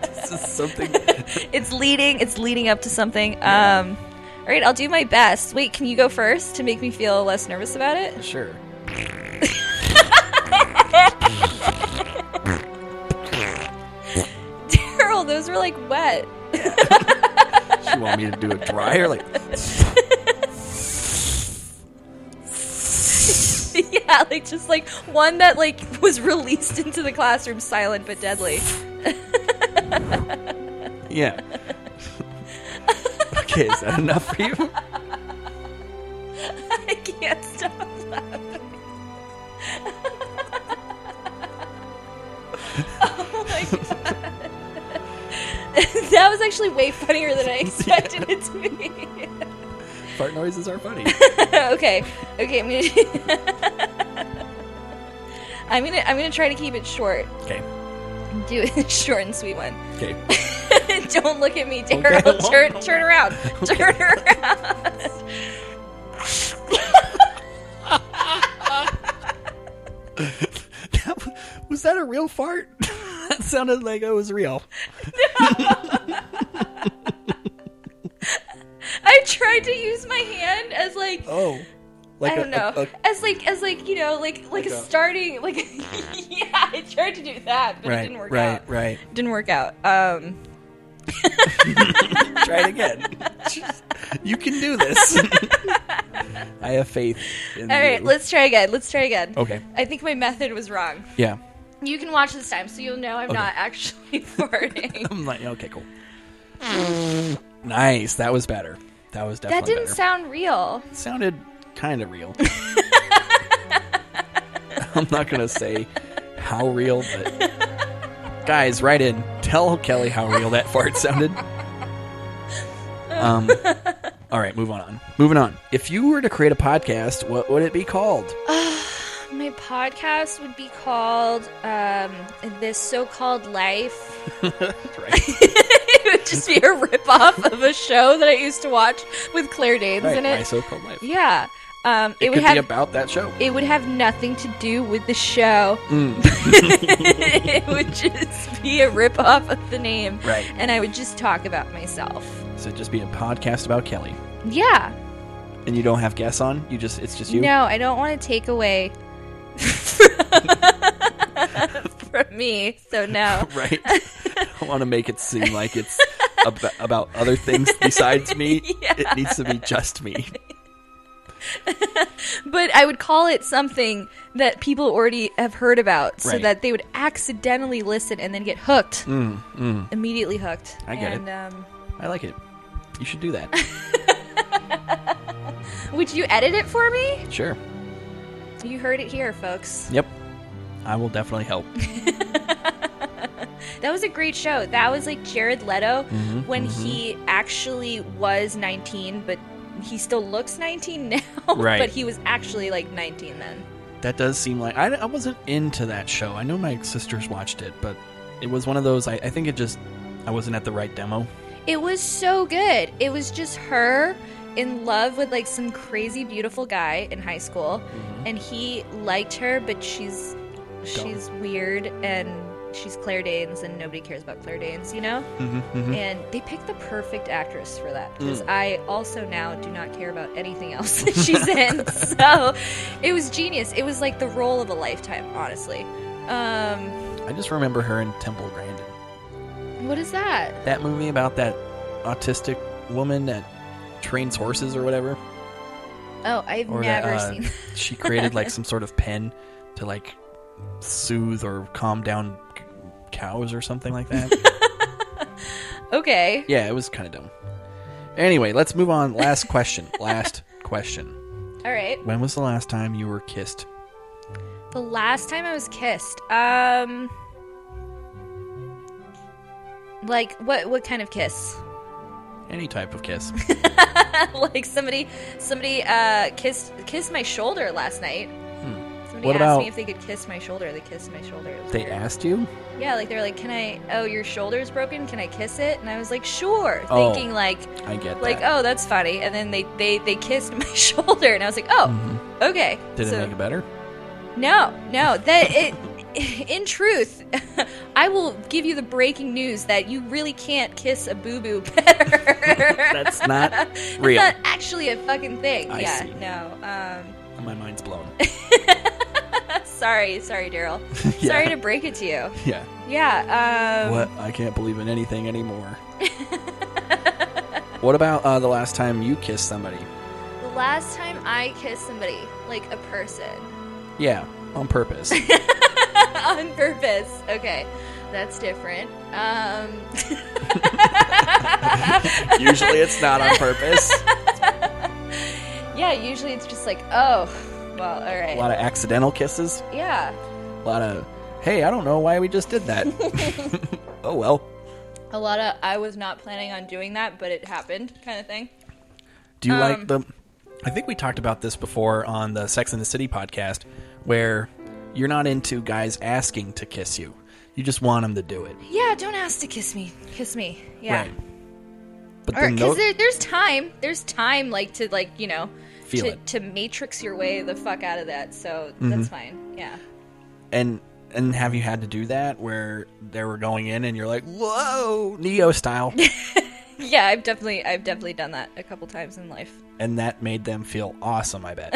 Speaker 1: this is something.
Speaker 2: It's leading. It's leading up to something. Um, all right. I'll do my best. Wait, can you go first to make me feel less nervous
Speaker 1: (laughs)
Speaker 2: about it?
Speaker 1: Sure.
Speaker 2: Daryl, those were like wet. (laughs)
Speaker 1: You want me to do it drier? Like,
Speaker 2: yeah, like just like one that like was released (laughs) into the classroom, silent but deadly.
Speaker 1: yeah.
Speaker 2: (laughs)
Speaker 1: okay, is that enough for you?
Speaker 2: I can't stop laughing. oh my god. (laughs) that was actually way funnier than I expected it to be. (laughs)
Speaker 1: Fart noises are funny.
Speaker 2: okay, okay, I'm gonna. (laughs) I'm gonna I'm gonna try to keep it short.
Speaker 1: Okay.
Speaker 2: Do a (laughs) short and sweet one. (laughs)
Speaker 1: Okay.
Speaker 2: Don't look at me, Daryl.
Speaker 1: Okay, I won't.
Speaker 2: Turn turn around. Turn around.
Speaker 1: was that a real fart? (laughs) that sounded like it was real.
Speaker 2: I tried to use my hand as like
Speaker 1: Oh. Like
Speaker 2: I don't
Speaker 1: a-
Speaker 2: know,
Speaker 1: a- a-
Speaker 2: as like as like you know like like, a, starting like (laughs) yeah, I tried to do that, but it
Speaker 1: right,
Speaker 2: didn't work
Speaker 1: right,
Speaker 2: out. (laughs)
Speaker 1: right.
Speaker 2: Didn't work out. Um,
Speaker 1: Try it again. (laughs) you can do this. (laughs) I have faith in
Speaker 2: all right,
Speaker 1: you.
Speaker 2: let's try again. Let's try again.
Speaker 1: Mm. Okay.
Speaker 2: I think my method was wrong.
Speaker 1: yeah.
Speaker 2: You can watch this time, so you'll know I'm not actually (laughs)
Speaker 1: (laughs)
Speaker 2: farting.
Speaker 1: I'm like, okay, cool. nice. That was better. That was
Speaker 2: that
Speaker 1: definitely
Speaker 2: didn't
Speaker 1: better.
Speaker 2: sound real.
Speaker 1: sounded kind of
Speaker 2: (laughs)
Speaker 1: real. I'm not going to say how real, but guys, write in. Tell Kelly how real that fart sounded. Um, all right, move on. Moving on. If you were to create a podcast, what would it be called?
Speaker 2: My podcast would be called um, "This So-Called Life."
Speaker 1: (laughs)
Speaker 2: (laughs)
Speaker 1: right.
Speaker 2: it would just be a ripoff of a show that I used to watch with Claire Danes
Speaker 1: right.
Speaker 2: in it.
Speaker 1: My so-called life.
Speaker 2: Yeah. Um, it,
Speaker 1: It,
Speaker 2: would
Speaker 1: could
Speaker 2: have
Speaker 1: be about that show.
Speaker 2: it would have nothing to do with the show.
Speaker 1: Mm.
Speaker 2: (laughs) it would just be a ripoff of the name.
Speaker 1: Right.
Speaker 2: And I would just talk about myself.
Speaker 1: So it'd just be a podcast about Kelly.
Speaker 2: Yeah.
Speaker 1: And you don't have guests on? You just it's just you?
Speaker 2: No, I don't want to take away (laughs) from me. So no. (laughs)
Speaker 1: (laughs) right? (laughs) I want to make it seem like it's ab- about other things besides me.
Speaker 2: Yeah.
Speaker 1: It needs to be just me.
Speaker 2: But I would call it something that people already have heard about so
Speaker 1: Right. Mm,
Speaker 2: that they would accidentally listen and then get hooked. Immediately hooked.
Speaker 1: I get
Speaker 2: and,
Speaker 1: it.
Speaker 2: Um,
Speaker 1: I like it. You should do that.
Speaker 2: would you edit it for me?
Speaker 1: Sure.
Speaker 2: You heard it here, folks.
Speaker 1: Yep. I will definitely help.
Speaker 2: That was a great show. That was like Jared Leto when he actually was 19, but he still looks 19 (laughs) now.
Speaker 1: Right.
Speaker 2: But he was actually like 19 then.
Speaker 1: That does seem like I, I wasn't into that show. I know my sisters watched it, but it was one of those. I, I think it just I wasn't at the right demo.
Speaker 2: It was so good. It was just her in love with like some crazy beautiful guy in high school and he liked her but she's she's weird and she's Claire Danes and nobody cares about Claire Danes, you know?
Speaker 1: Mm-hmm.
Speaker 2: And they picked the perfect actress for that
Speaker 1: Mm.
Speaker 2: because I also now do not care about
Speaker 1: (laughs)
Speaker 2: anything else that she's in. So it was genius. It was like the role of a lifetime, honestly. Um,
Speaker 1: I just remember her in Temple Grandin.
Speaker 2: what is that?
Speaker 1: That movie about that autistic woman that trains horses or whatever.
Speaker 2: Oh, I've
Speaker 1: or that,
Speaker 2: never
Speaker 1: uh,
Speaker 2: seen (laughs) that.
Speaker 1: (laughs) she created like some sort of pen to like soothe or calm down c- cows or something like that.
Speaker 2: (laughs) Okay.
Speaker 1: yeah, it was kind of dumb. Anyway, let's move on. Last
Speaker 2: (laughs)
Speaker 1: question. Last question.
Speaker 2: All right.
Speaker 1: When was the last time you were kissed?
Speaker 2: The last time I was kissed, um, like what what kind of kiss? (laughs)
Speaker 1: Any type of kiss.
Speaker 2: like somebody somebody uh kissed kissed my shoulder last night. Somebody
Speaker 1: Hmm. What
Speaker 2: asked
Speaker 1: about-
Speaker 2: me if they could kiss my shoulder. They kissed my shoulder. It was (laughs)
Speaker 1: They
Speaker 2: weird.
Speaker 1: asked you?
Speaker 2: Yeah, like they were like, "Can I? Oh, your shoulder's broken. Can I kiss it?" And I was like, "Sure,"
Speaker 1: Oh.
Speaker 2: thinking like
Speaker 1: I get
Speaker 2: like
Speaker 1: that.
Speaker 2: oh that's funny. And then they they they kissed (laughs) my shoulder, and I was like, "Oh, okay."
Speaker 1: Did it
Speaker 2: So-
Speaker 1: Mm-hmm. make it
Speaker 2: (laughs)
Speaker 1: better?
Speaker 2: No, no. That it, (laughs) in truth, (laughs) I will give you the breaking news that you really can't kiss a boo boo (laughs) better. That's (laughs)
Speaker 1: It's not real.
Speaker 2: not actually a fucking thing.
Speaker 1: I
Speaker 2: yeah,
Speaker 1: see.
Speaker 2: no.
Speaker 1: My mind's
Speaker 2: (laughs)
Speaker 1: blown.
Speaker 2: Um, sorry, sorry, Daryl.
Speaker 1: (laughs) Yeah.
Speaker 2: Sorry to break it to you.
Speaker 1: yeah.
Speaker 2: Yeah. Um,
Speaker 1: What? I can't believe in anything
Speaker 2: (laughs)
Speaker 1: anymore. what about uh, the last time you kissed somebody?
Speaker 2: The last time I kissed somebody, like a person, (laughs)
Speaker 1: Yeah, on purpose.
Speaker 2: on purpose. Okay, that's different. Um,
Speaker 1: Usually it's not on
Speaker 2: (laughs)
Speaker 1: purpose.
Speaker 2: yeah. Usually it's just like, oh, well, all right.
Speaker 1: A lot of accidental kisses.
Speaker 2: yeah. (laughs)
Speaker 1: A lot of, hey, I don't know why we just did that. (laughs) oh well.
Speaker 2: a lot of I was not planning on doing that, but it happened kind of thing.
Speaker 1: Do you
Speaker 2: Um,
Speaker 1: like the? I think we talked about this before on the Sex and the City podcast, where you're not into guys asking to kiss you. You just want them to do it.
Speaker 2: Yeah, don't ask to kiss me. Kiss me. Yeah.
Speaker 1: Right. But
Speaker 2: Or
Speaker 1: then
Speaker 2: because
Speaker 1: no,
Speaker 2: there, there's time, there's time, like to like you know,
Speaker 1: Feel
Speaker 2: to,
Speaker 1: it. Mm-hmm.
Speaker 2: to matrix your way the fuck out of that. So that's fine. Yeah.
Speaker 1: and and have you had to do that where they were going in and you're like, whoa, Neo
Speaker 2: (laughs)
Speaker 1: style,
Speaker 2: Yeah, I've definitely I've definitely done that a couple times in life.
Speaker 1: and that made them feel awesome. I bet.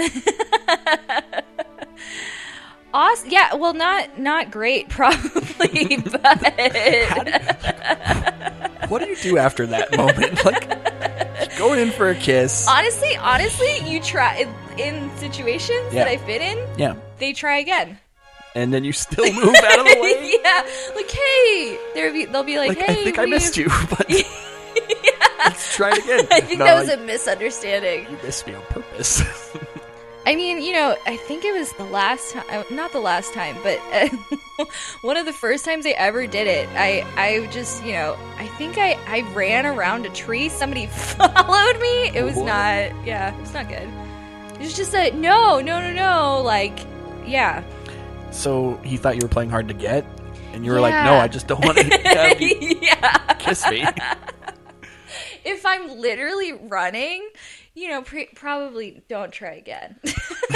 Speaker 2: Awesome. Yeah, well not not great (laughs) probably, but
Speaker 1: (laughs) what do you do after that (laughs) moment? Like going in for a kiss.
Speaker 2: honestly, honestly, you try in, in situations
Speaker 1: Yeah.
Speaker 2: that I've been in,
Speaker 1: yeah,
Speaker 2: they try again. (laughs)
Speaker 1: and then you still move out of the way.
Speaker 2: yeah, like hey, there be they'll be like,
Speaker 1: Like
Speaker 2: hey,
Speaker 1: I think I
Speaker 2: what do
Speaker 1: missed you, (laughs) but let's try it again.
Speaker 2: (laughs) I think
Speaker 1: No,
Speaker 2: that was
Speaker 1: like,
Speaker 2: a misunderstanding.
Speaker 1: you missed me on purpose. (laughs)
Speaker 2: I mean, you know, I think it was the last time, not the last time, but (laughs) uh, one of the first times I ever did it. I, I just, you know, I think I, I ran around a tree. Somebody (laughs) followed me. It was
Speaker 1: boy.
Speaker 2: not, yeah, it was not good. It was just a no, no, no, no. Like, yeah.
Speaker 1: so he thought you were playing hard to get, and you were like,
Speaker 2: Yeah.
Speaker 1: "No, I just don't want to
Speaker 2: (laughs)
Speaker 1: have you
Speaker 2: yeah.
Speaker 1: kiss
Speaker 2: (laughs)
Speaker 1: me."
Speaker 2: If I'm literally running, you know, pre- probably don't try again. (laughs)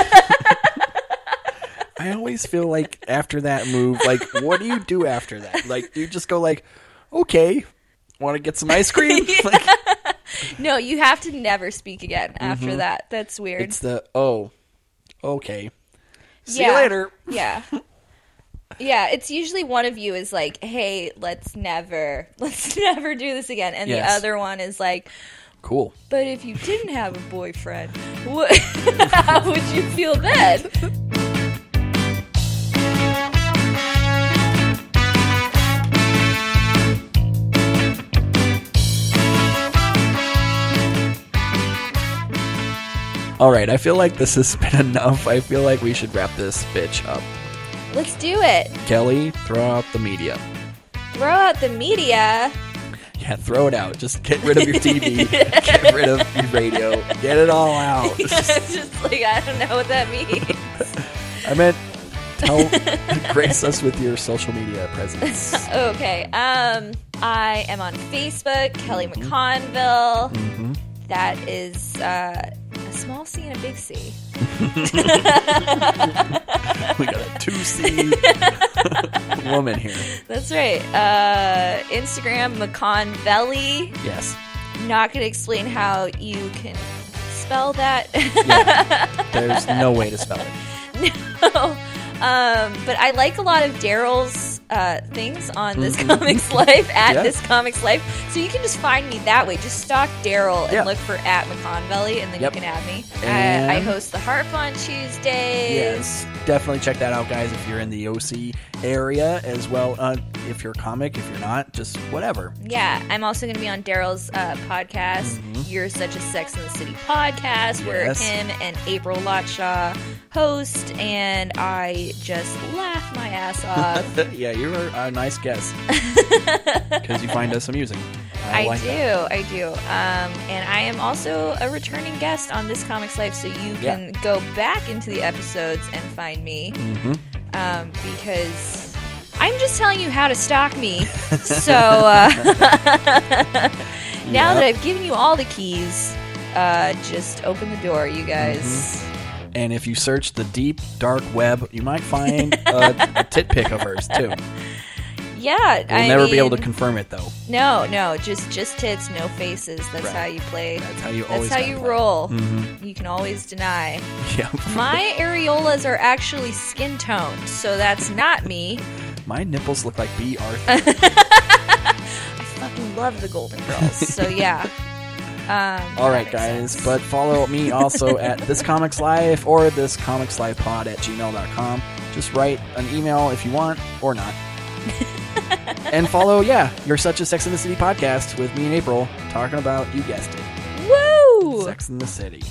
Speaker 1: I always feel like after that move, like, what do you do after that? Like, do you just go like, "Okay, want to get some ice
Speaker 2: (laughs)
Speaker 1: cream?" Like,
Speaker 2: no, you have to never speak again after that. That's weird.
Speaker 1: it's the oh, okay. See
Speaker 2: Yeah.
Speaker 1: you later.
Speaker 2: Yeah. Yeah, it's usually one of you is like, "Hey, let's never, (laughs) let's never do this again," and
Speaker 1: Yes.
Speaker 2: the other one is like,
Speaker 1: Cool.
Speaker 2: "But if you didn't have a boyfriend, what, (laughs) how would you feel then?"
Speaker 1: All right, I feel like this has been (laughs) enough. I feel like we should wrap this bitch up.
Speaker 2: Let's do it.
Speaker 1: Kelly, throw out the media.
Speaker 2: Throw out the media. (laughs)
Speaker 1: Yeah, throw it out. Just get rid of your TV. get rid of your radio. Get it all out.
Speaker 2: Just like I don't know what that means.
Speaker 1: I meant, tell, grace us with your social media
Speaker 2: (laughs)
Speaker 1: presence.
Speaker 2: Okay. Um, I am on Facebook, Kelly McConville. That is uh, a small C and a big C.
Speaker 1: we got a 2C woman here.
Speaker 2: That's right. Uh, Instagram McCon Valley.
Speaker 1: Yes.
Speaker 2: Not gonna explain how you can spell that. (laughs)
Speaker 1: There's no way to spell it.
Speaker 2: um, but I like a lot of Daryl's uh, things on this comics life at
Speaker 1: Mm-hmm. Yeah.
Speaker 2: this comics life. So you can just find me that way. Just stalk Daryl and
Speaker 1: Yeah.
Speaker 2: look for at McCon Valley, and then
Speaker 1: Yep.
Speaker 2: you can add me.
Speaker 1: And-
Speaker 2: I, I host the Harp on Tuesdays.
Speaker 1: Yes. Definitely check that out, guys, if you're in the OC area as well. Uh, if you're a comic, if you're not, just whatever.
Speaker 2: Yeah, I'm also going to be on Daryl's uh, podcast, You're Such a Sex in the City podcast, where
Speaker 1: Yes.
Speaker 2: him and April Lotshaw host, and I just laugh my ass off.
Speaker 1: yeah, you're a nice
Speaker 2: (laughs)
Speaker 1: guest. Because you find us amusing. I,
Speaker 2: I,
Speaker 1: like
Speaker 2: do,
Speaker 1: that.
Speaker 2: I do. Um, and I am also a returning guest on This Comics Life, so you
Speaker 1: Yeah.
Speaker 2: can go back into the episodes and find me.
Speaker 1: Mm-hmm.
Speaker 2: Um, because I'm just telling you how to stalk
Speaker 1: (laughs)
Speaker 2: me. so uh, (laughs) now that I've given you all the keys, uh, just open the door,
Speaker 1: Mm-hmm.
Speaker 2: you guys.
Speaker 1: And if you search the deep, dark web, you might find a, a tit pic of hers,
Speaker 2: (laughs)
Speaker 1: too.
Speaker 2: Yeah,
Speaker 1: We'll
Speaker 2: I
Speaker 1: never be able to
Speaker 2: mean,
Speaker 1: confirm it, though. (laughs)
Speaker 2: No, no, just just tits, no faces. That's
Speaker 1: Right.
Speaker 2: how you play.
Speaker 1: That's how you
Speaker 2: That's
Speaker 1: always Mm-hmm.
Speaker 2: how
Speaker 1: gotta
Speaker 2: you
Speaker 1: play.
Speaker 2: roll. You can always deny.
Speaker 1: Yeah.
Speaker 2: My areolas are actually skin toned, so that's not me.
Speaker 1: My nipples look like B.
Speaker 2: (laughs)
Speaker 1: Arthur.
Speaker 2: I fucking love the Golden Girls, so yeah. Um,
Speaker 1: All
Speaker 2: that
Speaker 1: right,
Speaker 2: makes
Speaker 1: guys.
Speaker 2: sense.
Speaker 1: But follow me
Speaker 2: (laughs)
Speaker 1: also at This Comics Life or This Comics Life Pod at gmail.com. Just write an email if you want or
Speaker 2: (laughs)
Speaker 1: not. and follow, yeah, you're such a Sex in the City podcast with me and April talking about, you guessed it,
Speaker 2: woo!
Speaker 1: Sex in the City.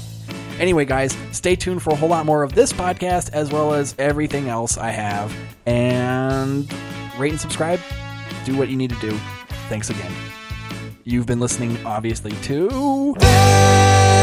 Speaker 1: Anyway, guys, stay tuned for a whole lot more of this podcast as well as everything else I have. And rate and subscribe. Do what you need to do. Thanks again. You've been listening, obviously, to.
Speaker 4: Bang!